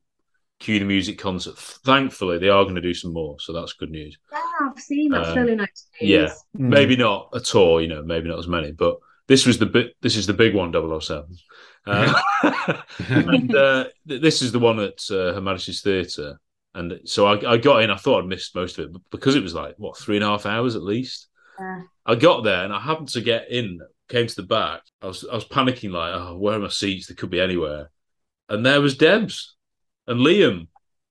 [SPEAKER 2] Cue the Music concert. Thankfully, they are going to do some more, so that's good news.
[SPEAKER 4] Yeah, I've seen that's
[SPEAKER 2] Um,
[SPEAKER 4] really nice. news.
[SPEAKER 2] Yeah,
[SPEAKER 4] Mm.
[SPEAKER 2] maybe not at all. You know, maybe not as many, but this was the bit. This is the big one, 007. Uh, and uh, th- this is the one at uh, Her Majesty's Theatre. And so I, I got in. I thought I'd missed most of it, but because it was like what three and a half hours at least.
[SPEAKER 4] Yeah.
[SPEAKER 2] I got there and I happened to get in, came to the back. I was I was panicking like, oh, where are my seats? They could be anywhere. And there was Debs and Liam.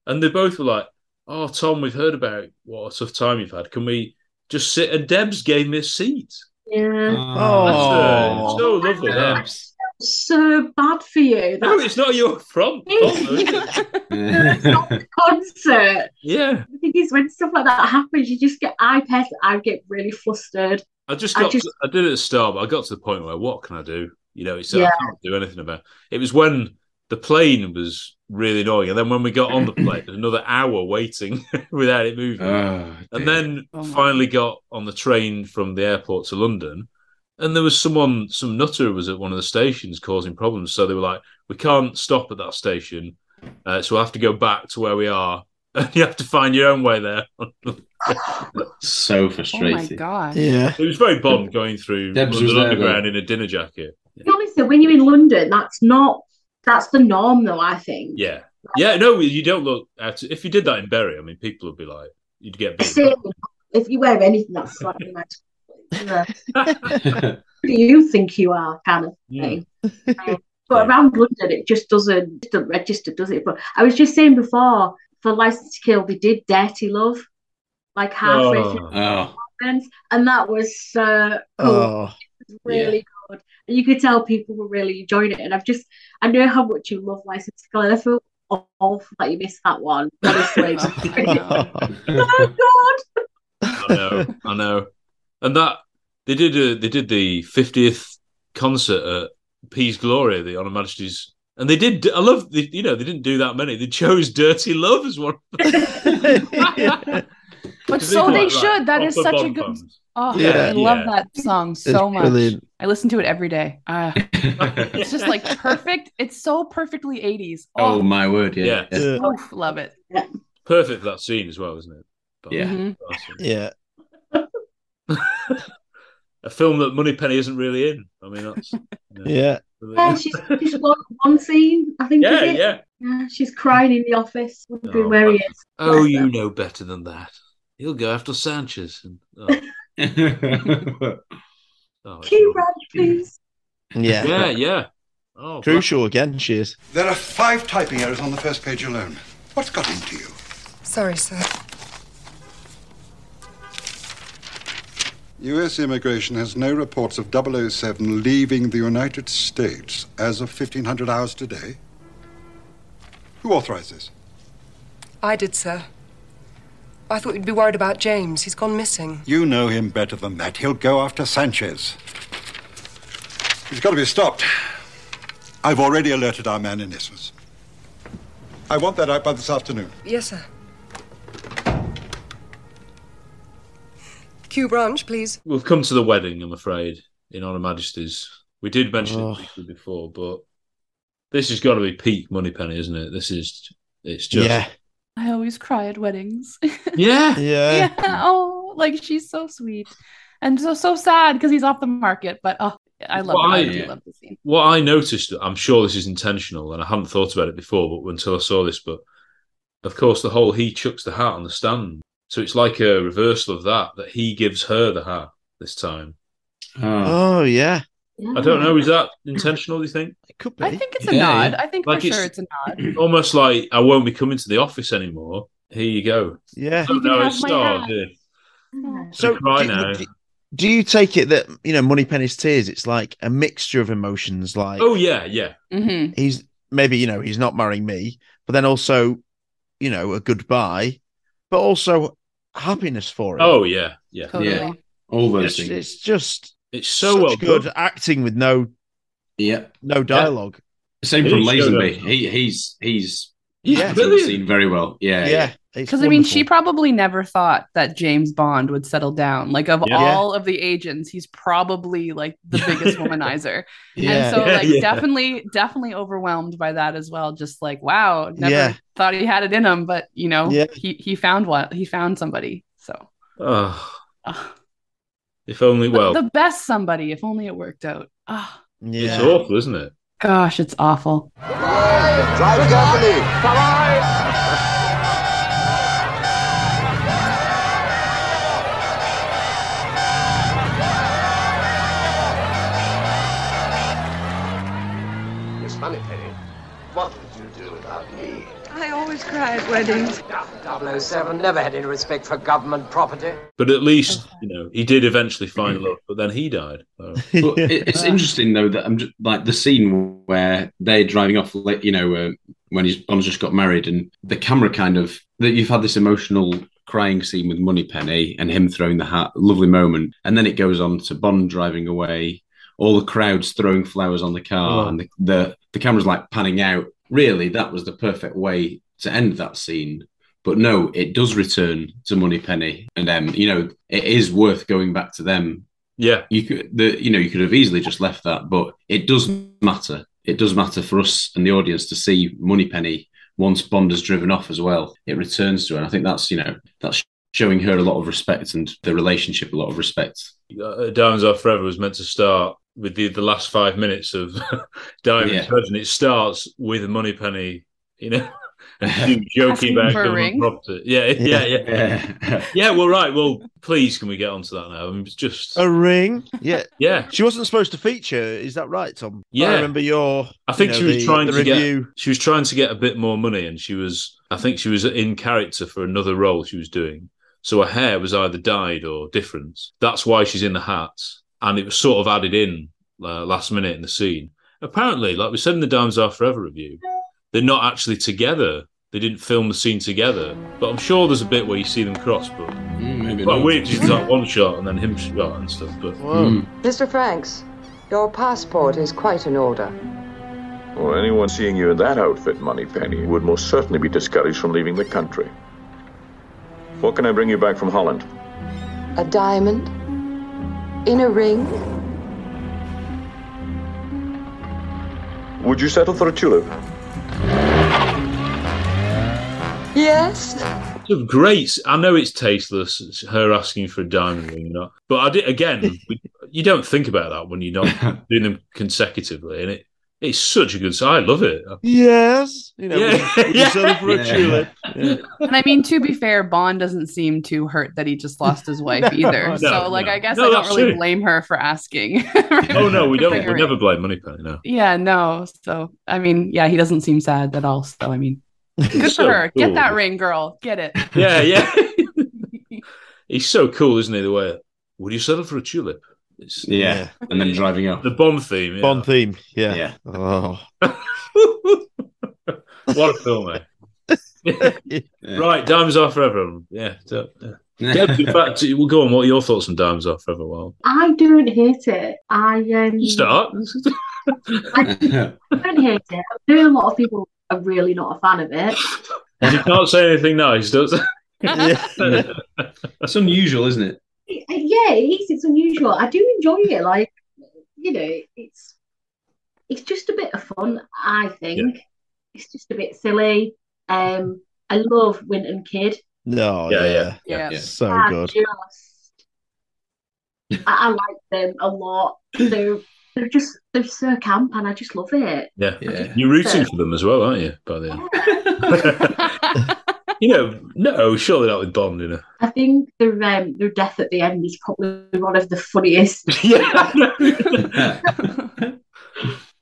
[SPEAKER 2] And they both were like, Oh, Tom, we've heard about what a tough time you've had. Can we just sit? And Debs gave me a seat.
[SPEAKER 4] Yeah.
[SPEAKER 2] Uh, That's, uh, so lovely. Debs.
[SPEAKER 4] So bad for you.
[SPEAKER 2] No,
[SPEAKER 4] That's
[SPEAKER 2] it's not your fault. Tom, is it?
[SPEAKER 4] a concert.
[SPEAKER 2] yeah.
[SPEAKER 4] The thing is, when stuff like that happens, you just get I pet. I get really flustered.
[SPEAKER 2] I just
[SPEAKER 4] I
[SPEAKER 2] got. I,
[SPEAKER 4] just-
[SPEAKER 2] I did it at the start, but I got to the point where what can I do? You know, it's
[SPEAKER 4] Yeah.
[SPEAKER 2] I can't do anything about. It. was when the plane was really annoying, and then when we got on the plane, there's another hour waiting without it moving,
[SPEAKER 1] Oh,
[SPEAKER 2] and then finally got on the train from the airport to London, and there was someone, some nutter was at one of the stations causing problems, so they were like, "We can't stop at that station, uh, so we'll have to go back to where we are." And you have to find your own way there.
[SPEAKER 1] So frustrating.
[SPEAKER 7] Oh God.
[SPEAKER 1] Yeah.
[SPEAKER 2] It was very Bond going through
[SPEAKER 1] Debs
[SPEAKER 2] London
[SPEAKER 1] was there,
[SPEAKER 2] Underground in a dinner jacket.
[SPEAKER 4] To be honest, though, when you're in London, that's not that's the norm, though. I think.
[SPEAKER 2] Yeah. Yeah, no, you don't look at if you did that in Berry, I mean people would be like you'd get big.
[SPEAKER 4] Same. If you wear anything that's slightly nice, yeah. who do you think you are, kind of thing. Um, but around London, it just doesn't, it doesn't register, does it? But I was just saying before, for License to Kill, they did Dirty Love, like halfway through,
[SPEAKER 1] Oh.
[SPEAKER 4] Friends, and that was uh, cool.
[SPEAKER 1] Oh.
[SPEAKER 4] It was really good. And you could tell people were really enjoying it. And I've just, I know how much you love License to Kill, and I feel awful that you missed that one. Honestly,
[SPEAKER 2] I know, I know. And that they did uh, they did the fiftieth concert at Peace Glory, the Honor Majesty's and they did I love they, you know, they didn't do that many. They chose Dirty Love as one
[SPEAKER 7] But
[SPEAKER 2] They
[SPEAKER 7] so
[SPEAKER 2] do
[SPEAKER 7] they
[SPEAKER 2] it like
[SPEAKER 7] should. That is
[SPEAKER 2] proper
[SPEAKER 7] such a
[SPEAKER 2] bomb
[SPEAKER 7] good.
[SPEAKER 2] bombs.
[SPEAKER 7] Oh,
[SPEAKER 2] Yeah.
[SPEAKER 7] I love
[SPEAKER 2] Yeah.
[SPEAKER 7] that song so much.
[SPEAKER 2] brilliant.
[SPEAKER 7] I listen to it every day. Uh, it's just like perfect. It's so perfectly 80s.
[SPEAKER 1] Oh my word! Yeah.
[SPEAKER 2] Yeah.
[SPEAKER 7] oof, love it.
[SPEAKER 2] Perfect for that scene as well, isn't it?
[SPEAKER 1] Yeah.
[SPEAKER 7] Mhm.
[SPEAKER 6] Yeah.
[SPEAKER 2] A film that Moneypenny isn't really in. I mean that's
[SPEAKER 6] Yeah.
[SPEAKER 4] Yeah, she's she's got one scene, I think.
[SPEAKER 2] Yeah,
[SPEAKER 4] is it?
[SPEAKER 2] yeah.
[SPEAKER 4] She's crying in the office, wondering
[SPEAKER 2] Oh,
[SPEAKER 4] where he is.
[SPEAKER 2] Oh, you know better than that. He'll go after Sanchez. And, oh. Oh,
[SPEAKER 4] Cue Raj, please.
[SPEAKER 6] Yeah.
[SPEAKER 2] yeah, yeah. Oh,
[SPEAKER 6] Crucial again, she is.
[SPEAKER 16] There are five typing errors on the first page alone. What's got into you?
[SPEAKER 17] Sorry, sir.
[SPEAKER 16] U.S. immigration has no reports of 007 leaving the United States as of 1500 hours today. Who authorized this?
[SPEAKER 17] I did, sir. I thought you'd be worried about James. He's gone missing.
[SPEAKER 16] You know him better than that. He'll go after Sanchez. He's got to be stopped. I've already alerted our man in Isthmus. I want that out by this afternoon.
[SPEAKER 17] Yes, sir. Q branch, please.
[SPEAKER 2] We've come to the wedding, I'm afraid, in Honor Majesties. We did mention it briefly before, but this has got to be peak Moneypenny, isn't it? This is, it's just.
[SPEAKER 6] Yeah.
[SPEAKER 7] I always cry at weddings.
[SPEAKER 2] Uh, Yeah.
[SPEAKER 7] yeah. Oh, like she's so sweet. And so so sad because he's off the market. But oh, I love
[SPEAKER 2] Well,
[SPEAKER 7] it. I,
[SPEAKER 2] I-
[SPEAKER 7] do love the scene.
[SPEAKER 2] What I noticed, I'm sure this is intentional, and I hadn't thought about it before, but until I saw this, but of course, the whole he chucks the hat on the stand, so it's like a reversal of that that he gives her the hat this time.
[SPEAKER 6] Oh, yeah.
[SPEAKER 2] I don't know. Is that intentional? Do you think? It
[SPEAKER 6] could
[SPEAKER 2] be. I
[SPEAKER 7] think it's a nod. I think for sure it's a nod.
[SPEAKER 2] almost like I won't be coming to the office anymore. Here you go.
[SPEAKER 6] Yeah.
[SPEAKER 2] I don't
[SPEAKER 6] You can
[SPEAKER 2] know.
[SPEAKER 6] have
[SPEAKER 2] It's
[SPEAKER 6] my
[SPEAKER 2] started.
[SPEAKER 6] hat.
[SPEAKER 2] here.
[SPEAKER 6] So
[SPEAKER 2] cry
[SPEAKER 6] do-
[SPEAKER 2] now.
[SPEAKER 6] do- Do you take it that you know Moneypenny's tears? It's like a mixture of emotions. Like
[SPEAKER 2] Oh yeah, yeah.
[SPEAKER 7] Mm-hmm.
[SPEAKER 6] he's maybe you know he's not marrying me, but then also you know a goodbye, but also happiness for him.
[SPEAKER 2] Oh yeah, yeah,
[SPEAKER 7] Totally.
[SPEAKER 1] Mm. yeah. All those
[SPEAKER 6] it's,
[SPEAKER 1] things.
[SPEAKER 6] It's just
[SPEAKER 2] it's
[SPEAKER 1] so
[SPEAKER 6] such
[SPEAKER 1] well
[SPEAKER 6] good
[SPEAKER 1] done.
[SPEAKER 6] acting with no
[SPEAKER 1] yeah
[SPEAKER 6] no dialogue.
[SPEAKER 1] Same
[SPEAKER 6] It
[SPEAKER 1] from
[SPEAKER 6] is so
[SPEAKER 1] Lazenby.
[SPEAKER 6] good.
[SPEAKER 1] He he's he's
[SPEAKER 6] Yeah.
[SPEAKER 1] acted the
[SPEAKER 6] Brilliant.
[SPEAKER 1] scene very well. Yeah, yeah.
[SPEAKER 6] it's
[SPEAKER 7] Because I mean,
[SPEAKER 6] wonderful.
[SPEAKER 7] she probably never thought that James Bond would settle down. Um, Like of
[SPEAKER 1] Yeah.
[SPEAKER 7] all of the agents, he's probably like the biggest womanizer.
[SPEAKER 6] Yeah.
[SPEAKER 7] And so
[SPEAKER 6] Yeah,
[SPEAKER 7] like
[SPEAKER 6] yeah.
[SPEAKER 7] definitely, definitely overwhelmed by that as well. Just like, wow, never
[SPEAKER 6] Yeah.
[SPEAKER 7] thought he had it in him, but you know,
[SPEAKER 2] Yeah.
[SPEAKER 7] he he found what he found somebody. So
[SPEAKER 2] Oh. If only, well,
[SPEAKER 7] the best somebody, if only it worked out. Ah,
[SPEAKER 2] it's awful, isn't it?
[SPEAKER 7] gosh, it's awful.
[SPEAKER 15] Drive carefully. Come on.
[SPEAKER 12] Miss Moneypenny, what would you do without me?
[SPEAKER 8] I always cry at weddings.
[SPEAKER 18] 007 never had any respect for government property.
[SPEAKER 2] But at least you know he did eventually find love. But then he died. So.
[SPEAKER 1] But it, it's interesting though that I'm just, like the scene where they're driving off, like, you know, uh, when he's Bond's just got married, and the camera kind of that you've had this emotional crying scene with Moneypenny and him throwing the hat, lovely moment, and then it goes on to Bond driving away, all the crowds throwing flowers on the car,
[SPEAKER 2] Oh.
[SPEAKER 1] and the, the the camera's like panning out. Really, that was the perfect way to end that scene. But no, it does return to Moneypenny and M. You know, it is worth going back to them
[SPEAKER 2] yeah,
[SPEAKER 1] you could the you know you could have easily just left that, but it does matter. It does matter for us and the audience to see Moneypenny once Bond has driven off as well. It returns to her, and I think that's you know that's showing her a lot of respect and the relationship a lot of respect.
[SPEAKER 2] Uh, Diamonds Are Forever was meant to start with the, the last five minutes of Diamonds
[SPEAKER 1] Yeah.
[SPEAKER 2] Forever, and it starts with Moneypenny, you know, and you joking
[SPEAKER 7] Asking
[SPEAKER 2] about
[SPEAKER 7] for a
[SPEAKER 2] government
[SPEAKER 7] ring.
[SPEAKER 2] property. Yeah, it- yeah,
[SPEAKER 6] Yeah.
[SPEAKER 2] yeah, yeah. yeah. Well, right. Well, please, can we get onto that now? I mean, it's just
[SPEAKER 6] a ring. Yeah,
[SPEAKER 2] yeah.
[SPEAKER 6] She wasn't supposed to feature. Is that right, Tom?
[SPEAKER 2] Yeah.
[SPEAKER 6] I remember your.
[SPEAKER 2] I think
[SPEAKER 6] you
[SPEAKER 2] she
[SPEAKER 6] know,
[SPEAKER 2] was
[SPEAKER 6] the-
[SPEAKER 2] trying
[SPEAKER 6] the
[SPEAKER 2] to
[SPEAKER 6] review.
[SPEAKER 2] get she was trying to get a bit more money, and she was I think she was in character for another role she was doing. So her hair was either dyed or different. That's why she's in the hat, and it was sort of added in uh, last minute in the scene. Apparently, like we said in the Dimes Are Forever review, they're not actually together. They didn't film the scene together, but I'm sure there's a bit where you see them cross. But
[SPEAKER 1] Mm, maybe
[SPEAKER 2] well,
[SPEAKER 1] not.
[SPEAKER 2] weird, just like one shot and then him shot and stuff. But
[SPEAKER 6] Mm.
[SPEAKER 8] Mr. Franks, your passport is quite in order.
[SPEAKER 9] Well, anyone seeing you in that outfit, Moneypenny, would most certainly be discouraged from leaving the country. What can I bring you back from Holland?
[SPEAKER 8] A diamond? In a ring?
[SPEAKER 9] Would you settle for a tulip?
[SPEAKER 8] Yes?
[SPEAKER 2] It's a great. I know it's tasteless. It's her asking for a diamond ring, not. But I did again. we, you don't think about that when you're not doing them consecutively, and it it's such a good. So I love it.
[SPEAKER 6] Yes, you know,
[SPEAKER 2] Yeah.
[SPEAKER 6] would you settle for
[SPEAKER 2] Yeah.
[SPEAKER 6] a tulip? Yeah.
[SPEAKER 7] And I mean, to be fair, Bond doesn't seem too hurt that he just lost his wife
[SPEAKER 2] No,
[SPEAKER 7] either.
[SPEAKER 2] no,
[SPEAKER 7] so, like,
[SPEAKER 2] no.
[SPEAKER 7] I guess
[SPEAKER 2] No,
[SPEAKER 7] I don't
[SPEAKER 2] that's
[SPEAKER 7] really
[SPEAKER 2] it.
[SPEAKER 7] blame her for asking.
[SPEAKER 2] Oh no, we don't. We
[SPEAKER 7] Figure it.
[SPEAKER 2] never blame Moneypenny. No.
[SPEAKER 7] yeah, no. So, I mean, yeah, he doesn't seem sad at all. So, I mean, good
[SPEAKER 2] So
[SPEAKER 7] for her.
[SPEAKER 2] cool.
[SPEAKER 7] Get that ring, girl. Get it.
[SPEAKER 2] Yeah, yeah. He's so cool, isn't he? The way would you settle for a tulip? It's,
[SPEAKER 1] Yeah, and then driving up
[SPEAKER 2] the bomb theme. Yeah.
[SPEAKER 6] Bond theme. Yeah.
[SPEAKER 1] Yeah.
[SPEAKER 6] Oh.
[SPEAKER 2] What a film, eh? Right, Dimes Are Forever. everyone. Yeah. so- yeah. Deb, in fact, we'll go on. What are your thoughts on Dimes Are Forever? Well,
[SPEAKER 4] I don't hate it. I um,
[SPEAKER 2] you start.
[SPEAKER 4] I don't hate it. I know a lot of people are really not a fan of it.
[SPEAKER 2] you can't say anything nice, does it?
[SPEAKER 1] That's unusual, isn't it?
[SPEAKER 4] Uh, Yeah, it is. It's unusual. I do enjoy it. Like, you know, it's it's just a bit of fun, I think. It's just a bit silly. Um, I love Winton Kid.
[SPEAKER 6] No. Yeah. Oh, Yeah.
[SPEAKER 4] Yeah. Ah, Yeah.
[SPEAKER 6] So
[SPEAKER 4] I
[SPEAKER 6] good.
[SPEAKER 4] just- I, I like them a lot. They're they're just they're so camp, and I just love it.
[SPEAKER 2] Yeah. You're rooting for them as well, aren't you? By the end. you know, no, surely not with Bond, you know.
[SPEAKER 4] I think their um, their death at the end is probably one of the funniest.
[SPEAKER 2] yeah,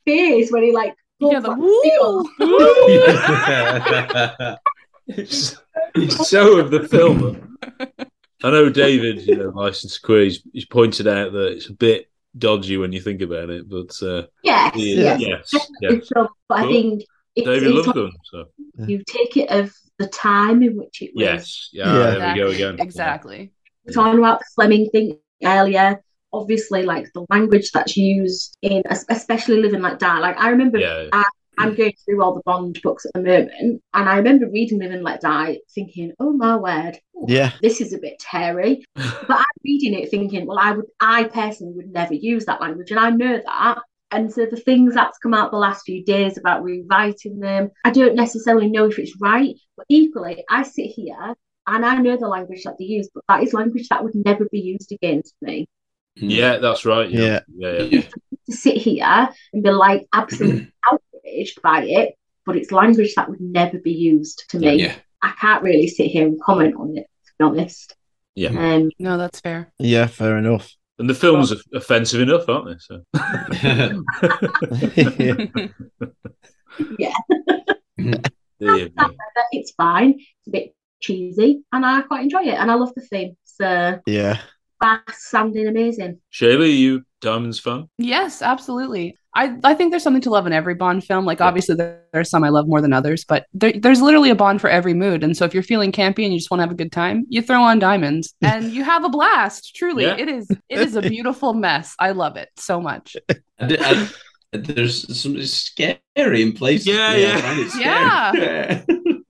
[SPEAKER 4] face when he like yeah, the
[SPEAKER 2] it's, it's so of the film. I know David, you know, licensed queer, he's, he's pointed out that it's a bit dodgy when you think about it, but uh,
[SPEAKER 4] Yes,
[SPEAKER 2] yeah, yes, yes.
[SPEAKER 4] But I
[SPEAKER 2] Cool.
[SPEAKER 4] think it's,
[SPEAKER 2] David
[SPEAKER 4] it's
[SPEAKER 2] loved
[SPEAKER 4] like
[SPEAKER 2] them. So
[SPEAKER 4] you take it of the time in which it was.
[SPEAKER 2] Yes. Yeah. ah, There we go again.
[SPEAKER 7] Exactly.
[SPEAKER 4] We're talking about the Fleming thing earlier. Obviously, like the language that's used in, es- especially living like that. Like I remember,
[SPEAKER 2] Yeah.
[SPEAKER 4] I, I'm going through all the Bond books at the moment, and I remember reading Living Let Die, thinking, "Oh my word,
[SPEAKER 6] Yeah.
[SPEAKER 4] this is a bit hairy. but I'm reading it thinking, well, I would, I personally would never use that language, and I know that. And so the things that's come out the last few days about rewriting them, I don't necessarily know if it's right. But equally, I sit here and I know the language that they use, but that is language that would never be used against me.
[SPEAKER 2] Yeah, that's right. Yeah. Yeah. yeah, yeah.
[SPEAKER 4] To sit here and be like absolutely outraged by it, but it's language that would never be used to me.
[SPEAKER 6] Yeah.
[SPEAKER 4] I can't really sit here and comment on it, to be honest.
[SPEAKER 2] Yeah.
[SPEAKER 4] Um,
[SPEAKER 7] no, that's fair.
[SPEAKER 6] Yeah, fair enough.
[SPEAKER 2] And the films are offensive enough, aren't they? So.
[SPEAKER 4] Yeah.
[SPEAKER 2] There you go.
[SPEAKER 4] but it's fine. It's a bit cheesy, and I quite enjoy it, and I love the theme. So
[SPEAKER 6] Yeah.
[SPEAKER 4] that's sounding amazing.
[SPEAKER 2] Shayla, are you Diamonds fan?
[SPEAKER 7] Yes, absolutely. I, I think there's something to love in every Bond film. Like, obviously, there, there are some I love more than others, but there, there's literally a Bond for every mood. And so, if you're feeling campy and you just want to have a good time, you throw on Diamonds and you have a blast. Truly,
[SPEAKER 1] Yeah.
[SPEAKER 7] it is it is a beautiful mess. I love it so much.
[SPEAKER 1] I did- I- there's some it's scary in places.
[SPEAKER 2] Yeah,
[SPEAKER 1] I
[SPEAKER 2] yeah.
[SPEAKER 1] find it scary.
[SPEAKER 7] Yeah.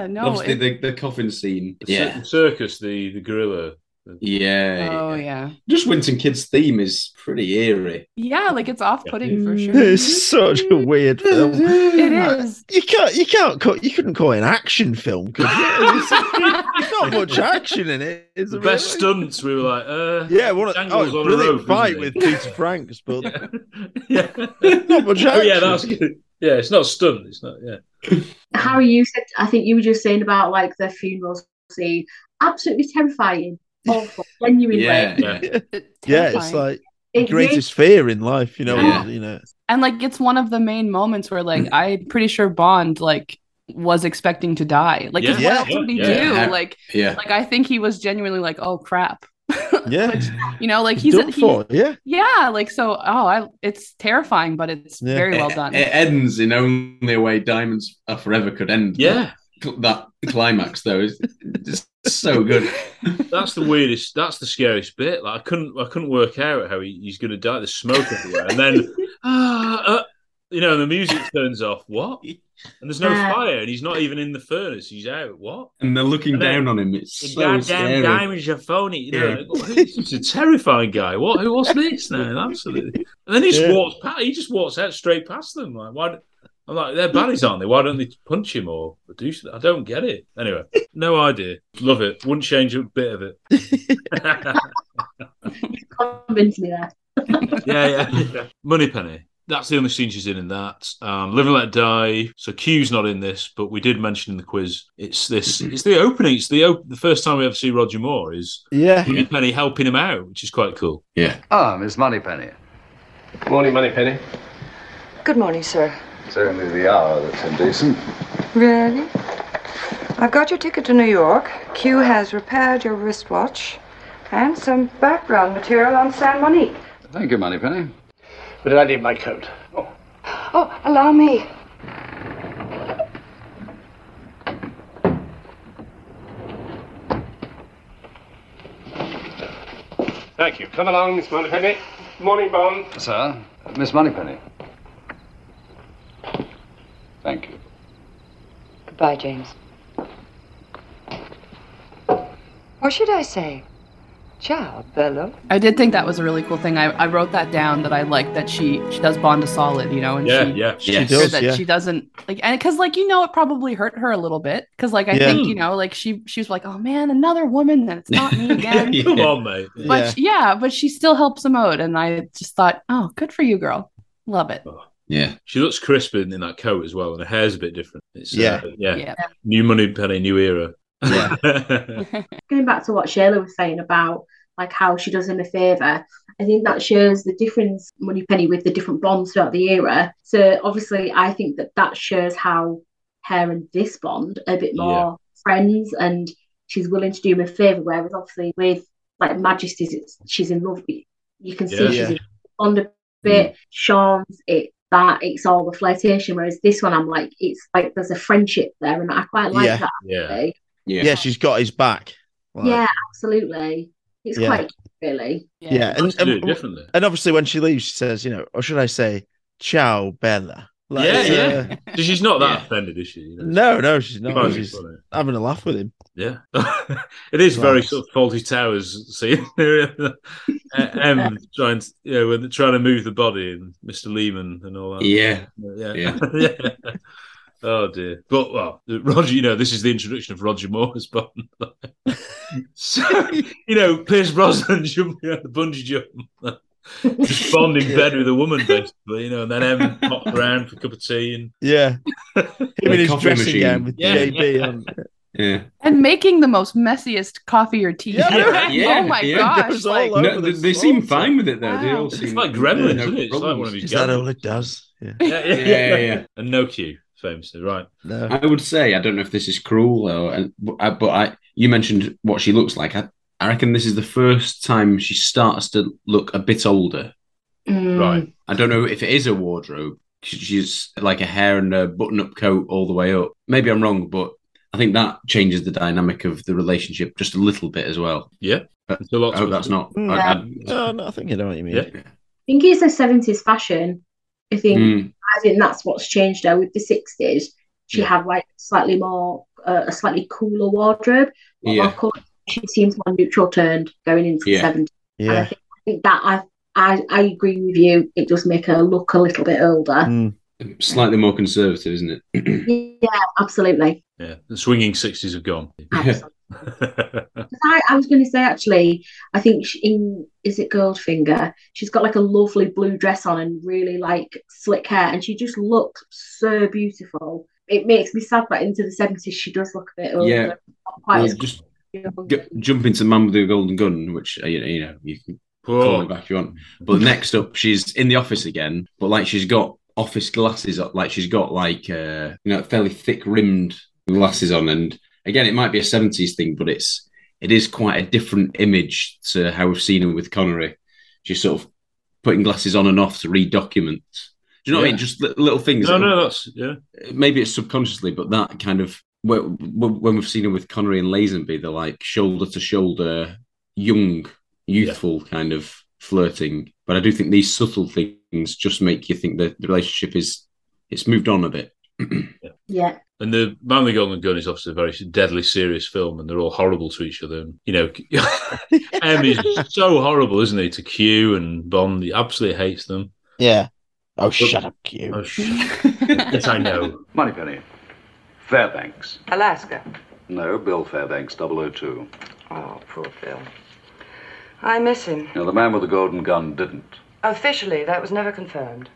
[SPEAKER 7] yeah. No.
[SPEAKER 1] Obviously,
[SPEAKER 7] it-
[SPEAKER 1] the, the coffin scene.
[SPEAKER 2] The
[SPEAKER 1] Yeah.
[SPEAKER 2] cir- circus, the the gorilla.
[SPEAKER 1] Yeah.
[SPEAKER 7] oh, yeah.
[SPEAKER 1] Just Winton Kid's theme is pretty eerie.
[SPEAKER 7] Yeah. Like, it's off putting for sure.
[SPEAKER 6] It's such a weird film.
[SPEAKER 7] It is.
[SPEAKER 6] You can't. You can't. Call, you couldn't call it an action film. Could you? There's not much action in it. Is
[SPEAKER 2] The
[SPEAKER 6] there
[SPEAKER 2] best
[SPEAKER 6] really?
[SPEAKER 2] stunts. We were like, uh,
[SPEAKER 6] Yeah, one of,
[SPEAKER 2] Django's
[SPEAKER 6] oh,
[SPEAKER 2] on a
[SPEAKER 6] brilliant
[SPEAKER 2] rope, isn't
[SPEAKER 6] fight
[SPEAKER 2] he?
[SPEAKER 6] with Peter Franks, but
[SPEAKER 2] not
[SPEAKER 6] much
[SPEAKER 2] Oh yeah,
[SPEAKER 6] action.
[SPEAKER 2] that's good. Yeah, it's not a stunt. It's not. Yeah.
[SPEAKER 4] Harry, you said I think you were just saying about like the funeral scene. Absolutely terrifying. Awful. Genuinely.
[SPEAKER 6] yeah, yeah. It's
[SPEAKER 7] terrifying.
[SPEAKER 6] like
[SPEAKER 4] It
[SPEAKER 6] greatest fear in life. You know.
[SPEAKER 7] Yeah.
[SPEAKER 6] You know.
[SPEAKER 7] and like it's one of the main moments where
[SPEAKER 6] Mm.
[SPEAKER 7] like i'm pretty sure bond like was expecting to die like 'cause
[SPEAKER 6] Yeah.
[SPEAKER 7] what else
[SPEAKER 6] Yeah.
[SPEAKER 7] would he
[SPEAKER 6] Yeah.
[SPEAKER 7] do
[SPEAKER 6] Yeah.
[SPEAKER 7] like
[SPEAKER 6] Yeah.
[SPEAKER 7] like i think he was genuinely like oh crap
[SPEAKER 6] Yeah.
[SPEAKER 7] you know like he's
[SPEAKER 6] done
[SPEAKER 7] he-
[SPEAKER 6] for. Yeah.
[SPEAKER 7] yeah like so oh i it's terrifying but it's very well
[SPEAKER 1] It-
[SPEAKER 7] done
[SPEAKER 1] It, ends in only a way Diamonds Are Forever could end.
[SPEAKER 2] Yeah.
[SPEAKER 1] That, that climax, though, is just so good.
[SPEAKER 2] That's the weirdest. That's the scariest bit. Like I couldn't. I couldn't work out how he, he's going to die. The smoke everywhere, and then ah, uh, you know, the music turns off. What? And there's no
[SPEAKER 1] Yeah.
[SPEAKER 2] fire, and he's not even in the furnace. He's out. What?
[SPEAKER 1] And they're looking
[SPEAKER 2] And then-
[SPEAKER 1] down on him. It's
[SPEAKER 2] The
[SPEAKER 1] so
[SPEAKER 2] goddamn
[SPEAKER 1] scary.
[SPEAKER 2] diamonds are phony. You know,
[SPEAKER 1] Yeah.
[SPEAKER 2] like, "Oh, he's a terrifying guy. What? Who was this now? Absolutely. And then he just
[SPEAKER 1] Yeah.
[SPEAKER 2] walks. Past, Ah, he just walks out straight past them. Like why? I'm like they're baddies, aren't they? Why don't they punch him or do something? I don't get it. Anyway, no idea. Love it. Wouldn't change a bit of it.
[SPEAKER 4] Convinced me there.
[SPEAKER 2] yeah, yeah, yeah. Money Penny. That's the only scene she's in in that. Um, Live and Let Die. So Q's not in this, but we did mention in the quiz. It's this. It's the opening. It's the op- the first time we ever see Roger Moore is
[SPEAKER 6] yeah.
[SPEAKER 2] Money Penny helping him out, which is quite cool.
[SPEAKER 1] Yeah.
[SPEAKER 19] Ah, Miss Moneypenny.
[SPEAKER 12] Morning, Moneypenny.
[SPEAKER 8] Good morning, sir.
[SPEAKER 19] It's only the hour that's Oh, indecent.
[SPEAKER 8] Really? I've got your ticket to New York. Q has repaired your wristwatch and some background material on San Monique.
[SPEAKER 19] Thank you, Moneypenny.
[SPEAKER 12] Where did I leave my coat?
[SPEAKER 8] Oh, allow me.
[SPEAKER 12] Thank you. Come along, Miss Moneypenny. Morning, Bond.
[SPEAKER 19] Sir? Miss Moneypenny. Thank you.
[SPEAKER 8] Goodbye, James. Or should I say, ciao, bello?
[SPEAKER 7] i did think that was a really cool thing i, I wrote that down that i like that she she does bond a solid you know and
[SPEAKER 2] Yeah,
[SPEAKER 7] she
[SPEAKER 2] yeah,
[SPEAKER 7] she
[SPEAKER 2] Yes.
[SPEAKER 7] sure
[SPEAKER 2] does,
[SPEAKER 7] that
[SPEAKER 2] yeah.
[SPEAKER 7] she doesn't like and because like you know it probably hurt her a little bit because like i
[SPEAKER 2] Yeah.
[SPEAKER 7] think you know like she she was like oh man another woman and it's not me again
[SPEAKER 2] Come on, mate.
[SPEAKER 7] But yeah, but she still helps him out. And I just thought, oh, good for you, girl. Love it.
[SPEAKER 2] Oh.
[SPEAKER 1] Yeah.
[SPEAKER 2] She looks crisp in, in that coat as well, and her hair's a bit different. It's, uh,
[SPEAKER 1] Yeah.
[SPEAKER 2] yeah.
[SPEAKER 7] Yeah.
[SPEAKER 2] New Money Penny, new era.
[SPEAKER 4] Going back to what Shayla was saying about like how she does him a favour, I think that shows the difference Moneypenny with the different bonds throughout the era. So obviously, I think that that shows how her and this bond are a bit more
[SPEAKER 20] Yeah.
[SPEAKER 4] friends, and she's willing to do him a favour. Whereas obviously with like Majesty's, it's, she's in love. with- You can see
[SPEAKER 20] Yeah. Mm.
[SPEAKER 4] she's
[SPEAKER 20] Yeah.
[SPEAKER 4] in bond a bit. Sean's it that it's all the flirtation, whereas this one I'm like, it's like there's a friendship there, and I quite like
[SPEAKER 6] yeah.
[SPEAKER 4] that.
[SPEAKER 6] yeah,
[SPEAKER 4] actually.
[SPEAKER 6] yeah, She's got his back. Like,
[SPEAKER 4] yeah, absolutely. It's
[SPEAKER 6] Yeah.
[SPEAKER 4] quite cute, really.
[SPEAKER 6] yeah, And, um, and, and obviously when she leaves, she says, you know, or should I say, "Ciao, Bella." Like,
[SPEAKER 2] yeah,
[SPEAKER 6] it's, uh,
[SPEAKER 2] yeah. So she's not that offended, is she? You know?
[SPEAKER 6] No, no, she's not.
[SPEAKER 2] Funny,
[SPEAKER 6] She's
[SPEAKER 2] funny.
[SPEAKER 6] having a laugh with him.
[SPEAKER 2] Yeah, it is very sort of faulty towers scene. M trying to you know when they're trying to move the body and Mr. Lehman and all that.
[SPEAKER 1] Yeah.
[SPEAKER 2] yeah,
[SPEAKER 1] Yeah.
[SPEAKER 2] Yeah. Oh dear! But well, Roger, you know this is the introduction of Roger Moore as Bond. so you know Pierce Brosnan jumping out the bungee jump, just Bond in bed with a woman basically, you know, and then M popped around for a cup of tea and
[SPEAKER 6] Yeah, him in his
[SPEAKER 2] Coffee
[SPEAKER 6] dressing
[SPEAKER 2] machine.
[SPEAKER 6] gown with
[SPEAKER 2] Yeah.
[SPEAKER 6] JB on.
[SPEAKER 1] Yeah.
[SPEAKER 7] and making the most messiest coffee or tea.
[SPEAKER 1] Yeah, yeah,
[SPEAKER 7] oh my
[SPEAKER 1] yeah.
[SPEAKER 7] gosh! Like,
[SPEAKER 1] No, they, they seem fine with it though. They all
[SPEAKER 2] It's
[SPEAKER 1] seem
[SPEAKER 2] like Gremlins,
[SPEAKER 1] no
[SPEAKER 2] isn't it? It's like
[SPEAKER 1] problems.
[SPEAKER 2] one of these
[SPEAKER 6] Is that all it does? Yeah.
[SPEAKER 2] yeah, yeah,
[SPEAKER 1] Yeah, yeah, yeah.
[SPEAKER 2] and no cue famously, right?
[SPEAKER 1] I would say I don't know if this is cruel or, and, but I, but I you mentioned what she looks like. I, I reckon this is the first time she starts to look a bit older.
[SPEAKER 4] Mm.
[SPEAKER 2] Right.
[SPEAKER 1] I don't know if it is a wardrobe. She- She's like a hair and a button-up coat all the way up. Maybe I'm wrong, but I think that changes the dynamic of the relationship just a little bit as well.
[SPEAKER 2] Yeah.
[SPEAKER 1] I
[SPEAKER 2] I
[SPEAKER 1] hope that's not.
[SPEAKER 4] Mm.
[SPEAKER 1] I- I-
[SPEAKER 6] No, no, I think you know what you mean.
[SPEAKER 1] Yeah.
[SPEAKER 4] I think it's a seventies fashion. I think
[SPEAKER 6] Hmm.
[SPEAKER 1] Mm.
[SPEAKER 4] I think that's what's changed her with the sixties. She
[SPEAKER 1] Yeah.
[SPEAKER 4] had like slightly more, uh, a slightly cooler wardrobe. But
[SPEAKER 1] Yeah.
[SPEAKER 4] Of course, she seems more neutral turned going into
[SPEAKER 1] Yeah.
[SPEAKER 4] the seventies. And I
[SPEAKER 1] Yeah.
[SPEAKER 4] think, I think that I, I I agree with you. It does make her look a little bit older.
[SPEAKER 6] Hmm.
[SPEAKER 1] Slightly more conservative, isn't it?
[SPEAKER 4] Yeah, absolutely.
[SPEAKER 2] Yeah, the swinging sixties have gone.
[SPEAKER 4] I, I was going to say actually, I think she, in is it Goldfinger? She's got like a lovely blue dress on and really like slick hair, and she just looks so beautiful. It makes me sad that into the seventies she does look a bit older.
[SPEAKER 1] Yeah.
[SPEAKER 4] not quite
[SPEAKER 1] Well,
[SPEAKER 4] as
[SPEAKER 1] just
[SPEAKER 4] young.
[SPEAKER 1] G- jump into Man with the Golden Gun, which uh, you know, you know you can call it back if you want. But next up, she's in the office again, but like she's got office glasses, on- like she's got like uh, you know fairly thick rimmed glasses on, and again, it might be a seventies thing, but it's it is quite a different image to how we've seen her with Connery. She's sort of putting glasses on and off to read documents. Do you know what I mean?
[SPEAKER 2] Yeah.
[SPEAKER 1] Just li- little things.
[SPEAKER 2] No,
[SPEAKER 1] that-
[SPEAKER 2] no, that's yeah.
[SPEAKER 1] maybe it's subconsciously, but that kind of when when we've seen it with Connery and Lazenby, they're like shoulder to shoulder, young, youthful kind of flirting. But I do think these subtle things just make you think that the relationship is it's moved on a bit.
[SPEAKER 4] Yeah.
[SPEAKER 2] And the Man with the Golden Gun is obviously a very deadly serious film, and they're all horrible to each other. And, you know, M is so horrible, isn't he, to Q and Bond? He absolutely hates them.
[SPEAKER 6] Yeah. Oh, shut up, Q.
[SPEAKER 2] Oh, shut up. yes, I know.
[SPEAKER 19] Moneypenny. Fairbanks.
[SPEAKER 8] Alaska.
[SPEAKER 19] No, Bill Fairbanks, 002.
[SPEAKER 8] Oh, poor Bill. I miss him.
[SPEAKER 19] Now, the man with the golden gun didn't.
[SPEAKER 8] Officially, that was never confirmed.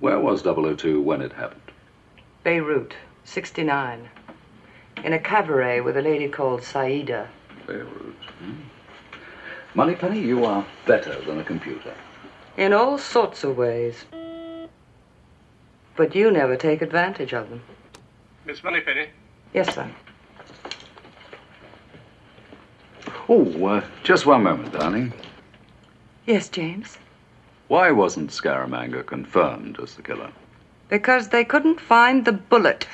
[SPEAKER 19] Where was 002 when it happened?
[SPEAKER 8] Beirut, 69. In a cabaret with a lady called Saida.
[SPEAKER 19] Beirut. Hmm. Moneypenny, you are better than a computer.
[SPEAKER 8] In all sorts of ways. But you never take advantage of them.
[SPEAKER 12] Miss Moneypenny,
[SPEAKER 8] Yes, sir.
[SPEAKER 19] Oh, uh, just one moment, darling.
[SPEAKER 8] Yes, James.
[SPEAKER 19] Why wasn't Scaramanga confirmed as the killer?
[SPEAKER 8] Because they couldn't find the bullet.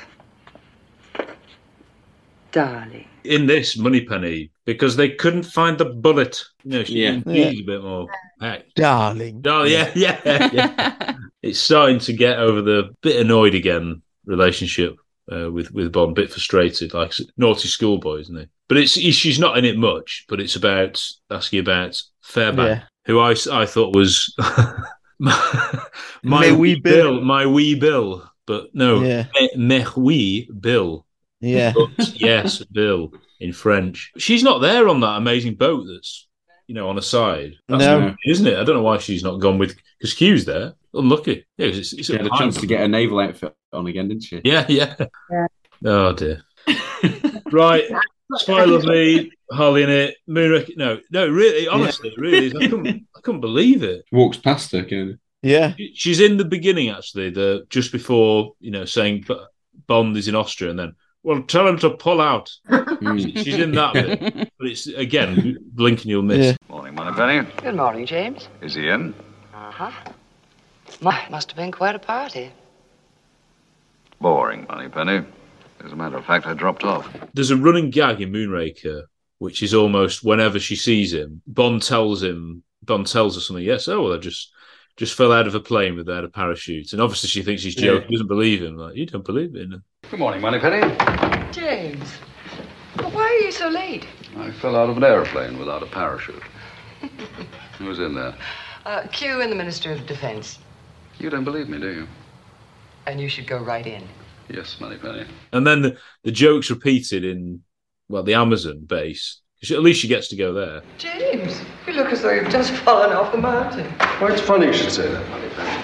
[SPEAKER 8] Darling.
[SPEAKER 2] In this Moneypenny, because they couldn't find the bullet. You know, she
[SPEAKER 1] Yeah.
[SPEAKER 2] yeah. needs a bit more. Heck.
[SPEAKER 6] Darling.
[SPEAKER 2] Oh, yeah, yeah. yeah. it's starting to get over the bit annoyed again relationship uh, with with Bond, bit frustrated, like naughty schoolboy, isn't he? But it's he- she's not in it much. But it's about asking about Fairbank,
[SPEAKER 6] Yeah.
[SPEAKER 2] who I, s- I thought was my
[SPEAKER 6] Me wee Bill.
[SPEAKER 2] my wee Bill, but no,
[SPEAKER 6] Yeah.
[SPEAKER 2] me, meh wee Bill.
[SPEAKER 6] Yeah.
[SPEAKER 2] But yes, Bill in French. She's not there on that amazing boat that's you know on a side. That's
[SPEAKER 6] No.
[SPEAKER 2] amazing, isn't it? I don't know why she's not gone with because Q's there. Unlucky. Yeah, 'cause it's, it's
[SPEAKER 1] She had a chance to get a naval outfit on again, didn't she?
[SPEAKER 2] Yeah, yeah.
[SPEAKER 4] Yeah.
[SPEAKER 2] Oh dear. right. Spy Love Me, Harley in it, Moonraker. No, no, really, honestly, it really, is. I couldn't, I couldn't believe it.
[SPEAKER 1] Walks past her, kind of.
[SPEAKER 6] Yeah.
[SPEAKER 2] She's in the beginning, actually, the just before you know saying "B- Bond is in Austria, and then well, tell him to pull out.
[SPEAKER 19] Hmm.
[SPEAKER 2] She's in that bit, but it's again blink and you'll miss.
[SPEAKER 19] Morning, Moneypenny.
[SPEAKER 8] Good morning, James.
[SPEAKER 19] Is he in?
[SPEAKER 8] Uh huh. My, must have been quite a party.
[SPEAKER 19] Boring, Moneypenny. As a matter of fact, I dropped off.
[SPEAKER 2] There's a running gag in Moonraker, which is almost whenever she sees him, Bond tells him, Bond tells her something. Yes, oh well, I just just fell out of a plane without a parachute, and obviously she thinks he's joking.
[SPEAKER 19] Yeah.
[SPEAKER 2] Doesn't believe him. Like you don't believe it.
[SPEAKER 19] Good morning, Moneypenny.
[SPEAKER 8] James, why are you so late?
[SPEAKER 19] I fell out of an airplane without a parachute. Who was in there?
[SPEAKER 8] Uh, Q and the Minister of Defense.
[SPEAKER 19] You don't believe me, do you?
[SPEAKER 8] And you should go right in.
[SPEAKER 19] Yes, Moneypenny.
[SPEAKER 2] And then the, the joke's repeated in well the Amazon base. 'Cause At least she gets to go there.
[SPEAKER 8] James, you look as though you've just fallen off the mountain.
[SPEAKER 20] Well, it's funny you should say that, Moneypenny.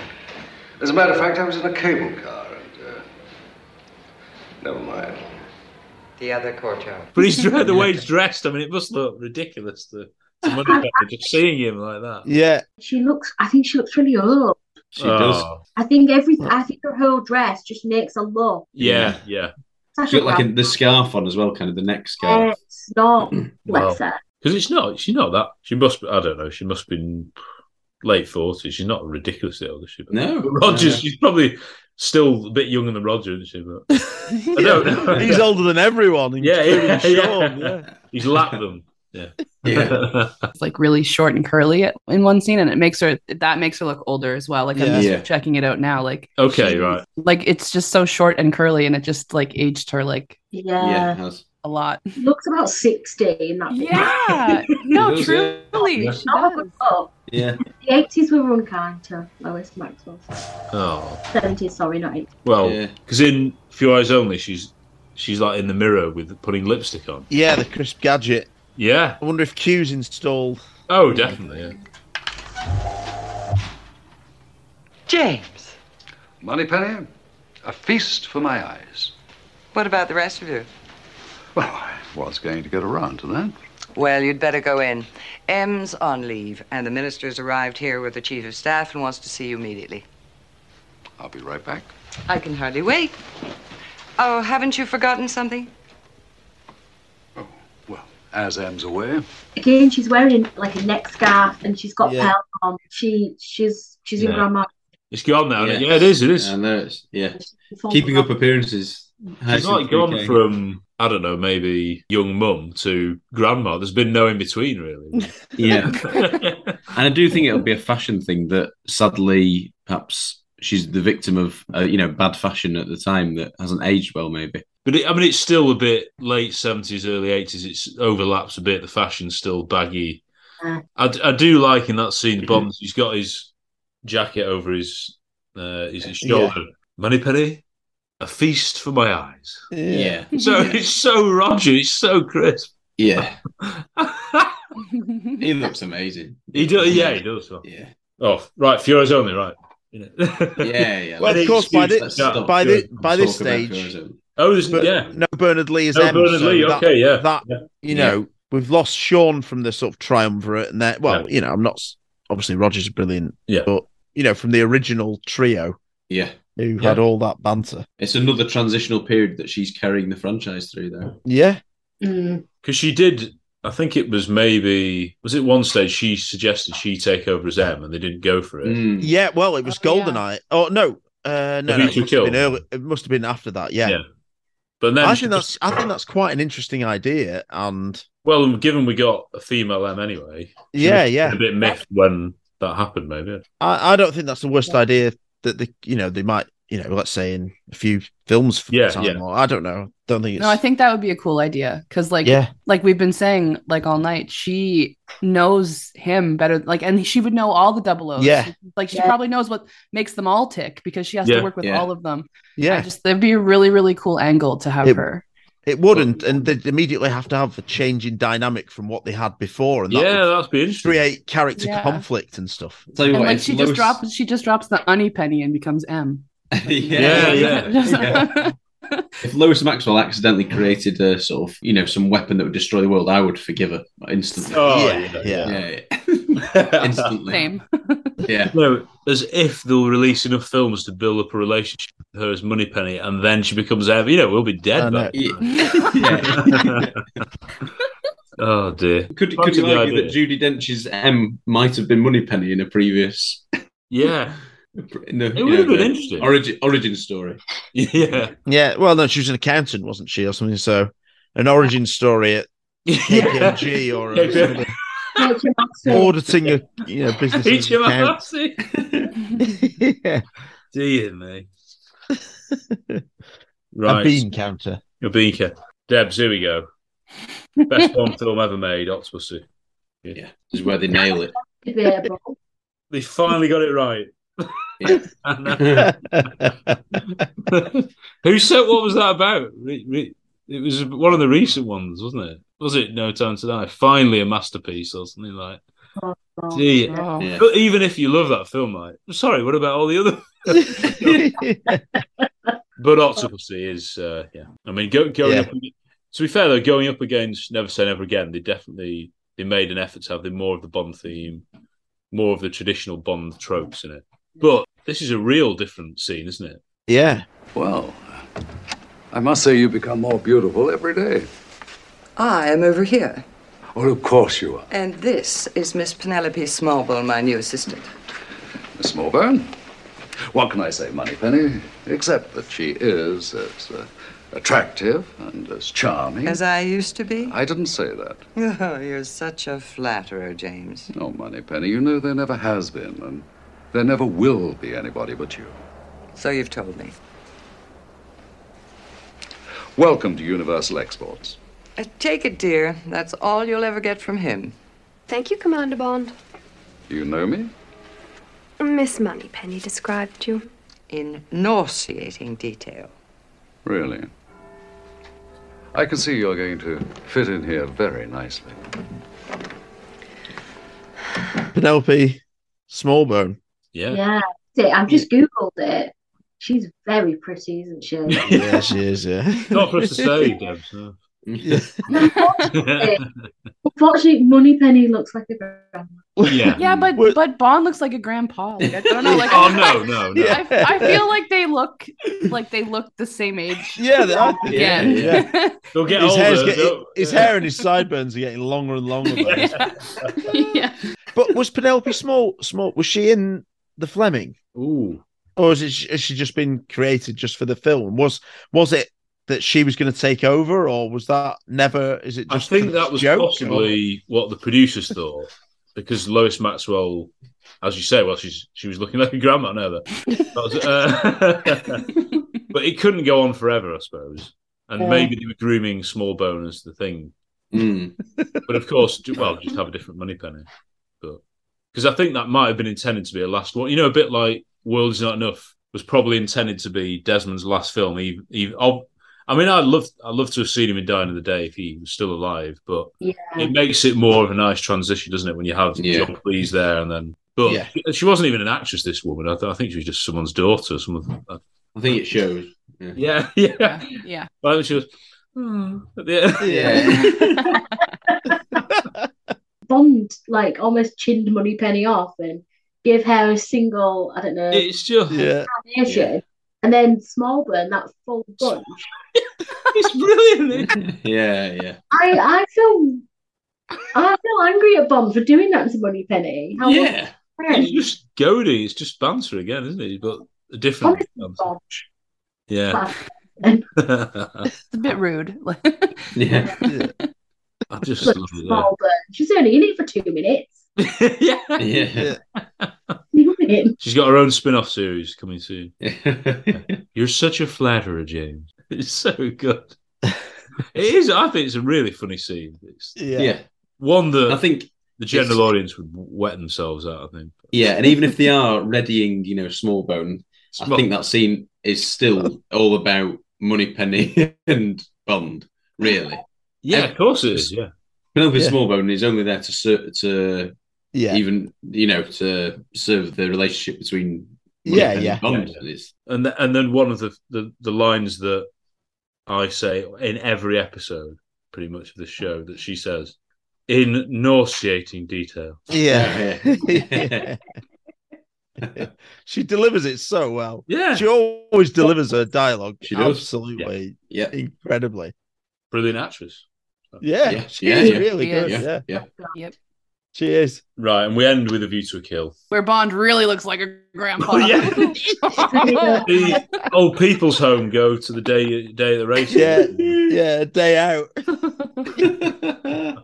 [SPEAKER 20] As a matter of fact, I was in a cable car and. Uh, never mind.
[SPEAKER 8] The other courtyard.
[SPEAKER 2] But he's dre- the way he's dressed. I mean, it must look ridiculous to, to Moneypenny just seeing him like that.
[SPEAKER 6] Yeah.
[SPEAKER 4] She looks. I think she looks really old.
[SPEAKER 2] She does.
[SPEAKER 1] Oh,
[SPEAKER 4] I think every. I think her whole dress just makes a look.
[SPEAKER 1] Yeah, yeah.
[SPEAKER 4] Such
[SPEAKER 1] She
[SPEAKER 4] a
[SPEAKER 1] got like a, Mm-hmm.
[SPEAKER 4] bad-
[SPEAKER 1] the scarf on as well, kind of the neck scarf.
[SPEAKER 4] It's not. Uh, Bless her.
[SPEAKER 2] Because it's not, she's not that. She must. Be, I don't know. She must be in late forties. She's not ridiculously old, is she? But-
[SPEAKER 1] No.
[SPEAKER 2] but Rogers.
[SPEAKER 1] No.
[SPEAKER 2] She's probably still a bit younger than Roger, isn't she? But I don't know.
[SPEAKER 6] He's older than everyone.
[SPEAKER 2] Yeah,
[SPEAKER 6] including
[SPEAKER 2] yeah,
[SPEAKER 6] Sean,
[SPEAKER 2] yeah.
[SPEAKER 6] yeah.
[SPEAKER 2] He's lapped them. Yeah.
[SPEAKER 7] It's like really short and curly at- in one scene, and it makes her that makes her look older as well. Like I'm
[SPEAKER 2] Yeah.
[SPEAKER 7] just
[SPEAKER 2] Yeah.
[SPEAKER 7] checking it out now. Like
[SPEAKER 2] Okay, right.
[SPEAKER 7] like it's just so short and curly, and it just like aged her like
[SPEAKER 4] Yeah. Yeah, it
[SPEAKER 7] a lot.
[SPEAKER 4] She looks about sixty in that.
[SPEAKER 7] Yeah.
[SPEAKER 4] no,
[SPEAKER 7] She does, yeah. truly,
[SPEAKER 4] Yeah.
[SPEAKER 7] she
[SPEAKER 1] Yeah.
[SPEAKER 4] The eighties were unkind to Lois Maxwell.
[SPEAKER 2] Oh
[SPEAKER 4] Seventies, sorry, not eighties.
[SPEAKER 2] well, because in Few Eyes Only, she's she's like in the mirror with putting lipstick on.
[SPEAKER 6] Yeah, the crisp gadget.
[SPEAKER 2] Yeah.
[SPEAKER 6] I wonder if Q's installed.
[SPEAKER 2] Oh, definitely. Yeah.
[SPEAKER 8] James,
[SPEAKER 19] Moneypenny, a feast for my eyes.
[SPEAKER 8] what about the rest of you?
[SPEAKER 19] Was going to get around to that.
[SPEAKER 8] Well, you'd better go in. M's on leave, and the minister's arrived here with the chief of staff and wants to see you immediately.
[SPEAKER 19] I'll be right back.
[SPEAKER 8] I can hardly wait. Oh, haven't you forgotten something?
[SPEAKER 19] As M's away.
[SPEAKER 4] Again, she's wearing like a neck scarf and she's got
[SPEAKER 1] Yeah.
[SPEAKER 4] pelt on. She she's she's in
[SPEAKER 1] Yeah.
[SPEAKER 4] grandma.
[SPEAKER 2] It's gone now. Yeah, yeah it is. It is.
[SPEAKER 1] I know it's yeah. Keeping up appearances.
[SPEAKER 2] She's like gone from I don't know, maybe young mum to grandma. There's been no in between, really.
[SPEAKER 1] Yeah. and I do think it'll be a fashion thing that sadly perhaps she's the victim of uh, you know bad fashion at the time that hasn't aged well maybe.
[SPEAKER 2] But it, I mean, it's still a bit late seventies, early eighties. It's overlaps a bit. The fashion's still baggy.
[SPEAKER 4] Mm.
[SPEAKER 2] I, d- I do like in that scene, Bond. He's got his jacket over his uh, his, his shoulder. Moneypenny, a feast for my eyes.
[SPEAKER 1] Yeah.
[SPEAKER 2] So it's so Roger. It's so crisp.
[SPEAKER 1] Yeah. he looks amazing.
[SPEAKER 2] He does. Yeah, he does. Yeah. Oh, right. Fiora's only right.
[SPEAKER 1] Yeah, yeah.
[SPEAKER 6] Well, of
[SPEAKER 2] Any
[SPEAKER 6] course, by
[SPEAKER 2] excuse
[SPEAKER 6] this
[SPEAKER 2] that-
[SPEAKER 6] by this
[SPEAKER 2] Good.
[SPEAKER 6] by this
[SPEAKER 2] Talk about
[SPEAKER 6] stage,
[SPEAKER 1] Fiora's
[SPEAKER 2] oh, there's
[SPEAKER 6] but
[SPEAKER 2] yeah.
[SPEAKER 6] no Bernard Lee is
[SPEAKER 2] No
[SPEAKER 6] M,
[SPEAKER 2] Oh, Bernard
[SPEAKER 6] so
[SPEAKER 2] Lee,
[SPEAKER 6] that-
[SPEAKER 2] okay, yeah.
[SPEAKER 6] that you know we've lost Sean from the sort of triumvirate, and that well, you know, I'm not s- obviously Rogers is brilliant,
[SPEAKER 2] yeah,
[SPEAKER 6] but you know, from the original trio,
[SPEAKER 1] Yeah.
[SPEAKER 6] who
[SPEAKER 1] Yeah.
[SPEAKER 6] had all that banter,
[SPEAKER 1] It's another transitional period that she's carrying the franchise through though.
[SPEAKER 6] yeah,
[SPEAKER 2] Because she did, I think it was maybe, was it one stage she suggested she take over as M and they didn't go for it?
[SPEAKER 6] yeah. Well, it was Goldeneye. Oh no, uh, no,
[SPEAKER 2] Mm. The
[SPEAKER 6] no, it
[SPEAKER 2] Future
[SPEAKER 6] must have been
[SPEAKER 2] Kill.
[SPEAKER 6] early. It must have been after that. Yeah,
[SPEAKER 2] But then,
[SPEAKER 6] I think that's I think that's quite an interesting idea, and
[SPEAKER 2] well, given we got a female M anyway, she must
[SPEAKER 6] Yeah,
[SPEAKER 2] have
[SPEAKER 6] yeah.
[SPEAKER 2] been a bit miffed when that happened, maybe.
[SPEAKER 6] I, I don't think that's the worst idea that they you know they might you know let's say in a few films for
[SPEAKER 2] Yeah,
[SPEAKER 6] time
[SPEAKER 2] yeah.
[SPEAKER 6] or I don't know. Don't think it's
[SPEAKER 7] No, I think that would be a cool idea because, like,
[SPEAKER 6] Yeah.
[SPEAKER 7] like we've been saying, like all night, she knows him better. Like, and she would know all the double O's.
[SPEAKER 6] Yeah.
[SPEAKER 7] like she
[SPEAKER 6] Yeah.
[SPEAKER 7] probably knows what makes them all tick because she has
[SPEAKER 6] Yeah.
[SPEAKER 7] to work with
[SPEAKER 6] Yeah.
[SPEAKER 7] all of them.
[SPEAKER 6] Yeah.
[SPEAKER 7] I just that'd be a really, really cool angle to have
[SPEAKER 6] It-
[SPEAKER 7] her.
[SPEAKER 6] It wouldn't, and they'd immediately have to have a change in dynamic from what they had before, and that
[SPEAKER 2] Yeah,
[SPEAKER 6] would
[SPEAKER 2] that'd be interesting.
[SPEAKER 6] create character
[SPEAKER 7] Yeah.
[SPEAKER 6] conflict and stuff.
[SPEAKER 1] Tell
[SPEAKER 7] and like she just drops, she just drops the honey penny and becomes M.
[SPEAKER 1] yeah, yeah. If Lois Maxwell accidentally created a sort of, you know, some weapon that would destroy the world, I would forgive her instantly.
[SPEAKER 2] Oh, Yeah,
[SPEAKER 1] yeah,
[SPEAKER 2] yeah.
[SPEAKER 1] yeah. instantly.
[SPEAKER 7] Same.
[SPEAKER 1] Yeah.
[SPEAKER 2] No, as if they'll release enough films to build up a relationship with her as Moneypenny and then she becomes M. You know, we'll be
[SPEAKER 6] I
[SPEAKER 2] dead.
[SPEAKER 6] know.
[SPEAKER 2] by then. oh, dear.
[SPEAKER 1] Could could
[SPEAKER 2] Fancy
[SPEAKER 1] you
[SPEAKER 2] the
[SPEAKER 1] argue that
[SPEAKER 2] idea.
[SPEAKER 1] Judy Dench's M might have been Moneypenny in a previous?
[SPEAKER 2] Yeah,
[SPEAKER 1] In the,
[SPEAKER 6] It
[SPEAKER 1] you
[SPEAKER 6] would have
[SPEAKER 1] know,
[SPEAKER 6] been
[SPEAKER 1] the
[SPEAKER 6] interesting.
[SPEAKER 1] Origin, origin story.
[SPEAKER 2] yeah.
[SPEAKER 6] Yeah. Well, no, she was an accountant, wasn't she, or something? So, an origin story at KPMG or
[SPEAKER 2] Yeah.
[SPEAKER 6] something. auditing your you know business accounts. yeah.
[SPEAKER 2] Dear me. Right.
[SPEAKER 6] A bean counter.
[SPEAKER 2] Your beaker. Debs, here we go. Best one film ever made, Octopussy. Yeah.
[SPEAKER 1] This is where they nail it.
[SPEAKER 2] They finally got it right. Who said what was that about? Re- re- It was one of the recent ones, wasn't it? Was it No Time to Die? Finally, a masterpiece or something like. Gee,
[SPEAKER 7] Oh. Yeah.
[SPEAKER 2] but even if you love that film, like, I'm sorry, what about all the other? but Octopussy is, uh, yeah. I mean, go, going
[SPEAKER 6] Yeah.
[SPEAKER 2] up. To be fair, though, going up against Never Say Never Again, they definitely they made an effort to have the more of the Bond theme, more of the traditional Bond tropes in it. But this is a real different scene, isn't it?
[SPEAKER 6] Yeah.
[SPEAKER 20] Well, I must say you become more beautiful every day.
[SPEAKER 8] I am over here.
[SPEAKER 20] Well, of course you are,
[SPEAKER 8] And this is Miss Penelope Smallbone, my new assistant.
[SPEAKER 20] Miss Morburn. What can I say, Moneypenny? Except that she is as uh, attractive and as charming.
[SPEAKER 8] As I used to be?
[SPEAKER 20] I didn't say that.
[SPEAKER 8] Oh, you're such a flatterer, James.
[SPEAKER 20] No, Moneypenny, you know there never has been, and there never will be anybody but you.
[SPEAKER 8] So you've told me.
[SPEAKER 20] Welcome to Universal Exports.
[SPEAKER 8] Uh, take it, dear. That's all you'll ever get from him.
[SPEAKER 3] Thank you, Commander Bond.
[SPEAKER 20] You know me?
[SPEAKER 3] Miss Moneypenny described you.
[SPEAKER 8] In nauseating detail.
[SPEAKER 20] Really? I can see you're going to fit in here very nicely.
[SPEAKER 6] Penelope Smallbone.
[SPEAKER 2] Yeah.
[SPEAKER 4] Yeah, that's it. I've just googled it. She's very pretty, isn't she?
[SPEAKER 6] Yeah, she is. Yeah.
[SPEAKER 2] Not for us to say, Debs. no.
[SPEAKER 4] Unfortunately, Moneypenny looks like a grandma.
[SPEAKER 2] yeah.
[SPEAKER 7] Yeah, but but Bond looks like a grandpa. Like, I don't know. Like,
[SPEAKER 2] oh no, no, no.
[SPEAKER 7] I, I feel like they look like they look the same age.
[SPEAKER 6] Yeah, they are.
[SPEAKER 7] Again.
[SPEAKER 6] Yeah,
[SPEAKER 2] They'll get
[SPEAKER 6] his,
[SPEAKER 2] older.
[SPEAKER 6] hair's get-
[SPEAKER 2] they'll-
[SPEAKER 6] his hair and his sideburns are getting longer and longer. though. But was Penelope Small Small was she in the Fleming?
[SPEAKER 2] Ooh.
[SPEAKER 6] Or is it, has she just been created just for the film? Was was it that she was going to take over, or was that never? Is it?
[SPEAKER 2] I
[SPEAKER 6] Just
[SPEAKER 2] think that was
[SPEAKER 6] joke, or-
[SPEAKER 2] possibly what the producers thought because Lois Maxwell, as you say, well, she's she was looking like a grandma now. That, that was, uh, but it couldn't go on forever, I suppose. And
[SPEAKER 1] Yeah.
[SPEAKER 2] maybe they were grooming Smallbone as the thing.
[SPEAKER 6] Hmm.
[SPEAKER 2] But of course, ju- well, just have a different money penny. But because I think that might have been intended to be a last one. You know, a bit like World Is Not Enough was probably intended to be Desmond's last film. He, he, ob- I mean, I'd love, I'd love to have seen him in Dying of the Day if he was still alive, but
[SPEAKER 4] Yeah.
[SPEAKER 2] it makes it more of a nice transition, doesn't it, when you have
[SPEAKER 1] Yeah.
[SPEAKER 2] John Cleese there and then. But
[SPEAKER 1] Yeah.
[SPEAKER 2] she- she wasn't even an actress, this woman. I, th- I think she was just someone's daughter. Someone. uh,
[SPEAKER 1] I think it shows.
[SPEAKER 2] Yeah, yeah. yeah.
[SPEAKER 7] yeah.
[SPEAKER 2] Well, she was. "Hmm," at the end.
[SPEAKER 4] Bond like almost chinned Moneypenny off and gave her a single, I don't know,
[SPEAKER 2] It's just.
[SPEAKER 4] carnation. And then Smallburn, that full bunch.
[SPEAKER 2] it's brilliant.
[SPEAKER 1] Yeah, yeah.
[SPEAKER 4] I, I feel I feel angry at Bond for doing that to Moneypenny. How
[SPEAKER 2] Yeah.
[SPEAKER 4] friend.
[SPEAKER 2] It's just goading. It's just banter again, isn't it? But a different. banter. Yeah.
[SPEAKER 7] It's a bit rude.
[SPEAKER 2] yeah. I just love it. yeah.
[SPEAKER 4] Smallburn. She's only in it for two minutes.
[SPEAKER 2] Yeah. She's got her own spin off series coming soon. You're such a flatterer, James. It's so good. It is. I think it's a really funny scene. It's,
[SPEAKER 1] Yeah. Yeah.
[SPEAKER 2] One that
[SPEAKER 1] I think
[SPEAKER 2] the general audience would wet themselves out, I think.
[SPEAKER 1] Yeah, and even if they are readying, you know, Smallbone, I
[SPEAKER 2] Small-
[SPEAKER 1] think that scene is still all about Moneypenny and Bond, really.
[SPEAKER 2] Yeah, of course it is. Yeah.
[SPEAKER 1] Penelope
[SPEAKER 2] Yeah.
[SPEAKER 1] Smallbone is only there to ser- to
[SPEAKER 6] yeah.
[SPEAKER 1] even you know to serve the relationship between
[SPEAKER 2] Yeah,
[SPEAKER 1] Moneypenny and
[SPEAKER 2] yeah.
[SPEAKER 1] Bond.
[SPEAKER 2] Yeah,
[SPEAKER 1] And it's-
[SPEAKER 2] and th- and then one of the, the the lines that I say in every episode, pretty much of the show, that she says in nauseating detail.
[SPEAKER 6] Yeah. she delivers it so well.
[SPEAKER 2] Yeah.
[SPEAKER 6] She always delivers her dialogue.
[SPEAKER 2] She does.
[SPEAKER 6] absolutely,
[SPEAKER 1] yeah.
[SPEAKER 6] incredibly.
[SPEAKER 2] Brilliant actress.
[SPEAKER 6] Yeah,
[SPEAKER 2] Yeah,
[SPEAKER 7] Oh.
[SPEAKER 6] she
[SPEAKER 2] yeah,
[SPEAKER 6] is
[SPEAKER 2] yeah.
[SPEAKER 6] really
[SPEAKER 2] She
[SPEAKER 6] good.
[SPEAKER 2] is.
[SPEAKER 6] Yeah,
[SPEAKER 2] Yeah.
[SPEAKER 7] Yep.
[SPEAKER 6] She is.
[SPEAKER 2] Right, and we end with a view to a kill.
[SPEAKER 7] Where Bond really looks like a
[SPEAKER 6] Oh,
[SPEAKER 7] grandpa.
[SPEAKER 2] The old people's home go to the day day of the race.
[SPEAKER 6] Yeah, yeah, day out.
[SPEAKER 2] Uh,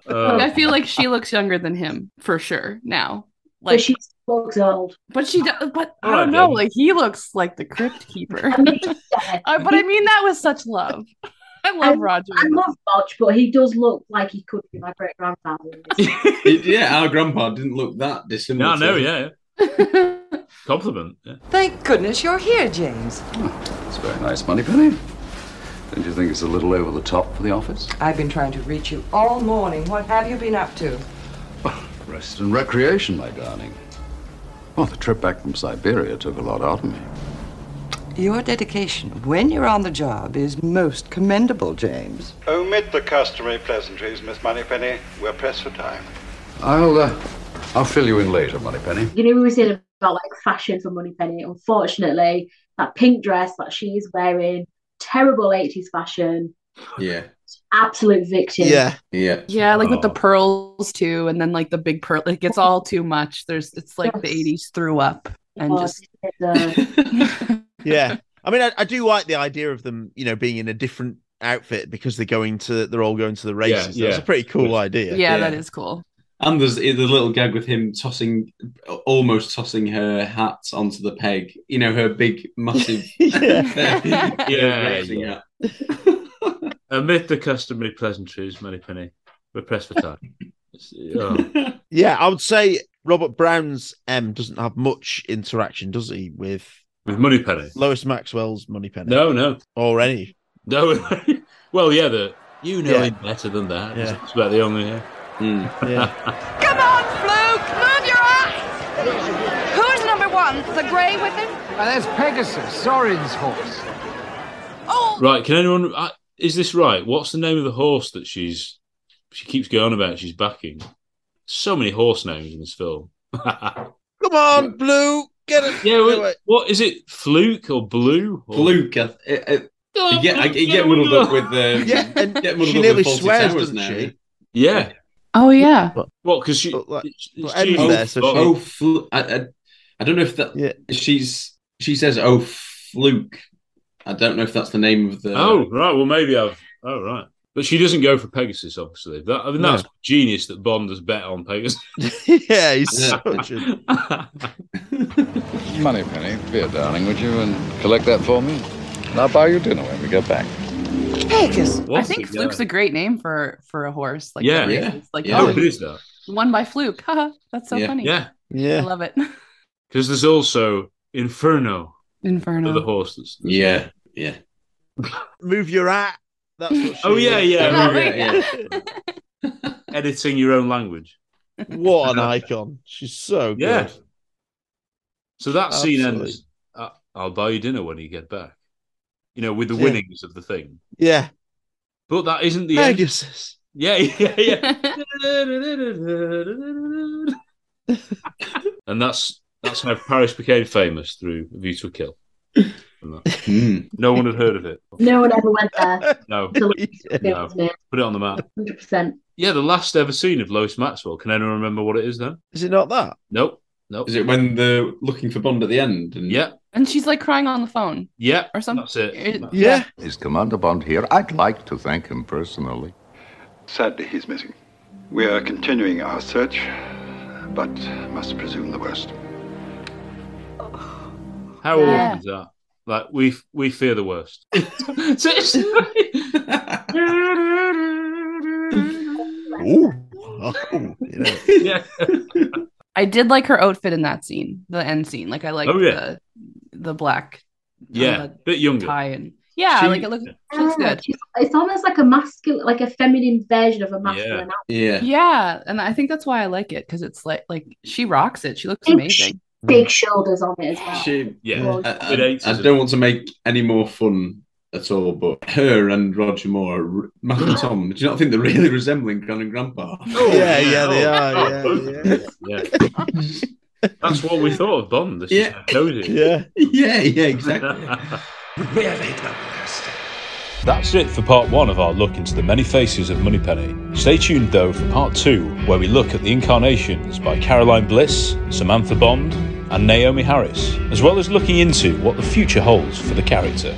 [SPEAKER 7] Like, I feel like she looks younger than him for sure now.
[SPEAKER 4] Like she looks old.
[SPEAKER 7] But she does. But I don't know. Like he looks like the crypt keeper. Uh, but I mean that with such love. I love Roger.
[SPEAKER 4] I love Bodge, but he does look like he could be my great grandfather.
[SPEAKER 1] yeah, our grandpa didn't look that dissimilar.
[SPEAKER 2] Yeah, I know,
[SPEAKER 1] to-
[SPEAKER 2] yeah. Compliment. Yeah.
[SPEAKER 8] Thank goodness you're here, James.
[SPEAKER 20] It's very nice, Moneypenny. Don't you think it's a little over the top for the office?
[SPEAKER 8] I've been trying to reach you all morning. What have you been up to?
[SPEAKER 20] Rest and recreation, my darling. Well, the trip back from Siberia took a lot out of me.
[SPEAKER 8] Your dedication when you're on the job is most commendable, James.
[SPEAKER 16] Omit the customary pleasantries, Miss Moneypenny. We're pressed for time.
[SPEAKER 20] I'll, uh, I'll fill you in later, Moneypenny.
[SPEAKER 4] You know, we were saying about like fashion for Moneypenny. Unfortunately, that pink dress that she's wearing, terrible 80s fashion,
[SPEAKER 1] Yeah.
[SPEAKER 4] absolute victim.
[SPEAKER 1] Yeah.
[SPEAKER 7] Yeah, like with the pearls too, and then like the big pearl. Like it's all too much. There's it's like the '80s threw up and
[SPEAKER 4] Oh,
[SPEAKER 7] just
[SPEAKER 6] Yeah. I mean, I, I do like the idea of them, you know, being in a different outfit because they're going to, they're all going to the races. That's
[SPEAKER 1] yeah.
[SPEAKER 6] a pretty cool idea.
[SPEAKER 7] yeah, that is cool.
[SPEAKER 1] And there's the little gag with him tossing, almost tossing her hat onto the peg. You know, her big, massive.
[SPEAKER 2] Yeah,
[SPEAKER 1] racing
[SPEAKER 2] yeah.
[SPEAKER 1] hat.
[SPEAKER 2] Amid the customary pleasantries, Moneypenny, we're pressed for time. It's- oh.
[SPEAKER 6] Yeah, I would say Robert Brown's M doesn't have much interaction, does he, with
[SPEAKER 2] with Moneypenny?
[SPEAKER 6] Lois Maxwell's Moneypenny.
[SPEAKER 2] No, no.
[SPEAKER 6] Or any.
[SPEAKER 2] No. well, yeah, the, you know
[SPEAKER 6] Yeah.
[SPEAKER 2] him better than that. It's about the only. Yeah.
[SPEAKER 1] Hmm.
[SPEAKER 6] yeah.
[SPEAKER 5] Come on, Fluke! Move your eyes! Who's number one? The grey with him?
[SPEAKER 21] Uh, that's Pegasus, Sorin's horse.
[SPEAKER 2] Right? Can anyone? I, is this right? What's the name of the horse that she's she keeps going about? She's backing. So many horse names in this film.
[SPEAKER 6] Come on, Blue, get it.
[SPEAKER 2] Yeah, well, what is it? Fluke or Blue? Or... Oh,
[SPEAKER 1] Fluke. I, You get, I, you get muddled up with the.
[SPEAKER 6] Yeah, and
[SPEAKER 1] get muddled
[SPEAKER 6] she
[SPEAKER 1] up
[SPEAKER 6] nearly
[SPEAKER 1] with Baltic
[SPEAKER 6] swears,
[SPEAKER 1] Towers
[SPEAKER 6] doesn't
[SPEAKER 1] now.
[SPEAKER 6] she?
[SPEAKER 2] Yeah.
[SPEAKER 7] Oh yeah.
[SPEAKER 2] Well, because she.
[SPEAKER 6] but
[SPEAKER 1] she-
[SPEAKER 6] Em's there, so
[SPEAKER 1] oh,
[SPEAKER 6] she-
[SPEAKER 1] flu- I, I, I don't know if that. She's she says, "Oh, fluke." I don't know if that's the name of the.
[SPEAKER 2] Oh right, well maybe I've. Oh right, but she doesn't go for Pegasus, obviously. That I mean,
[SPEAKER 1] No.
[SPEAKER 2] that's genius that Bond has bet on Pegasus.
[SPEAKER 6] yeah, he's such a.
[SPEAKER 20] Moneypenny, dear darling, would you and collect that for me? And I'll buy you dinner when we get back.
[SPEAKER 7] Pegasus. I
[SPEAKER 20] What's
[SPEAKER 7] think
[SPEAKER 20] the
[SPEAKER 7] Fluke's
[SPEAKER 20] guy?
[SPEAKER 7] a great name for for a horse. Like
[SPEAKER 20] Yeah,
[SPEAKER 7] that
[SPEAKER 20] yeah.
[SPEAKER 7] races, Like
[SPEAKER 20] Yeah.
[SPEAKER 7] oh,
[SPEAKER 20] How good is that?
[SPEAKER 7] Won by Fluke. Haha, that's so
[SPEAKER 2] yeah.
[SPEAKER 7] funny.
[SPEAKER 2] Yeah,
[SPEAKER 7] I love it.
[SPEAKER 2] Because there's also Inferno.
[SPEAKER 7] Inferno.
[SPEAKER 2] The horse. That's,
[SPEAKER 1] yeah, yeah.
[SPEAKER 6] Move your hat. That's what she
[SPEAKER 2] Oh yeah,
[SPEAKER 6] is.
[SPEAKER 2] yeah. Editing your own language.
[SPEAKER 6] What an icon. She's so good.
[SPEAKER 2] Yeah. So that scene
[SPEAKER 6] Absolutely.
[SPEAKER 2] ends. uh, I'll buy you dinner when you get back. You know, with the
[SPEAKER 6] Yeah.
[SPEAKER 2] winnings of the thing.
[SPEAKER 6] Yeah.
[SPEAKER 2] But that isn't the end.
[SPEAKER 6] Pegasus.
[SPEAKER 2] Yeah, yeah, yeah. and that's that's how Paris became famous through A View to a Kill. And that-
[SPEAKER 6] Hmm.
[SPEAKER 2] no one had heard of it.
[SPEAKER 4] No one ever went there.
[SPEAKER 2] No.
[SPEAKER 4] It's a
[SPEAKER 2] no.
[SPEAKER 4] lovely experience, mate.
[SPEAKER 2] Put it on the map.
[SPEAKER 4] 100%.
[SPEAKER 2] Yeah, the last ever seen of Lois Maxwell. Can anyone remember what it is then?
[SPEAKER 6] Is it not that?
[SPEAKER 2] Nope. Nope.
[SPEAKER 1] Is it when they're looking for Bond at the end? And...
[SPEAKER 2] Yeah.
[SPEAKER 7] And she's like crying on the phone.
[SPEAKER 2] Yeah.
[SPEAKER 7] Or something. Uh, That's it.
[SPEAKER 22] Is Commander Bond here? I'd like to thank him personally.
[SPEAKER 16] Sadly, he's missing. We are continuing our search, but must presume the worst.
[SPEAKER 2] How
[SPEAKER 16] Yeah.
[SPEAKER 2] old is that? Like we we fear the worst.
[SPEAKER 6] Ooh. Oh, yeah.
[SPEAKER 2] yeah.
[SPEAKER 7] I did like her outfit in that scene, the end scene. Like I like
[SPEAKER 2] Oh, yeah.
[SPEAKER 7] the the black
[SPEAKER 2] Yeah,
[SPEAKER 7] uh,
[SPEAKER 2] bit younger.
[SPEAKER 7] tie and yeah,
[SPEAKER 2] She-
[SPEAKER 7] like it looks looks
[SPEAKER 4] Yeah,
[SPEAKER 7] good.
[SPEAKER 4] she's- it's almost like a masculine, like a feminine version of a masculine outfit.
[SPEAKER 1] Yeah.
[SPEAKER 7] Yeah, and I think that's why I like it because it's like like she rocks it. She looks
[SPEAKER 4] Big
[SPEAKER 7] amazing.
[SPEAKER 4] Big shoulders on it as well.
[SPEAKER 1] Mm. She,
[SPEAKER 2] yeah.
[SPEAKER 1] I, I-
[SPEAKER 2] Mid-eighties,
[SPEAKER 1] I
[SPEAKER 2] isn't
[SPEAKER 1] don't want to make any more fun at all, but her and Roger Moore, are r- Matt and Tom, do you not think they're really resembling Gran and Grandpa?
[SPEAKER 6] yeah, yeah, they
[SPEAKER 1] Oh.
[SPEAKER 6] are. Yeah,
[SPEAKER 2] Oh, yeah. That's what we thought of Bond. This
[SPEAKER 1] Yeah.
[SPEAKER 2] is cozy.
[SPEAKER 6] Yeah.
[SPEAKER 1] yeah, yeah, exactly.
[SPEAKER 21] Where they done this?
[SPEAKER 2] That's it for part one of our look into the many faces of Moneypenny. Stay tuned though for part two, where we look at the incarnations by Caroline Bliss, Samantha Bond, and Naomi Harris, as well as looking into what the future holds for the character.